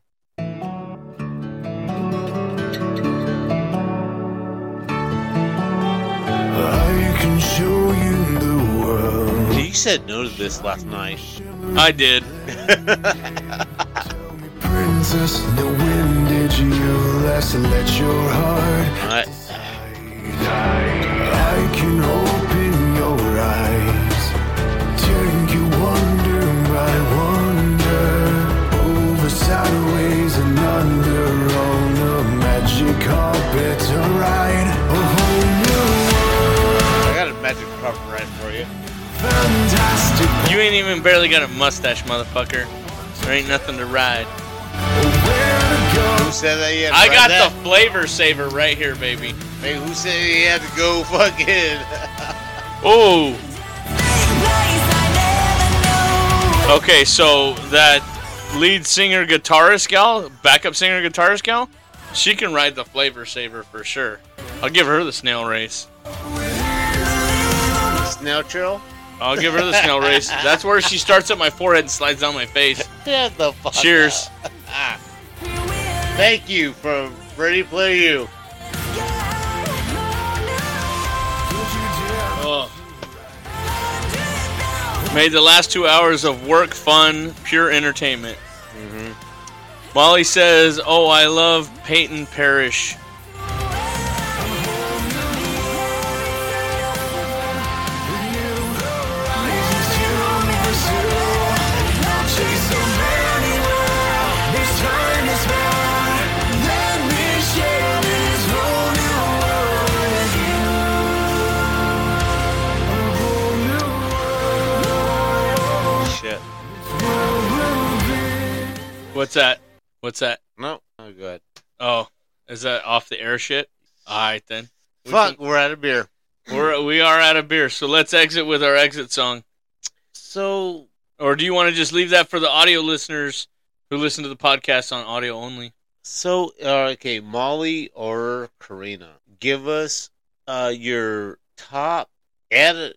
I can show you the world. you said no to this last night. I did. Princess, now when did you last let your heart I, I can open your eyes, take you wonder by wonder, over sideways and under on the magic carpet to ride a whole I new got a magic carpet ride for you. fantastic You ain't even barely got a mustache, motherfucker. There ain't nothing to ride. where to go. Who said that you had to I ride got that? the flavor saver right here, baby. Hey, who said you had to go fucking? *laughs* Oh, Place I never know. okay. So that lead singer guitarist gal, backup singer guitarist gal, she can ride the flavor saver for sure. I'll give her the snail race. Snail trail? I'll give her the snail *laughs* race. That's where she starts at my forehead and slides down my face. Shut the fuck Cheers. up. Thank you for Ready Player You. Ugh. Oh. Made the last two hours of work fun, pure entertainment. Molly says, "Oh, I love Peyton Parrish." Shit. What's that? What's that? No. Oh, good. Oh, is that off the air shit? All right then. We Fuck, we're out of beer. can- we're we are out of beer, so let's exit with our exit song. So Or do you want to just leave that for the audio listeners who listen to the podcast on audio only? So, uh, okay, Molly or Karina, give us uh, your top Add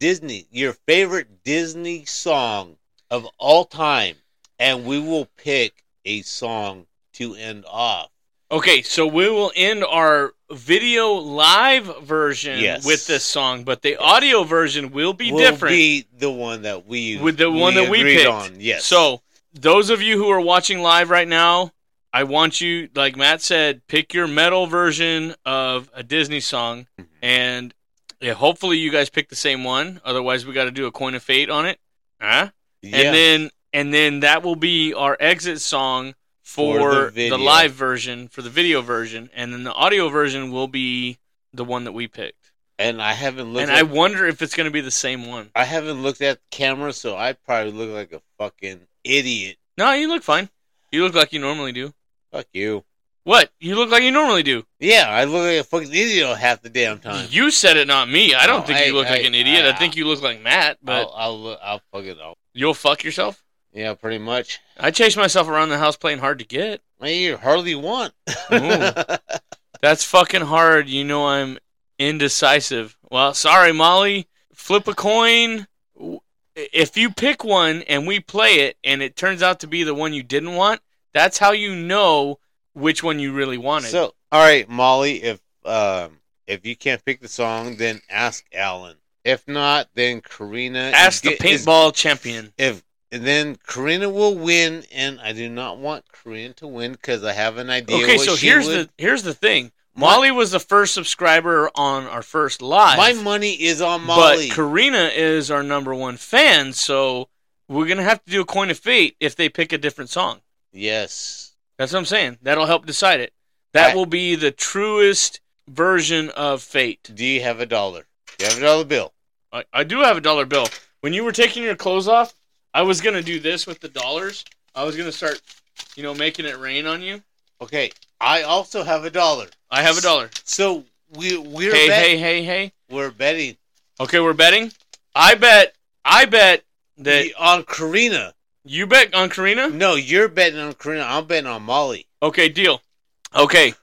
Disney, your favorite Disney song of all time, and we will pick a song to end off. Okay, so we will end our video live version Yes. with this song, but the audio version will be will different be the one that we with the one that we agreed picked. on. Yes. So those of you who are watching live right now, I want you, like Matt said, pick your metal version of a Disney song, Mm-hmm. and yeah, hopefully you guys pick the same one. Otherwise, we got to do a coin of fate on it. Huh? yeah. and then and then that will be our exit song for, For the the, video. live version for the video version and then the audio version will be the one that we picked and I haven't looked. and at, i wonder if it's going to be the same one I haven't looked at the camera, so I probably look like a fucking idiot. no you look fine you look like you normally do Fuck you. what you look like you normally do Yeah, I look like a fucking idiot half the damn time. you said it not me i don't No, think I- you look I- like an idiot i, I- think you look like matt but I'll, I'll, look- I'll fucking, I'll, you'll fuck yourself yeah, pretty much. i chased myself around the house playing hard to get Man, you hardly want. *laughs* Ooh. That's fucking hard. You know I'm indecisive. Well, sorry, Molly. Flip a coin. W- If you pick one and we play it and it turns out to be the one you didn't want, that's how you know which one you really wanted. so, all right, Molly, if um, if you can't pick the song, then ask Alan. If not, then Karina. is Ask the get- is- paintball champion. If and then Karina will win, and I do not want Karina to win because I have an idea. Okay, what so she here's would- the here's the thing. My- Molly was the first subscriber on our first live. My money is on Molly. But Karina is our number one fan, so we're gonna have to do a coin of fate if they pick a different song. yes. That's what I'm saying. That'll help decide it. That I- will be the truest version of fate. Do you have a dollar? Do you have a dollar bill? I, I do have a dollar bill. When you were taking your clothes off, I was gonna do this with the dollars. I was gonna start, you know, making it rain on you. Okay, I also have a dollar. I have a dollar. So we we're Hey, bet- hey, hey, hey. we're betting Okay, we're betting. I bet. I bet that the- on Karina. you bet on Karina. No, you're betting on Karina. I'm betting on Molly. Okay, deal. Okay,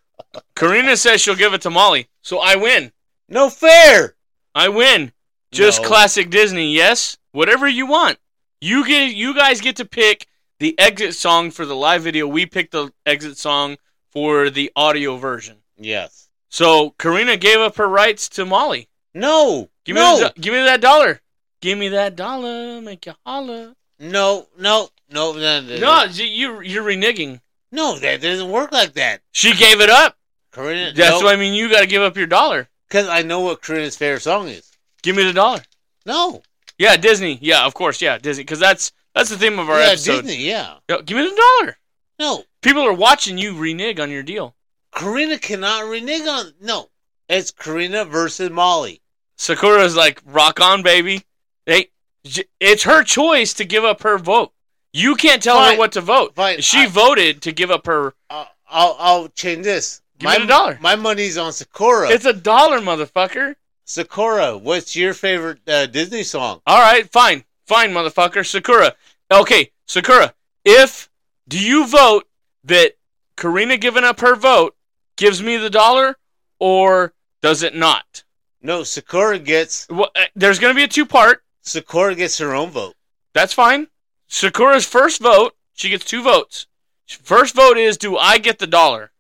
Karina says she'll give it to Molly, so I win. No fair. I win. Just No. classic Disney, yes? Whatever you want. You get you guys get to pick the exit song for the live video. We pick the exit song for the audio version. Yes. So Karina gave up her rights to Molly. No. Give no. me the, give me that dollar. Give me that dollar, make you holler. no. No. No. No. No. No, you you're- you're reneging. No, That doesn't work like that. She gave it up. Karina. That's what I mean. You got to give up your dollar. Because I know what Karina's favorite song is. Give me the dollar. No. Yeah, Disney. Yeah, of course. Yeah, Disney. Because that's that's the theme of our yeah, episode. Disney. Yeah. Yo, give me the dollar. No. People are watching you renege on your deal. Karina cannot renege on. No. It's Karina versus Molly. Sakura's like, rock on, baby. They, j- it's her choice to give up her vote. You can't tell her Fine. what to vote. Fine. She I- voted to give up her. I'll, I'll, I'll change this. Give me the dollar. My money's on Sakura. It's a dollar, motherfucker. Sakura, what's your favorite uh, Disney song? All right, fine, fine, motherfucker. Sakura. Okay, Sakura. If do you vote that Karina giving up her vote gives me the dollar, or does it not? No, Sakura gets Well, uh, there's going to be a two part. Sakura gets her own vote. That's fine. Sakura's first vote, she gets two votes. First vote is do I get the dollar?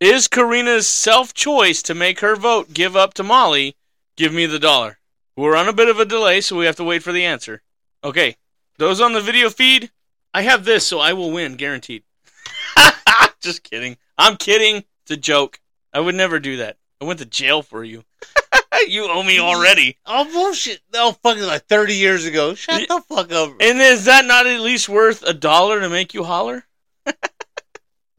Is Karina's self choice to make her vote give up to Molly, give me the dollar? We're on a bit of a delay, so we have to wait for the answer. Okay, those on the video feed, I have this, so I will win, guaranteed. *laughs* Just kidding. I'm kidding. It's a joke. I would never do that. I went to jail for you. *laughs* you owe me already. Oh bullshit! No, fucking like thirty years ago. Shut Ye- the fuck up. And is that not at least worth a dollar to make you holler?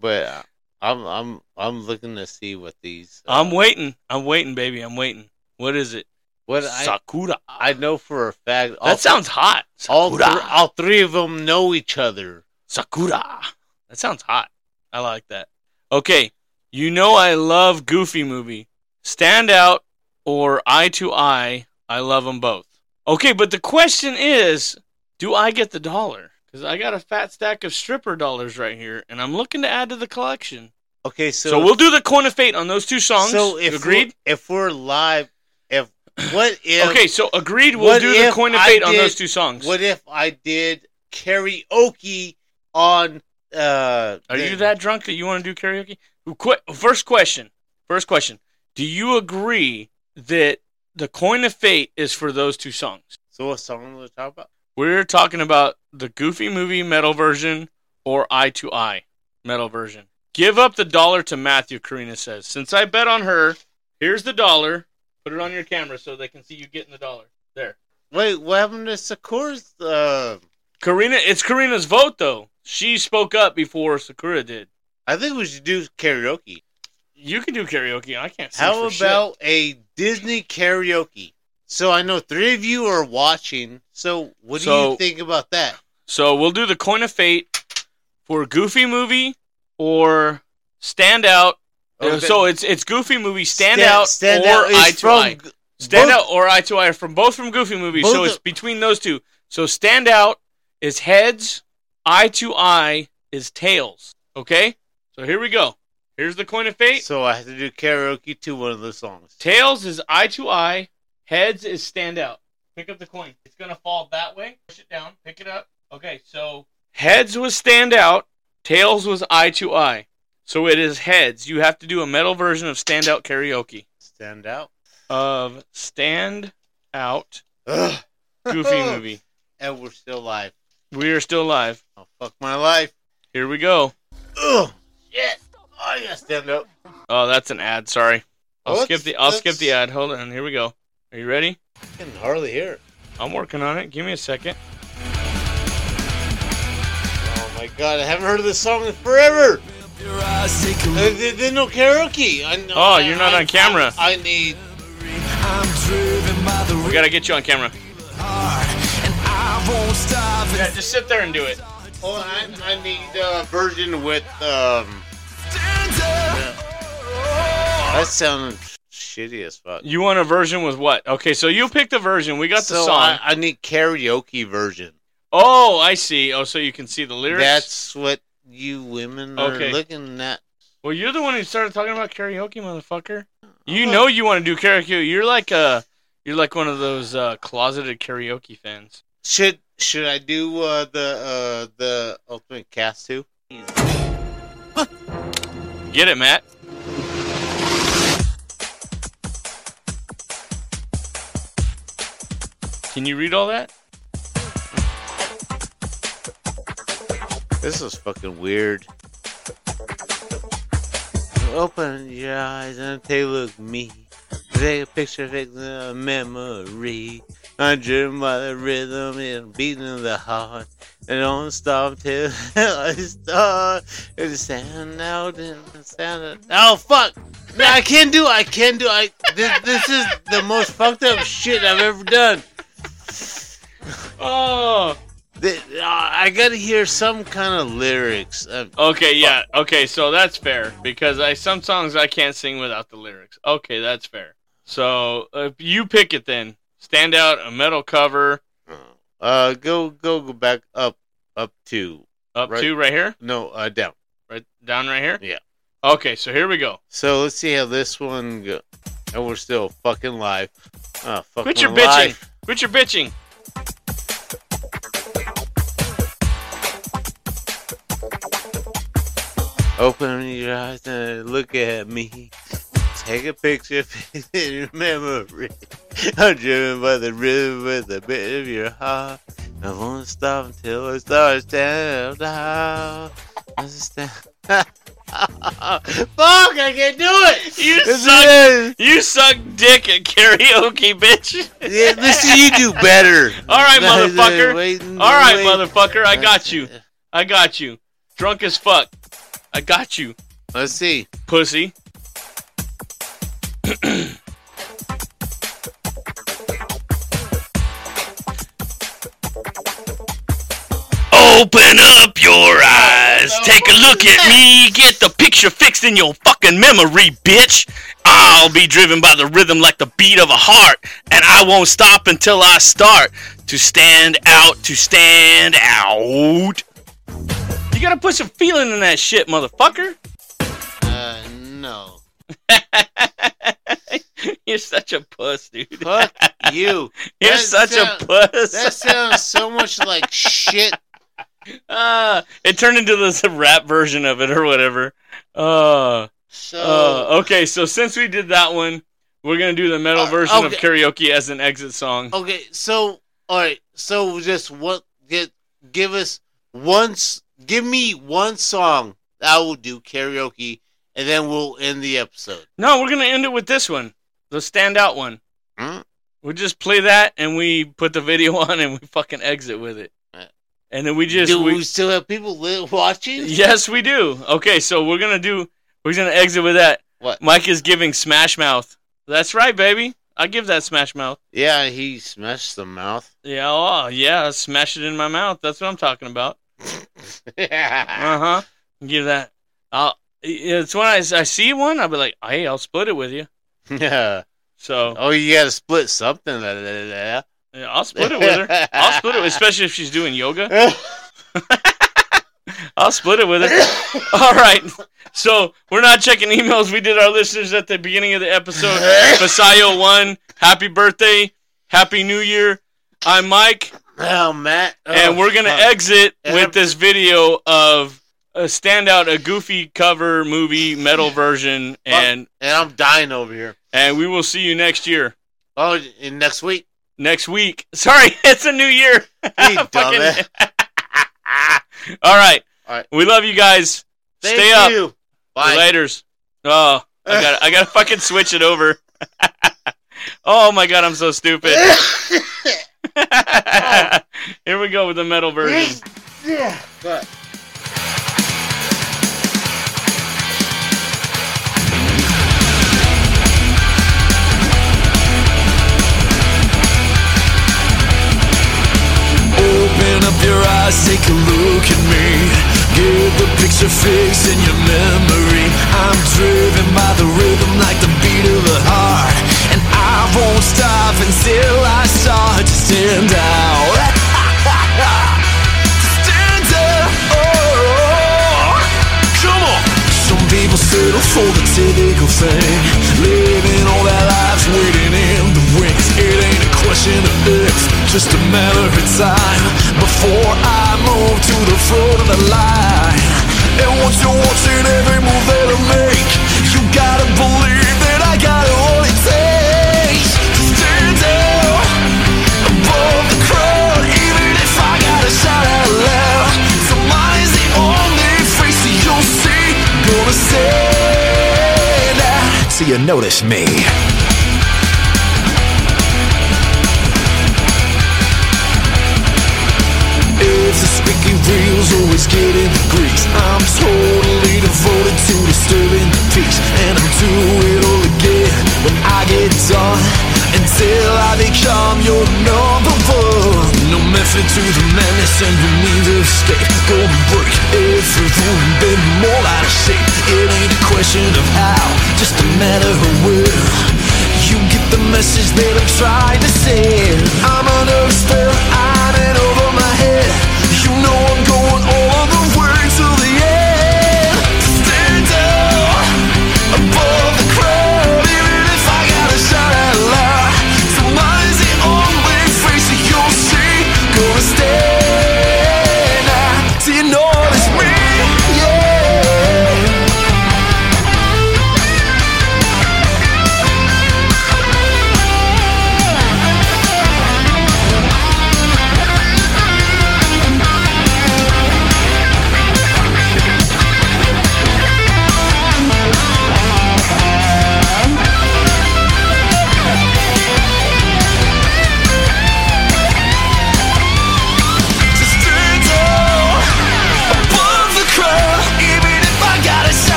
But uh, I'm I'm I'm looking to see what these. uh, I'm waiting. I'm waiting, baby. I'm waiting. What is it? What I Sakura. I know for a fact. All, that sounds hot. all Sakura. thr- all three of them know each other. Sakura. That sounds hot. I like that. Okay. You know I love Goofy movie. Stand out or eye to eye. I love them both. Okay, but the question is, do I get the dollar? Because I got a fat stack of stripper dollars right here, and I'm looking to add to the collection. Okay, so So, we'll do the coin of fate on those two songs. So if agreed. We're, if we're live, if *clears throat* What if? okay, so agreed. We'll what do the if coin of I fate on did- those two songs. What if I did karaoke on? Uh, Are the- you that drunk that you want to do karaoke? Qu- First question. First question. Do you agree that the coin of fate is for those two songs? So what song was I talking about? We're talking about the Goofy Movie metal version or Eye to Eye metal version. Give up the dollar to Matthew, Karina says. Since I bet on her, here's the dollar. Put it on your camera so they can see you getting the dollar. There. Wait, what happened to Sakura's? Uh, Karina, it's Karina's vote, though. She spoke up before Sakura did. I think we should do karaoke. You can do karaoke. I can't sing How for shit. about a Disney karaoke? So I know three of you are watching. So what do So- you think about that? So we'll do the coin of fate for Goofy Movie or Stand Out. Oh, Uh, Okay. So it's it's Goofy Movie, Stand, Stand- Out, Stand or Out is Eye to from Eye. Stand both- Out or Eye to Eye are from both from Goofy Movie. so Both it's of- between those two. So Stand Out is heads, Eye to Eye is tails. Okay. So here we go. Here's the coin of fate. So I have to do karaoke to one of the songs. Tails is eye to eye. Heads is stand out. Pick up the coin. It's gonna fall that way. Push it down. Pick it up. Okay, so heads was stand out. Tails was eye to eye. So it is heads. You have to do a metal version of stand out karaoke Stand out. of stand out Ugh. *laughs* goofy movie. And we're still alive. We are still live. Oh fuck my life. Here we go. Ugh. Shit. Oh, I gotta stand up. Oh, that's an ad. Sorry. I'll Oh, skip the that's- I'll skip the that's- ad. Hold on. Here we go. Are you ready? I can hardly hear it. I'm working on it. Give me a second. Oh my god, I haven't heard of this song in forever. There- there- There's Uh, no karaoke. I know, Oh, you're not I- on I- camera. I, need. We gotta get you on camera. And I won't stop Yeah, just sit there and do it. Hold on, oh, I need a version with um. That sounded shitty as fuck. You want a version with what? Okay, so you picked the version. We got the so song. I, I need karaoke version. oh, I see. Oh, so you can see the lyrics. That's what you women are Okay. looking at. Well, you're the one who started talking about karaoke, motherfucker. You know you want to do karaoke. You're like a, you're like one of those uh, closeted karaoke fans. Should should I do uh, the uh, the ultimate cast too? Get it, Matt? Can you read all that? This is fucking weird. Open your eyes and take a look at me. Take a picture, take a memory. I'm driven by the rhythm and beating of the heart. And don't stop till *laughs* I start. And stand out and stand out. Oh, fuck! No, I can't do it. I can't do it. I, this, this is the most fucked up shit I've ever done. Oh. Th- uh, I gotta hear some kind of lyrics. Uh, Okay, yeah. Okay, so that's fair because I some songs I can't sing without the lyrics. Okay, that's fair. So uh, you pick it then. Stand out a metal cover Uh, go go go back up up to up Right. to right here, no uh down. right down right here. Yeah. Okay, so here we go. So let's see how this one go. And we're still fucking live. Oh, fuck Quit my your bitching. life. Quit your bitching. Open your eyes and look at me. Take a picture *laughs* in your memory. I'm driven by the rhythm with the beat of your heart. I won't stop until I start standing out. I stand. *laughs* Fuck! I can't do it. You This suck. is- You suck dick at karaoke, *laughs* bitch. Yeah, listen, you do better. All *laughs* right, Nice, motherfucker. uh, waiting, All right, wait. Uh, motherfucker. I got you. I got you. Drunk as fuck. I got you, Let's see. pussy. Open up your eyes. Take a look at me. Get the picture fixed in your fucking memory, bitch. I'll be driven by the rhythm like the beat of a heart. And I won't stop until I start to stand out, to stand out. You gotta put some feeling in that shit, motherfucker. Uh, no. *laughs* You're such a puss, dude. Fuck you. You're That such sound- a puss. That sounds so much like shit. *laughs* Ah, it turned into this rap version of it or whatever. Uh, *laughs* So uh, okay, so since we did that one, we're gonna do the metal Oh. Uh, version of okay. karaoke as an exit song. okay, so all right, so just what get give us once give me one song that I will do karaoke and then we'll end the episode. No, we're gonna end it with this one, the standout one. Hmm? We just play that and we put the video *laughs* on and we fucking exit with it. Right. And then we just Uh, do we, we- still have people li- watching? yes, we do. Okay, so we're gonna do we're gonna exit with that. What? Mike is giving Smash Mouth. That's right, baby. I give that Smash Mouth. Yeah, he smashed the mouth. *laughs* Yeah, oh, yeah, smash it in my mouth. That's what I'm talking about. yeah. Uh huh. Give that. I'll, it's when I, I see one, I'll be like, hey, I'll split it with you. So Oh, you got to split something. da- da- da- da. yeah, I'll split it with her. I'll split it, *laughs* especially if she's doing yoga. I'll split it with *coughs* her. All right. So we're not checking emails. We did our listeners at the beginning of the *coughs* episode. Fasayo one, happy birthday, happy new year. I'm Mike, Oh, Matt. Oh, and we're gonna fuck. exit And with I'm- this video of a standout, a goofy cover movie *coughs* metal version, and and I'm dying over here. and we will see you next year, Oh, and next week. next week. *laughs* Sorry, it's a new year. *laughs* You *laughs* Fucking- dumbass. All right. All right. We love you guys. Thank Stay up. you. Bye. Laters. Oh, I got I got to fucking switch it over. *laughs* oh my god, I'm so stupid. *laughs* Here we go with the metal version. Bye. Open up your eyes, take a look at me. Get the picture fixed in your memory. I'm driven by the rhythm like the beat of a heart. And I won't stop until I start to stand out. To stand out. Oh, come on. Some people settle for the typical thing. Living all their lives waiting in the wings. It ain't a question of if, just a matter of time. Before I move to the front of the line. And once you're watching every move that I make, you gotta believe that I got all it takes. To stand out above the crowd, even if I gotta shout out loud. Somebody's the only face that you'll see. Gonna stand out. So you notice me. If the squeaky wheels always getting the grease, I'm totally devoted to disturbing the peace. And I'll do it all again when I get done. Until I become your number one. No method to the madness, and you need to escape. Go and break every rule and bend them all out of shape. It ain't a question of how, just a matter of will. You get the message that I'm trying to send. I'm an earth spell, I'm in over my head. You know I'm going all the way to the end. Stand out above the crowd, even if I gotta shout out loud. Somebody's the only face that you'll see. Gonna stand out. Do you notice me? Yeah.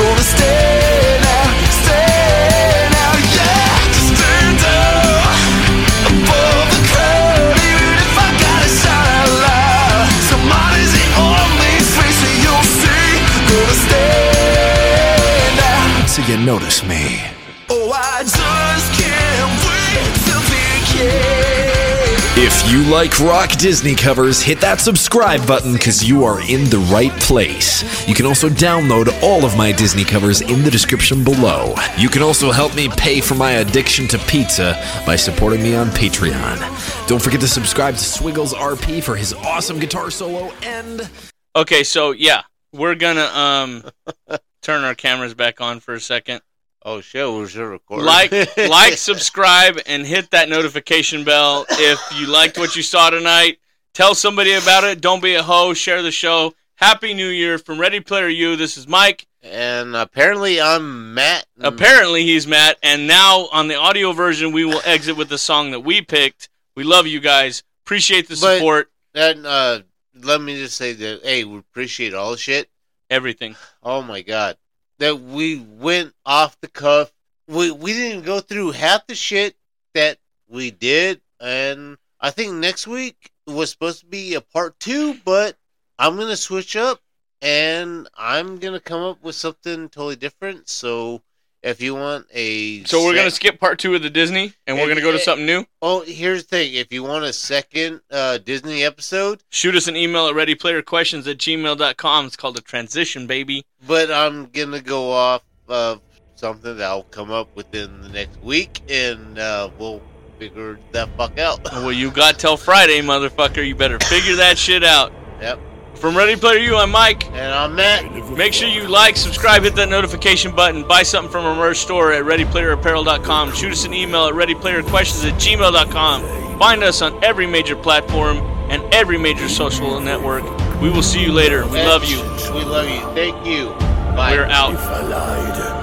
Stand out, stand out, yeah. Just stand out above the crowd, even if I gotta shout out loud. Somebody's the only face that you'll see. Gonna stand out. So you notice me. Oh, I just can't wait till the end. If you like rock Disney covers, hit that subscribe button because you are in the right place. You can also download all of my Disney covers in the description below. You can also help me pay for my addiction to pizza by supporting me on Patreon. Don't forget to subscribe to Swiggles RP for his awesome guitar solo and. Okay, so yeah, we're gonna um turn our cameras back on for a second. Oh shit, we're sure recording. Like, *laughs* like, subscribe, and hit that notification bell if you liked what you saw tonight. Tell somebody about it. Don't be a hoe. Share the show. Happy New Year from Ready Player U. This is Mike. and apparently I'm Matt. Apparently he's Matt, and now on the audio version, we will exit with the song that we picked. We love you guys. Appreciate the But- support. And uh, let me just say that hey, we appreciate all the shit. Everything. Oh my god, that we went off the cuff. We we didn't go through half the shit that we did, and I think next week was supposed to be a part two, but I'm gonna switch up and I'm gonna come up with something totally different. So if you want a So we're sec- gonna skip part two of the Disney, and we're gonna go to something new. oh here's the thing if you want a second uh, Disney episode, Shoot us an email at readyplayerquestions at gmail.com. It's called a transition, baby. but I'm gonna go off of something that I'll come up within the next week, and uh, we'll figure that fuck out. *laughs* Well, you got till Friday, motherfucker. You better figure that shit out. Yep. From Ready Player U, I'm Mike. And I'm Matt. Make sure you like, subscribe, hit that notification button, buy something from our merch store at readyplayerapparel.com, shoot us an email at readyplayerquestions at gmail.com, find us on every major platform and every major social network. We will see you later. We love you. We love you. Thank you. Bye. We're out. If I lied,